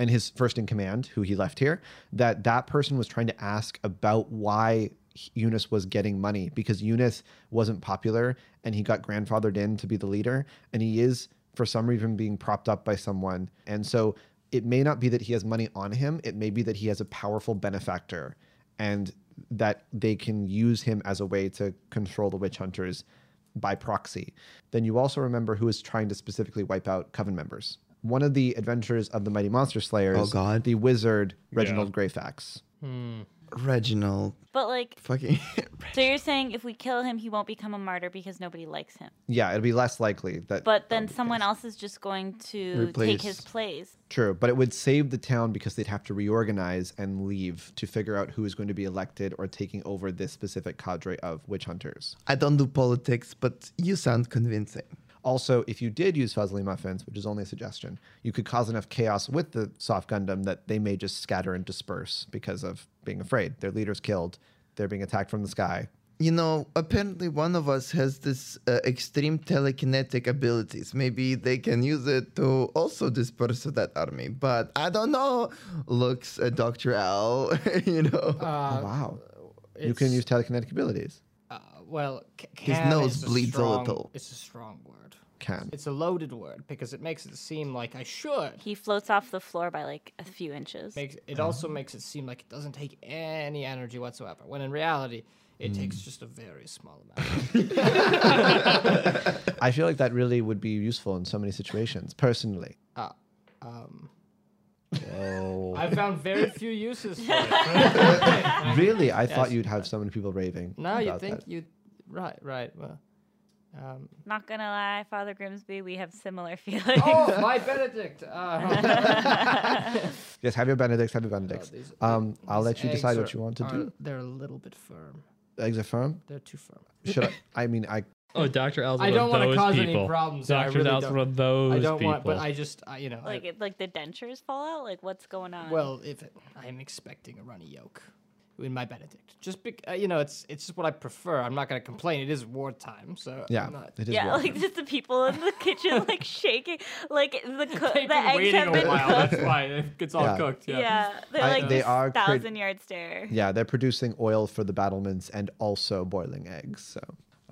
A: and his first in command, who he left here, that that person was trying to ask about why Eunice was getting money because Eunice wasn't popular and he got grandfathered in to be the leader. And he is, for some reason, being propped up by someone. And so it may not be that he has money on him, it may be that he has a powerful benefactor and that they can use him as a way to control the witch hunters by proxy. Then you also remember who is trying to specifically wipe out coven members. One of the adventures of the Mighty Monster Slayers,
D: Oh, God.
A: the wizard Reginald Greyfax.
D: Reginald,
C: But like,
D: fucking.
C: so you're saying if we kill him, he won't become a martyr because nobody likes him.
A: Yeah, it'd be less likely that.
C: But then someone else is just going to take his
D: Replace.
C: place.
A: True, but it would save the town because they'd have to reorganize and leave to figure out who is going to be elected or taking over this specific cadre of witch hunters.
D: I don't do politics, but you sound convincing.
A: Also, if you did use Fuzzly Muffins, which is only a suggestion, you could cause enough chaos with the soft Gundam that they may just scatter and disperse because of being afraid. Their leader's killed, they're being attacked from the sky.
D: you know, apparently one of us has this uh, extreme telekinetic abilities. Maybe they can use it to also disperse that army. But I don't know. Looks at Doctor Al, you know.
A: Oh, wow. You can
B: Uh, it's-
A: use telekinetic abilities.
B: Uh, well, c-
D: His
B: can
D: nose
B: is a
D: bleeds a
B: strong-
D: little.
B: It's a strong word.
A: Can.
B: It's a loaded word because it makes it seem like I should.
C: He floats off the floor by like a few inches.
B: Makes it also makes it seem like it doesn't take any energy whatsoever, when in reality, it takes just a very small amount.
A: I feel like that really would be useful in so many situations, personally.
B: Um, I found very few uses for it.
A: Really, I thought you'd have so many people raving.
B: Now you
A: about
B: think
A: that.
B: you, right, right. Well, um.
C: Not gonna lie, Father Grimsby, we have similar feelings.
B: oh, my Benedict. Uh,
A: Yes, have your Benedicts, have your Benedicts.
B: these-
A: um, I'll let you
B: eggs
A: decide what
B: are-
A: you want to
B: are-
A: do.
B: They're a little bit firm.
A: Eggs are firm?
B: They're too firm.
A: Should I? I mean, I
E: Oh, Dr. Al's
B: I
E: one
B: don't
E: of
B: wanna
E: those
B: cause any
E: people.
B: problems, I
E: Dr.
B: really
E: Al's
B: don't.
E: one of those
B: I don't
E: people.
B: want, but I just, I, you know, I-
C: like it, like the dentures fall out. Like what's going on?
B: Well, if it, I'm expecting a runny yolk in my Benedict, just bec uh, you know, it's it's just what I prefer. I'm not gonna complain. It is wartime, so
A: yeah,
B: I'm not,
A: it is.
C: yeah,
A: warm.
C: like just the people in the kitchen like shaking, like the co-
B: They've
C: the
B: been
C: eggs
B: waiting
C: have been
B: a while.
C: cooked.
B: That's why it's all
A: Yeah.
B: cooked.
C: Yeah,
B: Yeah.
C: they're
A: I-
C: like
A: they
C: this
A: are crit-
C: thousand yard stare.
A: Yeah, they're producing oil for the battlements and also boiling eggs. So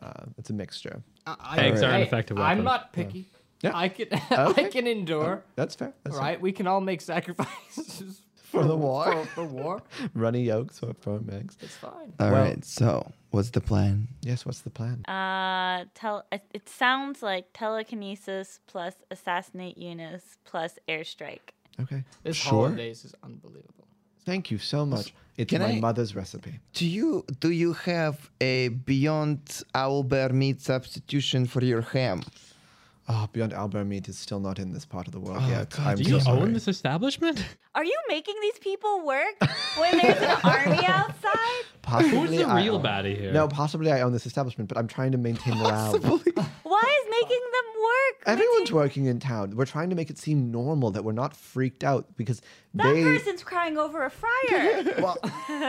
A: uh, it's a mixture.
B: I,
E: Eggs
B: I-
E: are an
B: hey,
E: effective
B: I'm
E: weapon.
B: not picky.
A: Yeah.
B: I can I
A: Okay.
B: can endure.
A: That's fair. That's
B: All right, we can all make sacrifices
A: fair. For the war,
B: for, for war.
A: runny yolks for firm eggs.
B: It's fine.
D: All right.
A: well-
D: So, what's the plan?
A: Yes. What's the plan?
C: Uh, tel- it- it sounds like telekinesis plus assassinate Eunice plus airstrike.
A: Okay.
B: This
D: Sure.
B: holidays is unbelievable.
A: Thank you so much. It's
D: Can
A: my
D: I-
A: mother's recipe.
D: Do you do you have a Beyond Owlbear meat substitution for your ham?
A: Oh, Beyond Albert Meat is still not in this part of the world
D: Oh,
A: yet.
D: God,
A: I'm
E: Do
A: so
E: you
A: sorry.
E: own this establishment?
C: Are you making these people work when there's an army outside?
A: Possibly
E: Who's the
A: I
E: real
A: own-
E: baddie here?
A: No, possibly I own this establishment, but I'm trying to maintain morale.
C: Why is making them work?
A: Everyone's
C: Making-
A: working in town. We're trying to make it seem normal that we're not freaked out because
C: That
A: they.
C: person's crying over a fryer.
A: well,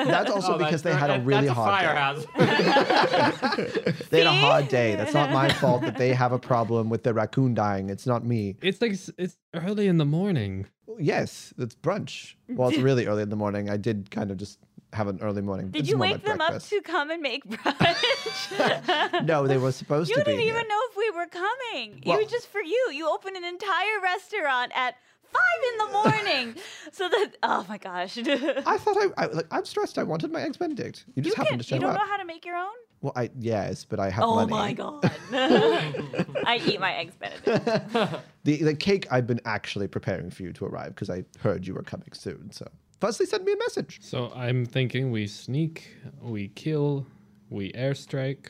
A: that's also
B: Oh,
A: because
B: that's-
A: they had a
B: that-
A: really
B: that's
A: hard day.
B: a firehouse.
A: They had a
C: See?
A: hard day. That's not my fault that they have a problem with the raccoon dying. It's not me.
E: It's like s- it's early in the morning.
A: Yes, it's brunch. Well, it's really early in the morning. I did kind of just have an early morning.
C: Did
A: it's
C: you
A: more
C: wake
A: like
C: them
A: breakfast.
C: up to come and make brunch?
A: No, they were supposed
C: You
A: to be.
C: didn't
A: here.
C: even know if we were coming.
A: Well-
C: you just for you. You open an entire restaurant at five in the morning, so that oh my gosh, you
A: I thought I, I like I'm stressed. I wanted my eggs Benedict. You just
C: can,
A: happened
C: you
A: to show
C: don't
A: up.
C: know how to make your own.
A: well, I yes, but I have
C: oh
A: money.
C: my god, I eat my eggs Benedict.
A: The the cake I've been actually preparing for you to arrive because I heard you were coming soon. So Fuzzy sent me a message.
E: So I'm thinking we sneak, we kill, we airstrike,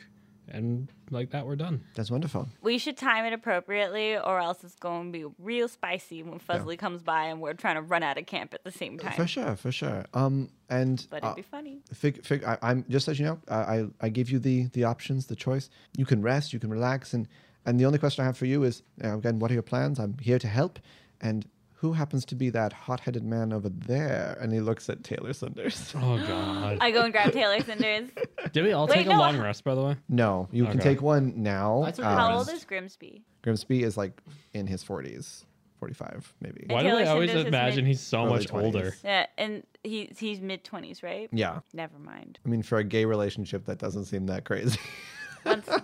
E: and like that we're done.
A: That's wonderful.
C: We should time it appropriately, or else it's going to be real spicy when Fuzzly comes by and we're trying to run out of camp at the same time.
A: For sure, for sure. Um, and
C: But
A: uh,
C: it'd be funny.
A: fig, fig, I, I'm just as you know, I, I I give you the the options, the choice. You can rest, you can relax, and and the only question I have for you is uh, again, what are your plans? I'm here to help, and. Who happens to be that hot-headed man over there? And he looks at Taylor Sanders.
E: Oh god.
C: I go and grab Taylor Cinders.
E: Did we all
C: Wait,
E: take
C: no,
E: a long
C: I-
E: rest, by the way?
A: No, you can
E: Okay.
A: take one now.
B: I took
A: Um,
B: a
C: Oh, How
B: rest.
C: old is Grimsby?
A: Grimsby is like in his 40s, 45 maybe.
E: Why do I
C: Taylor
E: always
C: Sanders is
E: imagine
C: mid-
E: he's so
A: Early
E: much older?
A: 20s.
C: Yeah, and he, he's mid 20s, right?
A: Yeah.
C: Never mind.
A: I mean, for a gay relationship, that doesn't seem that crazy.
C: Once... oh,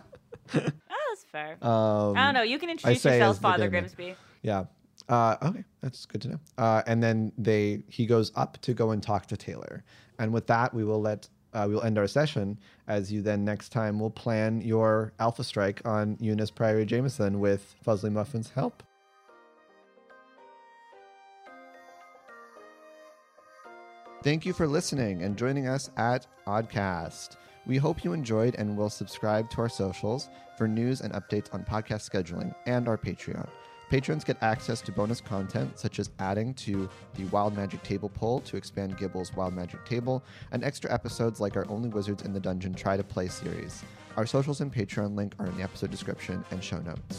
C: that's fair.
A: Um,
C: I don't know. You can introduce
A: say
C: yourself,
A: as the
C: Father
A: gay man.
C: Grimsby.
A: Yeah. Uh, okay, that's good to know. Uh, and then they he goes up to go and talk to Taylor, and with that we will let uh, we'll end our session. As you then next time will plan your alpha strike on Eunice Priory Jameson with Fuzzly Muffin's help. Thank you for listening and joining us at Oddcast. We hope you enjoyed and will subscribe to our socials for news and updates on podcast scheduling and our Patreon. Patrons get access to bonus content such as adding to the Wild Magic Table poll to expand Gibble's Wild Magic Table and extra episodes like our Only Wizards in the Dungeon Try to Play series. Our socials and Patreon link are in the episode description and show notes.